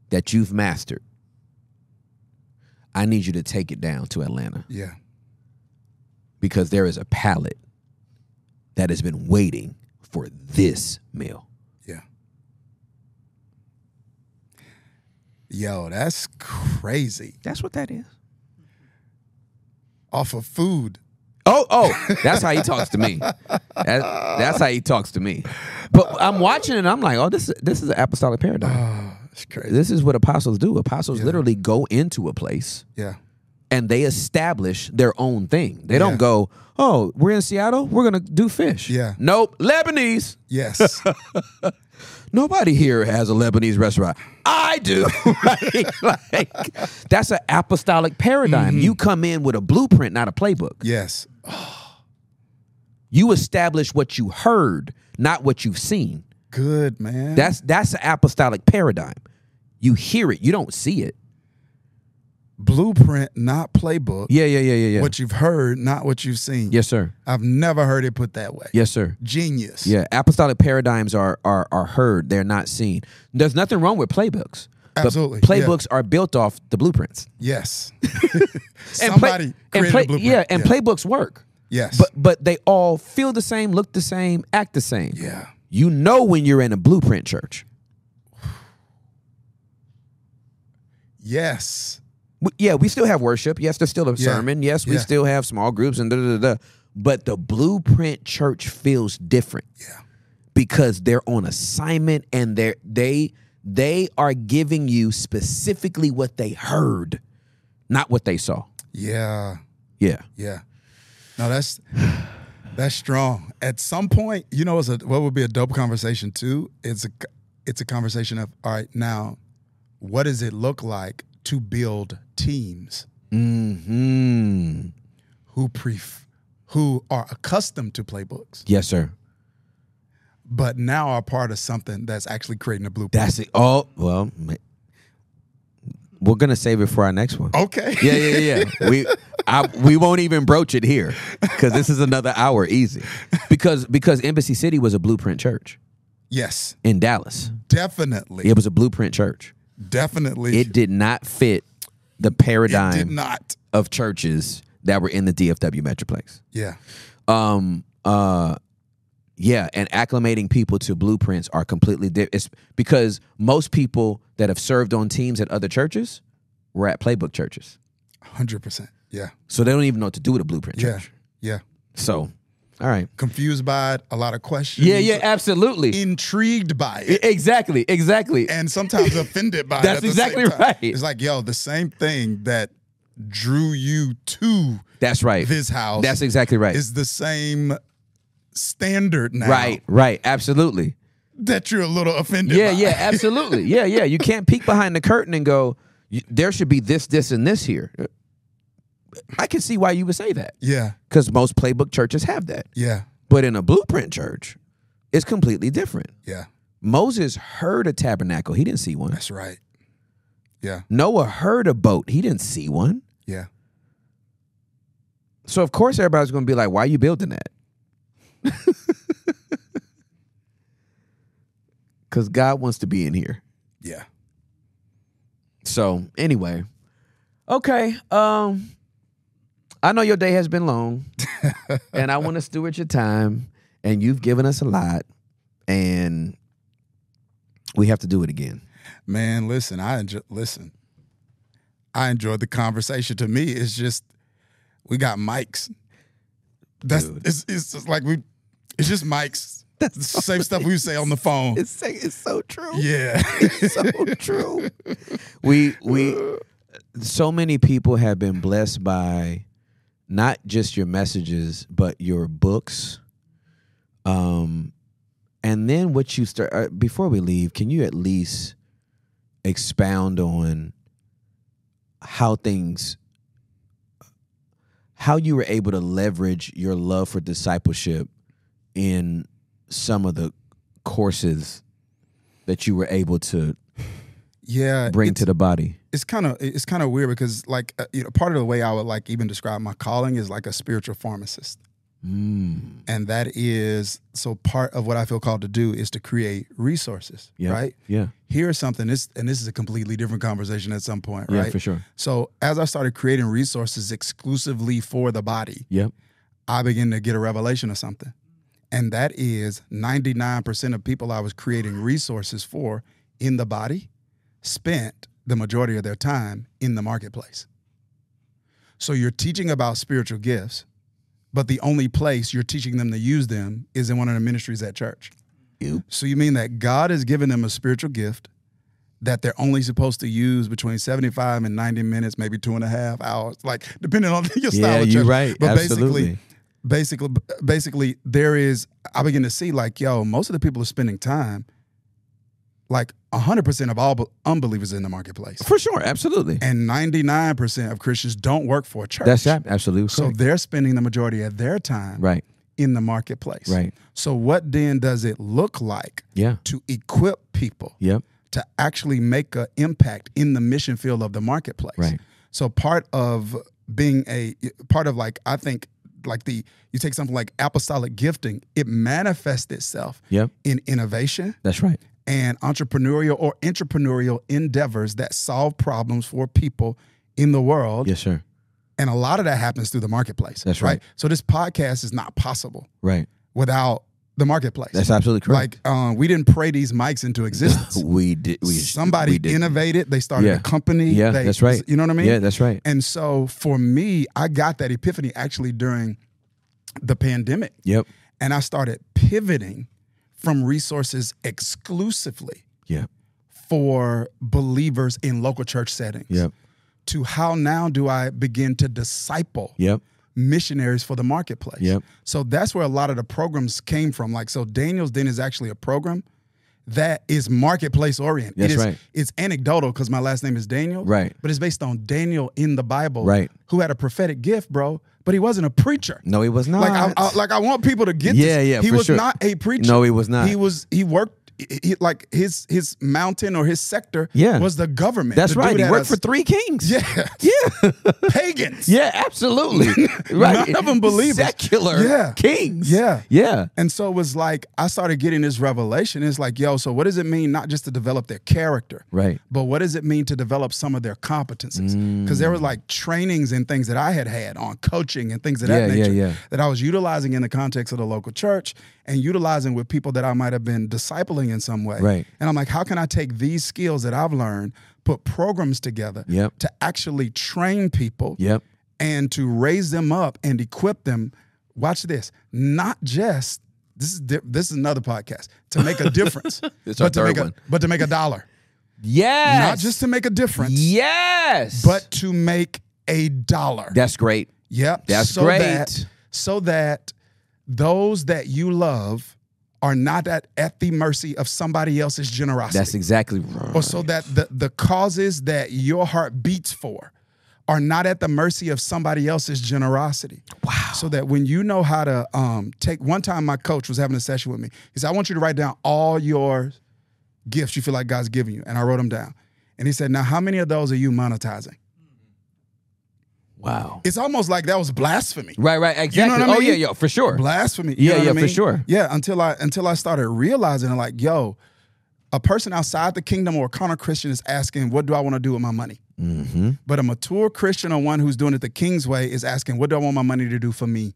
[SPEAKER 2] that you've mastered. I need you to take it down to Atlanta
[SPEAKER 3] Yeah.
[SPEAKER 2] because there is a palate that has been waiting for this meal.
[SPEAKER 3] Yeah. Yo, that's crazy.
[SPEAKER 2] That's what that is.
[SPEAKER 3] Off of food.
[SPEAKER 2] Oh, oh, that's how he talks to me. That- that's how he talks to me. But I'm watching it. and I'm like, oh, this is this is an apostolic paradigm.
[SPEAKER 3] Oh, it's crazy.
[SPEAKER 2] This is what apostles do. Apostles literally go into a place
[SPEAKER 3] Yeah.
[SPEAKER 2] and they establish their own thing. They don't
[SPEAKER 3] Yeah.
[SPEAKER 2] go, oh, we're in Seattle. We're gonna do fish.
[SPEAKER 3] Yeah.
[SPEAKER 2] Nope. Lebanese.
[SPEAKER 3] Yes.
[SPEAKER 2] Nobody here has a Lebanese restaurant. I do. right? Like that's an apostolic paradigm. You come in with a blueprint, not a playbook.
[SPEAKER 3] yes.
[SPEAKER 2] You establish what you heard, not what you've seen.
[SPEAKER 3] Good, man.
[SPEAKER 2] That's that's an apostolic paradigm. You hear it, you don't see it.
[SPEAKER 3] blueprint, not playbook.
[SPEAKER 2] Yeah, yeah, yeah, yeah, yeah.
[SPEAKER 3] What you've heard, not what you've seen.
[SPEAKER 2] yes, sir.
[SPEAKER 3] I've never heard it put that way.
[SPEAKER 2] Yes, sir.
[SPEAKER 3] Genius.
[SPEAKER 2] Yeah, apostolic paradigms are are are heard, they're not seen. There's nothing wrong with playbooks. but
[SPEAKER 3] Absolutely, yeah.
[SPEAKER 2] playbooks are built off the blueprints.
[SPEAKER 3] Yes.
[SPEAKER 2] And play-
[SPEAKER 3] Somebody
[SPEAKER 2] and
[SPEAKER 3] created
[SPEAKER 2] play-
[SPEAKER 3] a blueprint.
[SPEAKER 2] Yeah, and playbooks work.
[SPEAKER 3] Yes.
[SPEAKER 2] But but they all feel the same, look the same, act the same.
[SPEAKER 3] yeah.
[SPEAKER 2] You know when you're in a blueprint church.
[SPEAKER 3] Yes.
[SPEAKER 2] we- yeah, we still have worship. Yes, there's still a
[SPEAKER 3] Yeah.
[SPEAKER 2] sermon. Yes, we
[SPEAKER 3] Yeah.
[SPEAKER 2] still have small groups and da da da. da. But the blueprint church feels different.
[SPEAKER 3] Yeah.
[SPEAKER 2] Because they're on assignment and they are they they are giving you specifically what they heard, not what they saw.
[SPEAKER 3] Yeah.
[SPEAKER 2] Yeah.
[SPEAKER 3] Yeah. No, that's that's strong. At some point, you know, it's a what would be a dope conversation too. It's a it's a conversation of all right now, what does it look like to build teams
[SPEAKER 2] Hmm.
[SPEAKER 3] who pref who are accustomed to playbooks,
[SPEAKER 2] Yes, sir.
[SPEAKER 3] but now are part of something that's actually creating a blueprint.
[SPEAKER 2] That's it. Oh well, ma- we're gonna save it for our next one.
[SPEAKER 3] okay.
[SPEAKER 2] Yeah, yeah, yeah, yeah. we I, we won't even broach it here because this is another hour easy. Because because Embassy City was a blueprint church
[SPEAKER 3] Yes.
[SPEAKER 2] in Dallas.
[SPEAKER 3] Definitely.
[SPEAKER 2] It was a blueprint church.
[SPEAKER 3] Definitely.
[SPEAKER 2] It did not fit the
[SPEAKER 3] It did
[SPEAKER 2] paradigm
[SPEAKER 3] not.
[SPEAKER 2] of churches that were in the DFW metroplex.
[SPEAKER 3] Yeah.
[SPEAKER 2] Um. Uh. Yeah, and acclimating people to blueprints are completely different. It's because most people that have served on teams at other churches were at playbook churches.
[SPEAKER 3] Hundred percent. Yeah.
[SPEAKER 2] So they don't even know what to do with a blueprint
[SPEAKER 3] Yeah.
[SPEAKER 2] church.
[SPEAKER 3] Yeah.
[SPEAKER 2] So, all right.
[SPEAKER 3] Confused by it, a lot of questions.
[SPEAKER 2] Yeah, yeah, absolutely. E,
[SPEAKER 3] Intrigued by it.
[SPEAKER 2] Exactly, exactly.
[SPEAKER 3] and sometimes offended by
[SPEAKER 2] That's
[SPEAKER 3] it. at the same
[SPEAKER 2] exactly
[SPEAKER 3] time.
[SPEAKER 2] right.
[SPEAKER 3] It's like, yo, the same thing that drew you to
[SPEAKER 2] That's right.
[SPEAKER 3] this house
[SPEAKER 2] That's exactly right.
[SPEAKER 3] is the same standard now
[SPEAKER 2] Right, right, absolutely.
[SPEAKER 3] that you're a little offended
[SPEAKER 2] Yeah,
[SPEAKER 3] by.
[SPEAKER 2] yeah, absolutely. Yeah, yeah. You can't peek behind the curtain and go, "You- there should be this, this, and this here. I can see why you would say that
[SPEAKER 3] Yeah,
[SPEAKER 2] because most playbook churches have that.
[SPEAKER 3] yeah,
[SPEAKER 2] But in a blueprint church, it's completely different.
[SPEAKER 3] yeah.
[SPEAKER 2] Moses heard a tabernacle, he didn't see one.
[SPEAKER 3] That's right. Yeah,
[SPEAKER 2] Noah heard a boat, he didn't see one.
[SPEAKER 3] yeah.
[SPEAKER 2] So, of course, everybody's going to be like, why are you building that? Because God wants to be in here.
[SPEAKER 3] Yeah.
[SPEAKER 2] So anyway, okay. Um, I know your day has been long, and I want to steward your time. And you've given us a lot, and we have to do it again.
[SPEAKER 3] Man, listen, I enjoy listen. I enjoyed the conversation. To me, it's just we got mics. That's it's, it's just like we it's just mics. That's the same stuff we say on the phone.
[SPEAKER 2] It's it's so true.
[SPEAKER 3] Yeah.
[SPEAKER 2] so true. We we so many people have been blessed by not just your messages but your books. Um and then what you start uh, before we leave, can you at least expound on how things how you were able to leverage your love for discipleship in some of the courses that you were able to
[SPEAKER 3] yeah.
[SPEAKER 2] bring to the body.
[SPEAKER 3] Uh, it's kind of it's kind of weird because like uh, you know part of the way I would like even describe my calling is like a spiritual pharmacist, and that is so part of what I feel called to do is to create resources,
[SPEAKER 2] Yeah.
[SPEAKER 3] right?
[SPEAKER 2] Yeah.
[SPEAKER 3] Here's something this and this is a completely different conversation at some point,
[SPEAKER 2] Yeah,
[SPEAKER 3] right?
[SPEAKER 2] for sure.
[SPEAKER 3] So as I started creating resources exclusively for the body,
[SPEAKER 2] Yep.
[SPEAKER 3] I began to get a revelation of something, and that is 99% of people I was creating resources for in the body spent the majority of their time in the marketplace. So you're teaching about spiritual gifts, but the only place you're teaching them to use them is in one of the ministries at church.
[SPEAKER 2] Yep.
[SPEAKER 3] So you mean that God has given them a spiritual gift that they're only supposed to use between 75 and 90 minutes, maybe two and a half hours, like depending on your style
[SPEAKER 2] Yeah,
[SPEAKER 3] of
[SPEAKER 2] you're
[SPEAKER 3] church.
[SPEAKER 2] right.
[SPEAKER 3] But
[SPEAKER 2] Absolutely.
[SPEAKER 3] basically, basically, basically, there is, I begin to see like, yo, most of the people are spending time, like 100% of all be- unbelievers in the marketplace.
[SPEAKER 2] For sure. Absolutely.
[SPEAKER 3] And 99% of Christians don't work for a church.
[SPEAKER 2] That's ab- absolutely
[SPEAKER 3] So
[SPEAKER 2] correct.
[SPEAKER 3] they're spending the majority of their time
[SPEAKER 2] right.
[SPEAKER 3] in the marketplace.
[SPEAKER 2] Right.
[SPEAKER 3] So what then does it look like
[SPEAKER 2] Yeah.
[SPEAKER 3] to equip people
[SPEAKER 2] Yep.
[SPEAKER 3] to actually make an impact in the mission field of the marketplace.
[SPEAKER 2] Right.
[SPEAKER 3] So part of being a part of like I think like the you take something like apostolic gifting, it manifests itself
[SPEAKER 2] Yep.
[SPEAKER 3] in innovation
[SPEAKER 2] That's right.
[SPEAKER 3] and entrepreneurial or entrepreneurial endeavors that solve problems for people in the world.
[SPEAKER 2] Yes, sir.
[SPEAKER 3] And a lot of that happens through the marketplace.
[SPEAKER 2] That's right.
[SPEAKER 3] So this podcast is not possible
[SPEAKER 2] Right.
[SPEAKER 3] without the marketplace.
[SPEAKER 2] That's absolutely correct.
[SPEAKER 3] like um, we didn't pray these mics into existence.
[SPEAKER 2] we did. We
[SPEAKER 3] somebody
[SPEAKER 2] we did.
[SPEAKER 3] innovated. They started
[SPEAKER 2] Yeah.
[SPEAKER 3] a company.
[SPEAKER 2] Yeah.
[SPEAKER 3] they-
[SPEAKER 2] that's right.
[SPEAKER 3] You know what I mean?
[SPEAKER 2] Yeah. That's right.
[SPEAKER 3] and so for me, I got that epiphany actually during the pandemic,
[SPEAKER 2] Yep.
[SPEAKER 3] and I started pivoting from resources exclusively
[SPEAKER 2] Yep.
[SPEAKER 3] for believers in local church settings
[SPEAKER 2] Yep.
[SPEAKER 3] to how now do I begin to disciple
[SPEAKER 2] Yep.
[SPEAKER 3] missionaries for the marketplace.
[SPEAKER 2] Yep.
[SPEAKER 3] So that's where a lot of the programs came from. Like so Daniel's Den is actually a program that is marketplace oriented.
[SPEAKER 2] That's
[SPEAKER 3] it is
[SPEAKER 2] right.
[SPEAKER 3] it's anecdotal because my last name is Daniel.
[SPEAKER 2] Right.
[SPEAKER 3] But it's based on Daniel in the Bible.
[SPEAKER 2] Right.
[SPEAKER 3] Who had a prophetic gift, bro, but he wasn't a preacher.
[SPEAKER 2] No, he was not.
[SPEAKER 3] Like I, I like I want people to get
[SPEAKER 2] Yeah,
[SPEAKER 3] this.
[SPEAKER 2] yeah,
[SPEAKER 3] He
[SPEAKER 2] for
[SPEAKER 3] was
[SPEAKER 2] sure.
[SPEAKER 3] not a preacher.
[SPEAKER 2] No, he was not.
[SPEAKER 3] He was he worked he- he, like his his mountain or his sector
[SPEAKER 2] Yeah.
[SPEAKER 3] was the government.
[SPEAKER 2] that's
[SPEAKER 3] The dude
[SPEAKER 2] right. He
[SPEAKER 3] had
[SPEAKER 2] worked for
[SPEAKER 3] a-
[SPEAKER 2] three kings.
[SPEAKER 3] yeah,
[SPEAKER 2] Yeah.
[SPEAKER 3] pagans.
[SPEAKER 2] yeah. Absolutely. right.
[SPEAKER 3] None of 'em believers.
[SPEAKER 2] Secular.
[SPEAKER 3] Yeah.
[SPEAKER 2] Kings.
[SPEAKER 3] Yeah.
[SPEAKER 2] Yeah.
[SPEAKER 3] And so it was like I started getting this revelation. It's like, yo, so what does it mean not just to develop their character,
[SPEAKER 2] Right.
[SPEAKER 3] but what does it mean to develop some of their competencies?
[SPEAKER 2] Mm.
[SPEAKER 3] Because there was like trainings and things that I had had on coaching and things of that
[SPEAKER 2] Yeah, yeah,
[SPEAKER 3] nature
[SPEAKER 2] yeah.
[SPEAKER 3] that I was utilizing in the context of the local church and utilizing with people that I might have been discipling healing in some way.
[SPEAKER 4] Right.
[SPEAKER 3] And I'm like, how can I take these skills that I've learned, put programs together
[SPEAKER 4] Yep.
[SPEAKER 3] to actually train people
[SPEAKER 4] Yep.
[SPEAKER 3] and to raise them up and equip them. Watch this, not just this is di- this is another podcast to make a difference,
[SPEAKER 2] This our
[SPEAKER 3] but to
[SPEAKER 2] third
[SPEAKER 3] make a
[SPEAKER 2] one.
[SPEAKER 3] but to make a dollar,
[SPEAKER 2] Yes.
[SPEAKER 3] not just to make a difference,
[SPEAKER 2] Yes.
[SPEAKER 3] but to make a dollar.
[SPEAKER 2] that's great.
[SPEAKER 3] Yep.
[SPEAKER 2] That's
[SPEAKER 3] so That,
[SPEAKER 2] great.
[SPEAKER 3] so that those that you love are not at, at the mercy of somebody else's generosity.
[SPEAKER 2] That's exactly right.
[SPEAKER 3] or Oh, so that the, the causes that your heart beats for are not at the mercy of somebody else's generosity. Wow. So that when you know how to um, take one time my coach was having a session with me. He said, I want you to write down all your gifts you feel like God's giving you. And I wrote them down. And he said, Now how many of those are you monetizing?
[SPEAKER 2] Wow.
[SPEAKER 3] It's almost like that was blasphemy.
[SPEAKER 2] Right, right, exactly.
[SPEAKER 3] what I
[SPEAKER 2] Oh
[SPEAKER 3] mean?
[SPEAKER 2] yeah, yeah, for sure.
[SPEAKER 3] blasphemy. You
[SPEAKER 2] Yeah,
[SPEAKER 3] know what
[SPEAKER 2] yeah,
[SPEAKER 3] I
[SPEAKER 2] for
[SPEAKER 3] mean?
[SPEAKER 2] sure.
[SPEAKER 3] Yeah, until I until I started realizing like, yo, a person outside the kingdom or a counter Christian is asking, what do I want to do with my money?
[SPEAKER 2] Mm-hmm.
[SPEAKER 3] But a mature Christian or one who's doing it the king's way is asking, what do I want my money to do for me?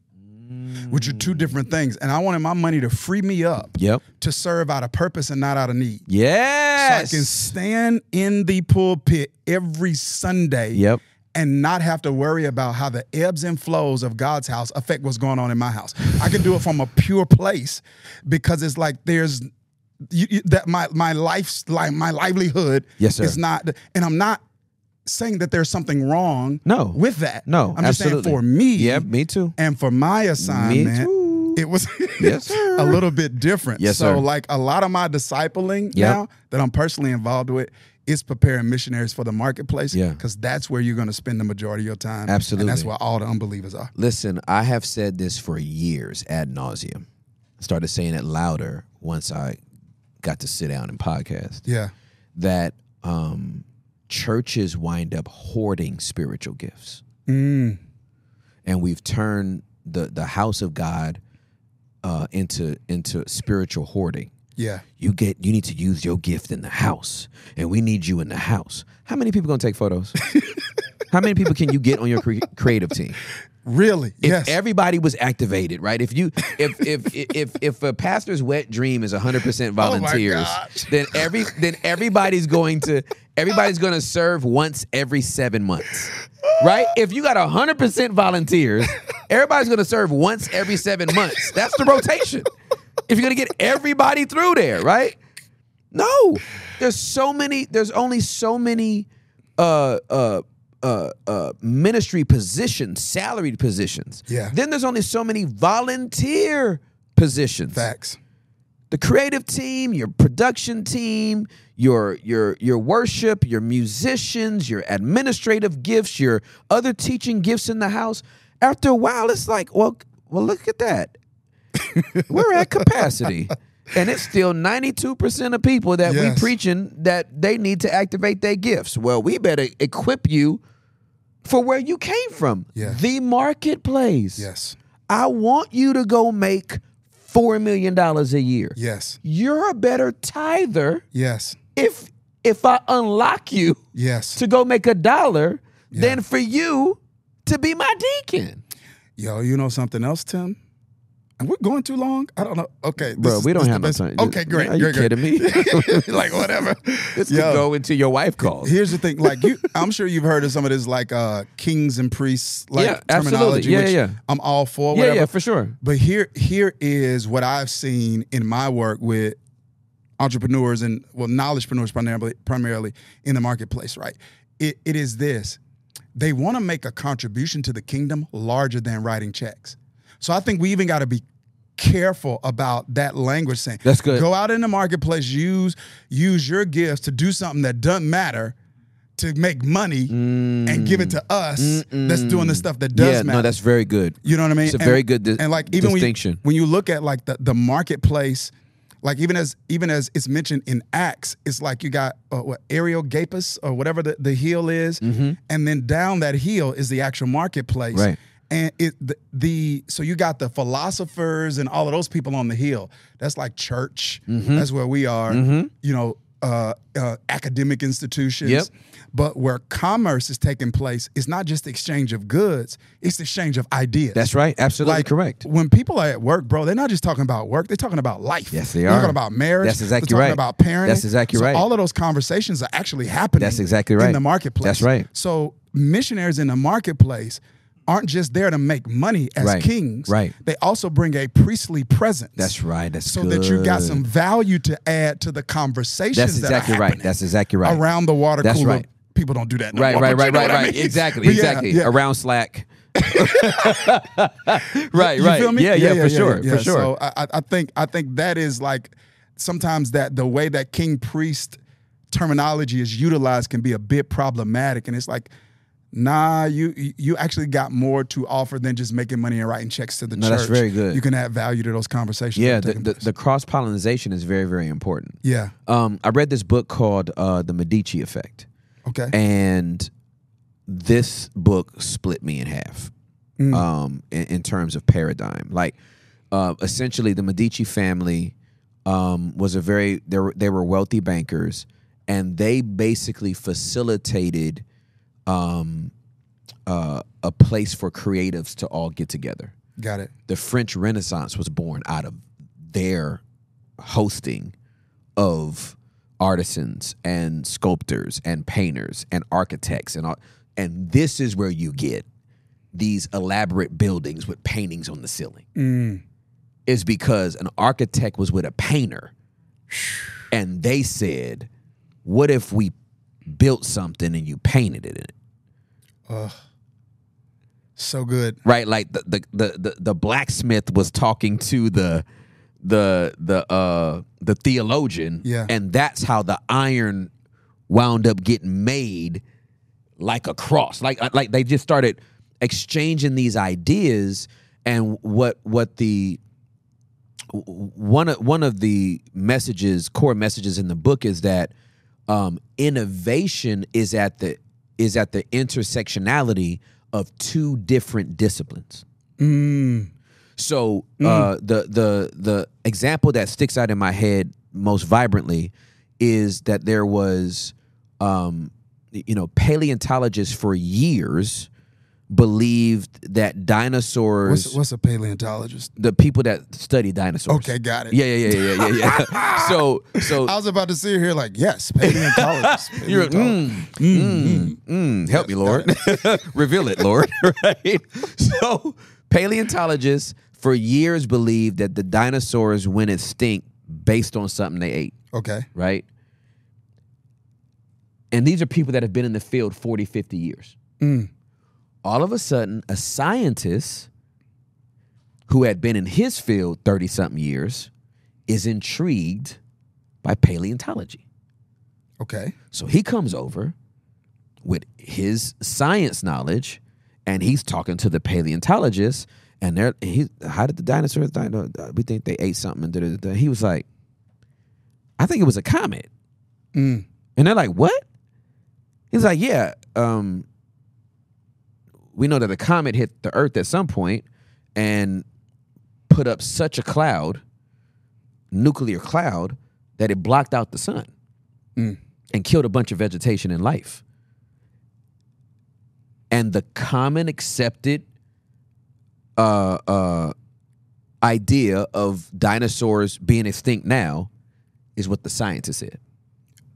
[SPEAKER 2] Mm.
[SPEAKER 3] Which are two different things. And I wanted my money to free me up
[SPEAKER 4] Yep.
[SPEAKER 3] to serve out of purpose and not out of need. So I
[SPEAKER 2] Yes.
[SPEAKER 3] can stand in the pulpit every Sunday
[SPEAKER 4] Yep.
[SPEAKER 3] and not have to worry about how the ebbs and flows of God's house affect what's going on in my house. I can do it from a pure place because it's like there's you, you- that my my life's like my livelihood
[SPEAKER 4] Yes, sir.
[SPEAKER 3] is not and I'm not saying that there's something wrong
[SPEAKER 4] No.
[SPEAKER 3] with that.
[SPEAKER 4] No,
[SPEAKER 3] I'm just
[SPEAKER 4] absolutely.
[SPEAKER 3] saying for me
[SPEAKER 4] Yeah, me too.
[SPEAKER 3] and for my assignment
[SPEAKER 4] too.
[SPEAKER 3] it was
[SPEAKER 4] Yes, sir.
[SPEAKER 3] a little bit different.
[SPEAKER 4] Yes,
[SPEAKER 3] so
[SPEAKER 4] sir.
[SPEAKER 3] like a lot of my discipling now that I'm personally involved with is preparing missionaries for the marketplace.
[SPEAKER 4] Yeah.
[SPEAKER 3] Because that's where you're going to spend the majority of your time. And that's
[SPEAKER 4] Absolutely.
[SPEAKER 3] where all the unbelievers are.
[SPEAKER 2] Listen, I have said this for years ad nauseum. I started saying it louder once I got to sit down and podcast
[SPEAKER 3] Yeah.
[SPEAKER 2] that um, churches wind up hoarding spiritual gifts, and we've turned the the house of God uh, into into spiritual hoarding.
[SPEAKER 3] Yeah.
[SPEAKER 2] You get you need to use your gift in the house, and we need you in the house. How many people gonna take photos? How many people can you get on your cre- creative team?
[SPEAKER 3] Really?
[SPEAKER 2] if
[SPEAKER 3] yes.
[SPEAKER 2] everybody was activated, right? If you if if if if a pastor's wet dream is 100% volunteers,
[SPEAKER 3] gosh.
[SPEAKER 2] then every then everybody's going to everybody's going to serve once every 7 months. Right? If you got 100% volunteers, everybody's going to serve once every 7 months. That's the rotation. If you're going to get everybody through there, right? No. There's so many there's only so many uh uh uh, uh, ministry positions, salaried positions.
[SPEAKER 3] Yeah.
[SPEAKER 2] Then there's only so many volunteer positions.
[SPEAKER 3] Facts.
[SPEAKER 2] The creative team, your production team, your your your worship, your musicians, your administrative gifts, your other teaching gifts in the house. After a while, it's like, well, well, look at that. We're at capacity. And it's still 92% of people that
[SPEAKER 3] Yes.
[SPEAKER 2] we preaching that they need to activate their gifts. Well, we better equip you for where you came from.
[SPEAKER 3] Yeah.
[SPEAKER 2] The marketplace.
[SPEAKER 3] Yes.
[SPEAKER 2] I want you to go make $4 million a year.
[SPEAKER 3] Yes.
[SPEAKER 2] You're a better tither
[SPEAKER 3] Yes.
[SPEAKER 2] if if I unlock you
[SPEAKER 3] Yes.
[SPEAKER 2] to go make a dollar than for you to be my deacon.
[SPEAKER 3] Yo, you know something else, Tim? And we're going too long. I don't know. Okay, this
[SPEAKER 4] Bro,
[SPEAKER 3] is-
[SPEAKER 4] we don't
[SPEAKER 3] this
[SPEAKER 4] have no
[SPEAKER 3] the
[SPEAKER 4] time.
[SPEAKER 3] best- Okay, great.
[SPEAKER 4] Are you
[SPEAKER 3] great, great.
[SPEAKER 4] kidding me?
[SPEAKER 3] like whatever.
[SPEAKER 2] This could go into your wife calls.
[SPEAKER 3] Here's the thing, like you, I'm sure you've heard of some of this, like uh, kings and priests, like
[SPEAKER 4] Yeah, absolutely.
[SPEAKER 3] terminology.
[SPEAKER 4] Yeah,
[SPEAKER 3] which
[SPEAKER 4] yeah, yeah.
[SPEAKER 3] I'm all for.
[SPEAKER 4] Yeah,
[SPEAKER 3] Whatever.
[SPEAKER 4] yeah, for sure.
[SPEAKER 3] But here, here is what I've seen in my work with entrepreneurs and well, knowledgepreneurs primarily, primarily in the marketplace. Right? It, it is this: they want to make a contribution to the kingdom larger than writing checks. So I think we even got to be careful about that language saying
[SPEAKER 4] That's good.
[SPEAKER 3] go out in the marketplace use use your gifts to do something that doesn't matter to make money and give it to us that's doing the stuff that does
[SPEAKER 2] Yeah,
[SPEAKER 3] matter
[SPEAKER 2] no, that's very good.
[SPEAKER 3] you know what I mean?
[SPEAKER 2] It's a very good dis-
[SPEAKER 3] and like even
[SPEAKER 2] distinction.
[SPEAKER 3] When you, when you look at like the, the marketplace, like even as even as it's mentioned in Acts, it's like you got uh, what Areopagus or whatever the, the hill is,
[SPEAKER 2] Mm-hmm.
[SPEAKER 3] and then down that hill is the actual marketplace.
[SPEAKER 4] Right.
[SPEAKER 3] And it the, the so you got the
[SPEAKER 2] Mm-hmm.
[SPEAKER 3] philosophers and all of those people on the hill. That's like church. That's where we are. You know, uh, uh, academic institutions.
[SPEAKER 2] Yep.
[SPEAKER 3] But where commerce is taking place, it's not just exchange of goods; it's exchange of ideas.
[SPEAKER 2] That's right. Absolutely
[SPEAKER 3] Like,
[SPEAKER 2] correct.
[SPEAKER 3] When people are at work, bro, they're not just talking about work; they're talking about life.
[SPEAKER 2] Yes, they
[SPEAKER 3] they're
[SPEAKER 2] are.
[SPEAKER 3] Talking about marriage.
[SPEAKER 2] That's exactly
[SPEAKER 3] they're
[SPEAKER 2] right.
[SPEAKER 3] talking About parenting.
[SPEAKER 2] That's exactly
[SPEAKER 3] So
[SPEAKER 2] right.
[SPEAKER 3] All of those conversations are actually happening.
[SPEAKER 2] That's exactly right.
[SPEAKER 3] In the marketplace.
[SPEAKER 2] That's right.
[SPEAKER 3] So missionaries in the marketplace aren't just there to make money as
[SPEAKER 2] Right.
[SPEAKER 3] kings.
[SPEAKER 2] Right.
[SPEAKER 3] They also bring a priestly presence.
[SPEAKER 2] That's right. That's
[SPEAKER 3] so that you got
[SPEAKER 2] good.
[SPEAKER 3] some value to add to the conversations.
[SPEAKER 2] That's
[SPEAKER 3] that are
[SPEAKER 2] exactly right.
[SPEAKER 3] happening
[SPEAKER 2] That's exactly right.
[SPEAKER 3] Around the water
[SPEAKER 2] That's
[SPEAKER 3] cooler.
[SPEAKER 2] right.
[SPEAKER 3] People don't do that. No
[SPEAKER 2] right,
[SPEAKER 3] more,
[SPEAKER 2] right,
[SPEAKER 3] but you
[SPEAKER 2] right,
[SPEAKER 3] know
[SPEAKER 2] right,
[SPEAKER 3] what I
[SPEAKER 2] right.
[SPEAKER 3] mean?
[SPEAKER 2] Exactly,
[SPEAKER 3] But yeah,
[SPEAKER 2] exactly.
[SPEAKER 3] yeah.
[SPEAKER 2] Around Slack. right,
[SPEAKER 3] You
[SPEAKER 2] right.
[SPEAKER 3] feel me?
[SPEAKER 2] Yeah, yeah, for sure,
[SPEAKER 3] yeah.
[SPEAKER 2] for sure.
[SPEAKER 3] So I, I- I think I think that is like sometimes that the way that king priest terminology is utilized can be a bit problematic, and it's like. Nah, you you actually got more to offer than just making money and writing checks to the
[SPEAKER 2] No,
[SPEAKER 3] church.
[SPEAKER 2] that's very good.
[SPEAKER 3] You can add value to those conversations. that
[SPEAKER 2] yeah,
[SPEAKER 3] are
[SPEAKER 2] the,
[SPEAKER 3] taking
[SPEAKER 2] the,
[SPEAKER 3] place.
[SPEAKER 2] the cross pollinization is very, very important.
[SPEAKER 3] yeah.
[SPEAKER 2] Um, I read this book called uh, The Medici Effect,
[SPEAKER 3] Okay.
[SPEAKER 2] and this book split me in half um, in, in terms of paradigm. Like, uh, essentially, the Medici family um, was a very they were, they were wealthy bankers, and they basically facilitated um, uh, a place for creatives to all get together
[SPEAKER 3] got it.
[SPEAKER 2] the French Renaissance was born out of their hosting of artisans and sculptors and painters and architects and all, and this is where you get these elaborate buildings with paintings on the ceiling.
[SPEAKER 3] Mm,
[SPEAKER 2] Is because an architect was with a painter and they said, "What if we built something and you painted it in it?"
[SPEAKER 3] So good.
[SPEAKER 2] right like the the the the, the blacksmith was talking to the the the uh the theologian
[SPEAKER 3] Yeah.
[SPEAKER 2] and that's how the iron wound up getting made like a cross like uh, like they just started exchanging these ideas and what what the one of one of the messages, core messages in the book is that um, innovation is at the is at the intersectionality of two different disciplines.
[SPEAKER 3] Mm.
[SPEAKER 2] So uh, the the the example that sticks out in my head most vibrantly is that there was, um, you know, paleontologists for years believed that dinosaurs
[SPEAKER 3] What's, what's a paleontologist?
[SPEAKER 2] the people that study dinosaurs.
[SPEAKER 3] Okay, got it.
[SPEAKER 2] Yeah, yeah, yeah, yeah, yeah, yeah. so, so
[SPEAKER 3] I was about to sit here like, yes, paleontologist.
[SPEAKER 2] you're mm, mm, mm, help me, Lord. Reveal it, Lord. right? So, paleontologists for years believed that the dinosaurs went extinct based on something they ate,
[SPEAKER 3] okay.
[SPEAKER 2] right? And these are people that have been in the field 40, 50 years. Mm. All of a sudden, a scientist who had been in his field 30 something years is intrigued by paleontology.
[SPEAKER 3] Okay.
[SPEAKER 2] So he comes over with his science knowledge, and he's talking to the paleontologist, and they're he. How did the dinosaurs die? No, uh, We think they ate something. And da, da, da, da. He was like, I think it was a comet, and they're like, what? He's like, yeah. Um, we know that a comet hit the Earth at some point, and put up such a cloud, nuclear cloud, that it blocked out the sun and killed a bunch of vegetation and life. And the common accepted uh, uh, idea of dinosaurs being extinct now is what the scientists said.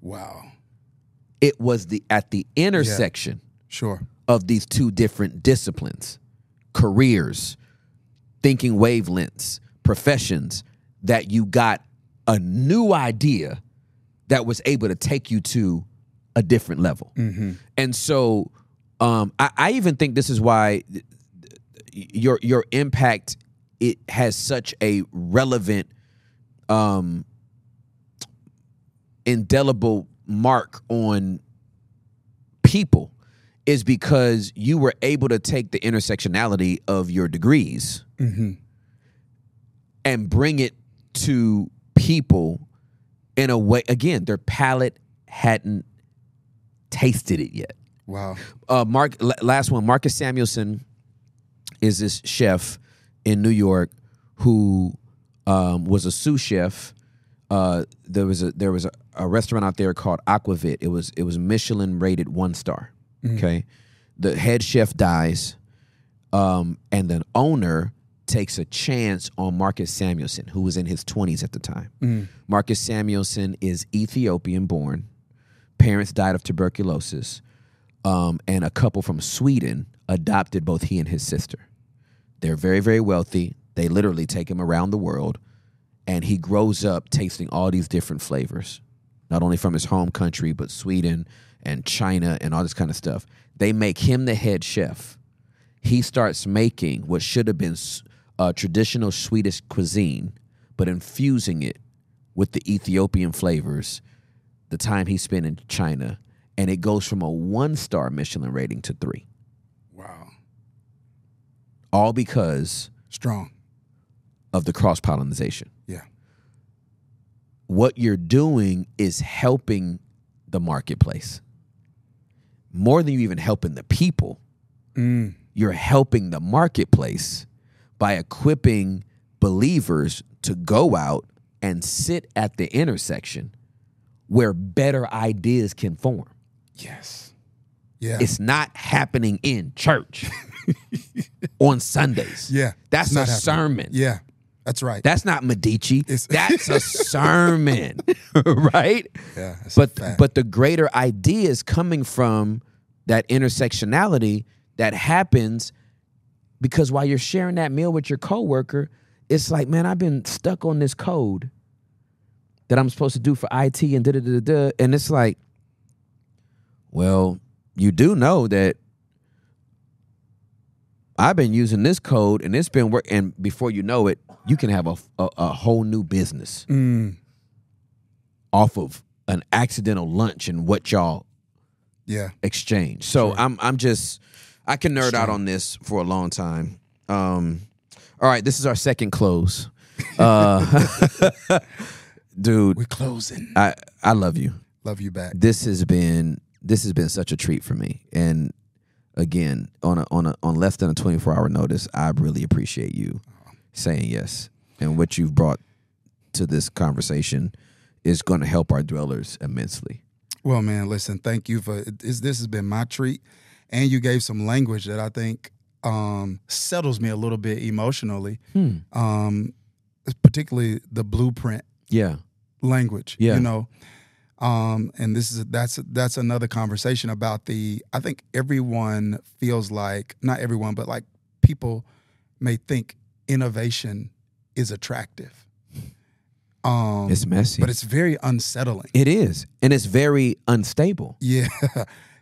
[SPEAKER 3] Wow.
[SPEAKER 2] It was the at the intersection
[SPEAKER 3] Sure.
[SPEAKER 2] of these two different disciplines, careers, thinking wavelengths, professions, that you got a new idea that was able to take you to a different level. And so um, I, I even think this is why th- th- your your impact it has such a relevant um indelible mark on people is because you were able to take the intersectionality of your degrees and bring it to people in a way again their palate hadn't tasted it yet
[SPEAKER 3] Wow.
[SPEAKER 2] uh, Mark, la- last one. Marcus Samuelson is this chef in New York who um, was a sous chef uh, there was a there was a, a restaurant out there called Aquavit. It was it was Michelin rated one star. Okay, the head chef dies, um, and the owner takes a chance on Marcus Samuelson, who was in his twenties at the time. Marcus Samuelson is Ethiopian born. Parents died of tuberculosis, um, and a couple from Sweden adopted both he and his sister. They're very, very wealthy. They literally take him around the world, and he grows up tasting all these different flavors, not only from his home country, but Sweden and China and all this kind of stuff. They make him the head chef. He starts making what should have been s- uh, traditional Swedish cuisine, but infusing it with the Ethiopian flavors the time he spent in China. And it goes from a one star Michelin rating to three,
[SPEAKER 3] Wow.
[SPEAKER 2] all because
[SPEAKER 3] Strong.
[SPEAKER 2] of the cross pollination.
[SPEAKER 3] Yeah.
[SPEAKER 2] what you're doing is helping the marketplace more than you even helping the people
[SPEAKER 3] Mm.
[SPEAKER 2] you're helping the marketplace by equipping believers to go out and sit at the intersection where better ideas can form
[SPEAKER 3] Yes. Yeah.
[SPEAKER 2] it's not happening in church on sundays
[SPEAKER 3] yeah.
[SPEAKER 2] that's
[SPEAKER 3] It's not
[SPEAKER 2] a
[SPEAKER 3] happening.
[SPEAKER 2] sermon
[SPEAKER 3] Yeah. That's right.
[SPEAKER 2] that's not Medici.
[SPEAKER 3] It's-
[SPEAKER 2] That's a sermon, right?
[SPEAKER 3] Yeah, that's a
[SPEAKER 2] But
[SPEAKER 3] fact.
[SPEAKER 2] but the greater idea is coming from that intersectionality that happens because while you're sharing that meal with your coworker, it's like, man, I've been stuck on this code that I'm supposed to do for IT and da da da da, and it's like, well, you do know that I've been using this code and it's been work. And before you know it, you can have a, a, a whole new business off of an accidental lunch and what y'all
[SPEAKER 3] yeah.
[SPEAKER 2] exchange. So I'm I'm just I can nerd out on this for a long time. Um, all right, this is our second close. Uh, dude,
[SPEAKER 3] We're closing.
[SPEAKER 2] I I love you.
[SPEAKER 3] Love you back.
[SPEAKER 2] This has been this has been such a treat for me. And again, on a, on a, on less than a 24 hour notice, I really appreciate you saying yes and what you've brought to this conversation is going to help our dwellers immensely.
[SPEAKER 3] Well, man, listen, thank you for this. This has been my treat, and you gave some language that I think um, settles me a little bit emotionally.
[SPEAKER 2] Hmm.
[SPEAKER 3] Um, particularly the blueprint
[SPEAKER 2] Yeah.
[SPEAKER 3] language.
[SPEAKER 2] Yeah.
[SPEAKER 3] you know. Um, and this is that's that's another conversation about the. I think everyone feels like not everyone, but like people may think innovation is attractive. Um,
[SPEAKER 2] It's messy.
[SPEAKER 3] but it's very unsettling.
[SPEAKER 2] It is, and it's very unstable
[SPEAKER 3] yeah,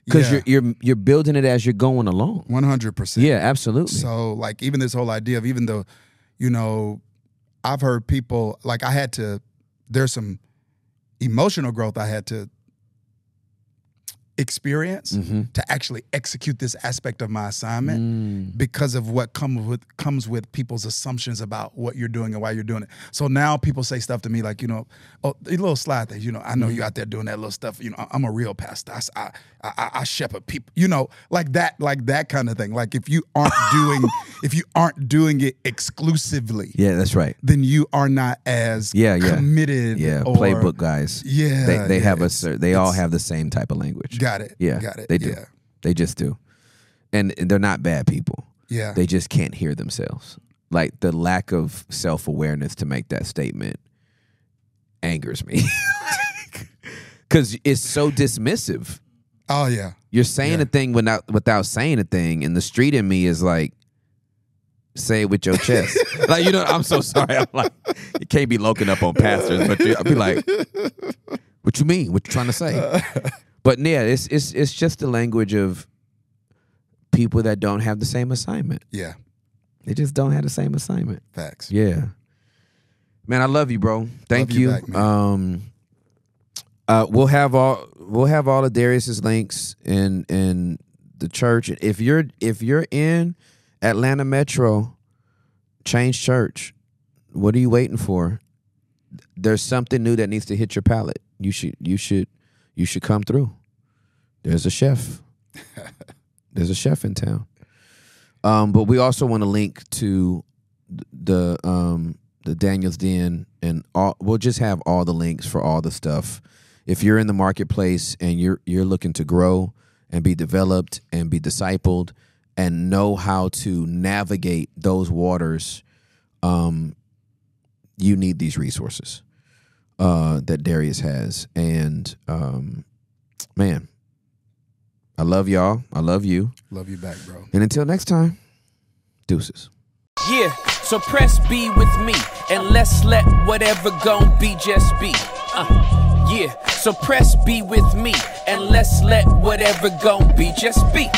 [SPEAKER 2] because you're you're you're building it as you're going along.
[SPEAKER 3] one hundred percent.
[SPEAKER 2] Yeah, absolutely.
[SPEAKER 3] So like even this whole idea of even though, you know, I've heard people like I had to there's some emotional growth I had to experience to actually execute this aspect of my assignment
[SPEAKER 2] Mm. Mm-hmm.
[SPEAKER 3] because of what comes with comes with people's assumptions about what you're doing and why you're doing it. So now people say stuff to me like, you know, oh, the little slide things. You know, I know
[SPEAKER 2] Mm-hmm.
[SPEAKER 3] you out there doing that little stuff. You know, I- I'm a real pastor. I s- I, I, I shepherd people. You know, like that, like that kind of thing. Like if you aren't doing, if you aren't doing it exclusively,
[SPEAKER 2] yeah, that's right.
[SPEAKER 3] then you are not as
[SPEAKER 2] Yeah, yeah.
[SPEAKER 3] committed.
[SPEAKER 2] Yeah,
[SPEAKER 3] or-
[SPEAKER 2] playbook guys.
[SPEAKER 3] Yeah,
[SPEAKER 2] they they
[SPEAKER 3] yeah,
[SPEAKER 2] have a
[SPEAKER 3] it's-
[SPEAKER 2] cer- they all have the same type of language.
[SPEAKER 3] Got it.
[SPEAKER 2] Yeah,
[SPEAKER 3] got it.
[SPEAKER 2] They do.
[SPEAKER 3] Yeah.
[SPEAKER 2] They just do, and and they're not bad people.
[SPEAKER 3] Yeah.
[SPEAKER 2] They just can't hear themselves. Like the lack of self awareness to make that statement angers me because it's so dismissive.
[SPEAKER 3] oh yeah.
[SPEAKER 2] You're saying a thing without without saying a thing, and the street in me is like, say it with your chest. like you know, I'm so sorry. I'm like,
[SPEAKER 4] You can't be loking up on pastors, but you,
[SPEAKER 2] I'd be like, what you mean? What you trying to say? But yeah, it's it's it's just the language of people that don't have the same assignment.
[SPEAKER 3] Yeah.
[SPEAKER 2] They just don't have the same assignment.
[SPEAKER 3] Facts.
[SPEAKER 2] Yeah. Man, I love you, bro. Thank
[SPEAKER 3] Love you
[SPEAKER 2] you.
[SPEAKER 3] back, man.
[SPEAKER 2] um uh we'll have all we'll have all of Darius's links in in the church. If you're if you're in Atlanta Metro, change church. What are you waiting for? There's something new that needs to hit your palate. You should you should you should come through. There's a chef. There's a chef in town. Um, but we also want to link to the um, the Daniel's Den, and all, we'll just have all the links for all the stuff. If you're in the marketplace and you're you're looking to grow and be developed and be discipled and know how to navigate those waters, um, you need these resources uh, that Darius has. And um, man, I love y'all. I love you.
[SPEAKER 3] Love you back, bro.
[SPEAKER 2] And until next time, deuces.
[SPEAKER 6] Yeah, so press B with me, and let's let whatever gon' be just be. Uh, yeah, so press B with me, and let's let whatever gon' be just be.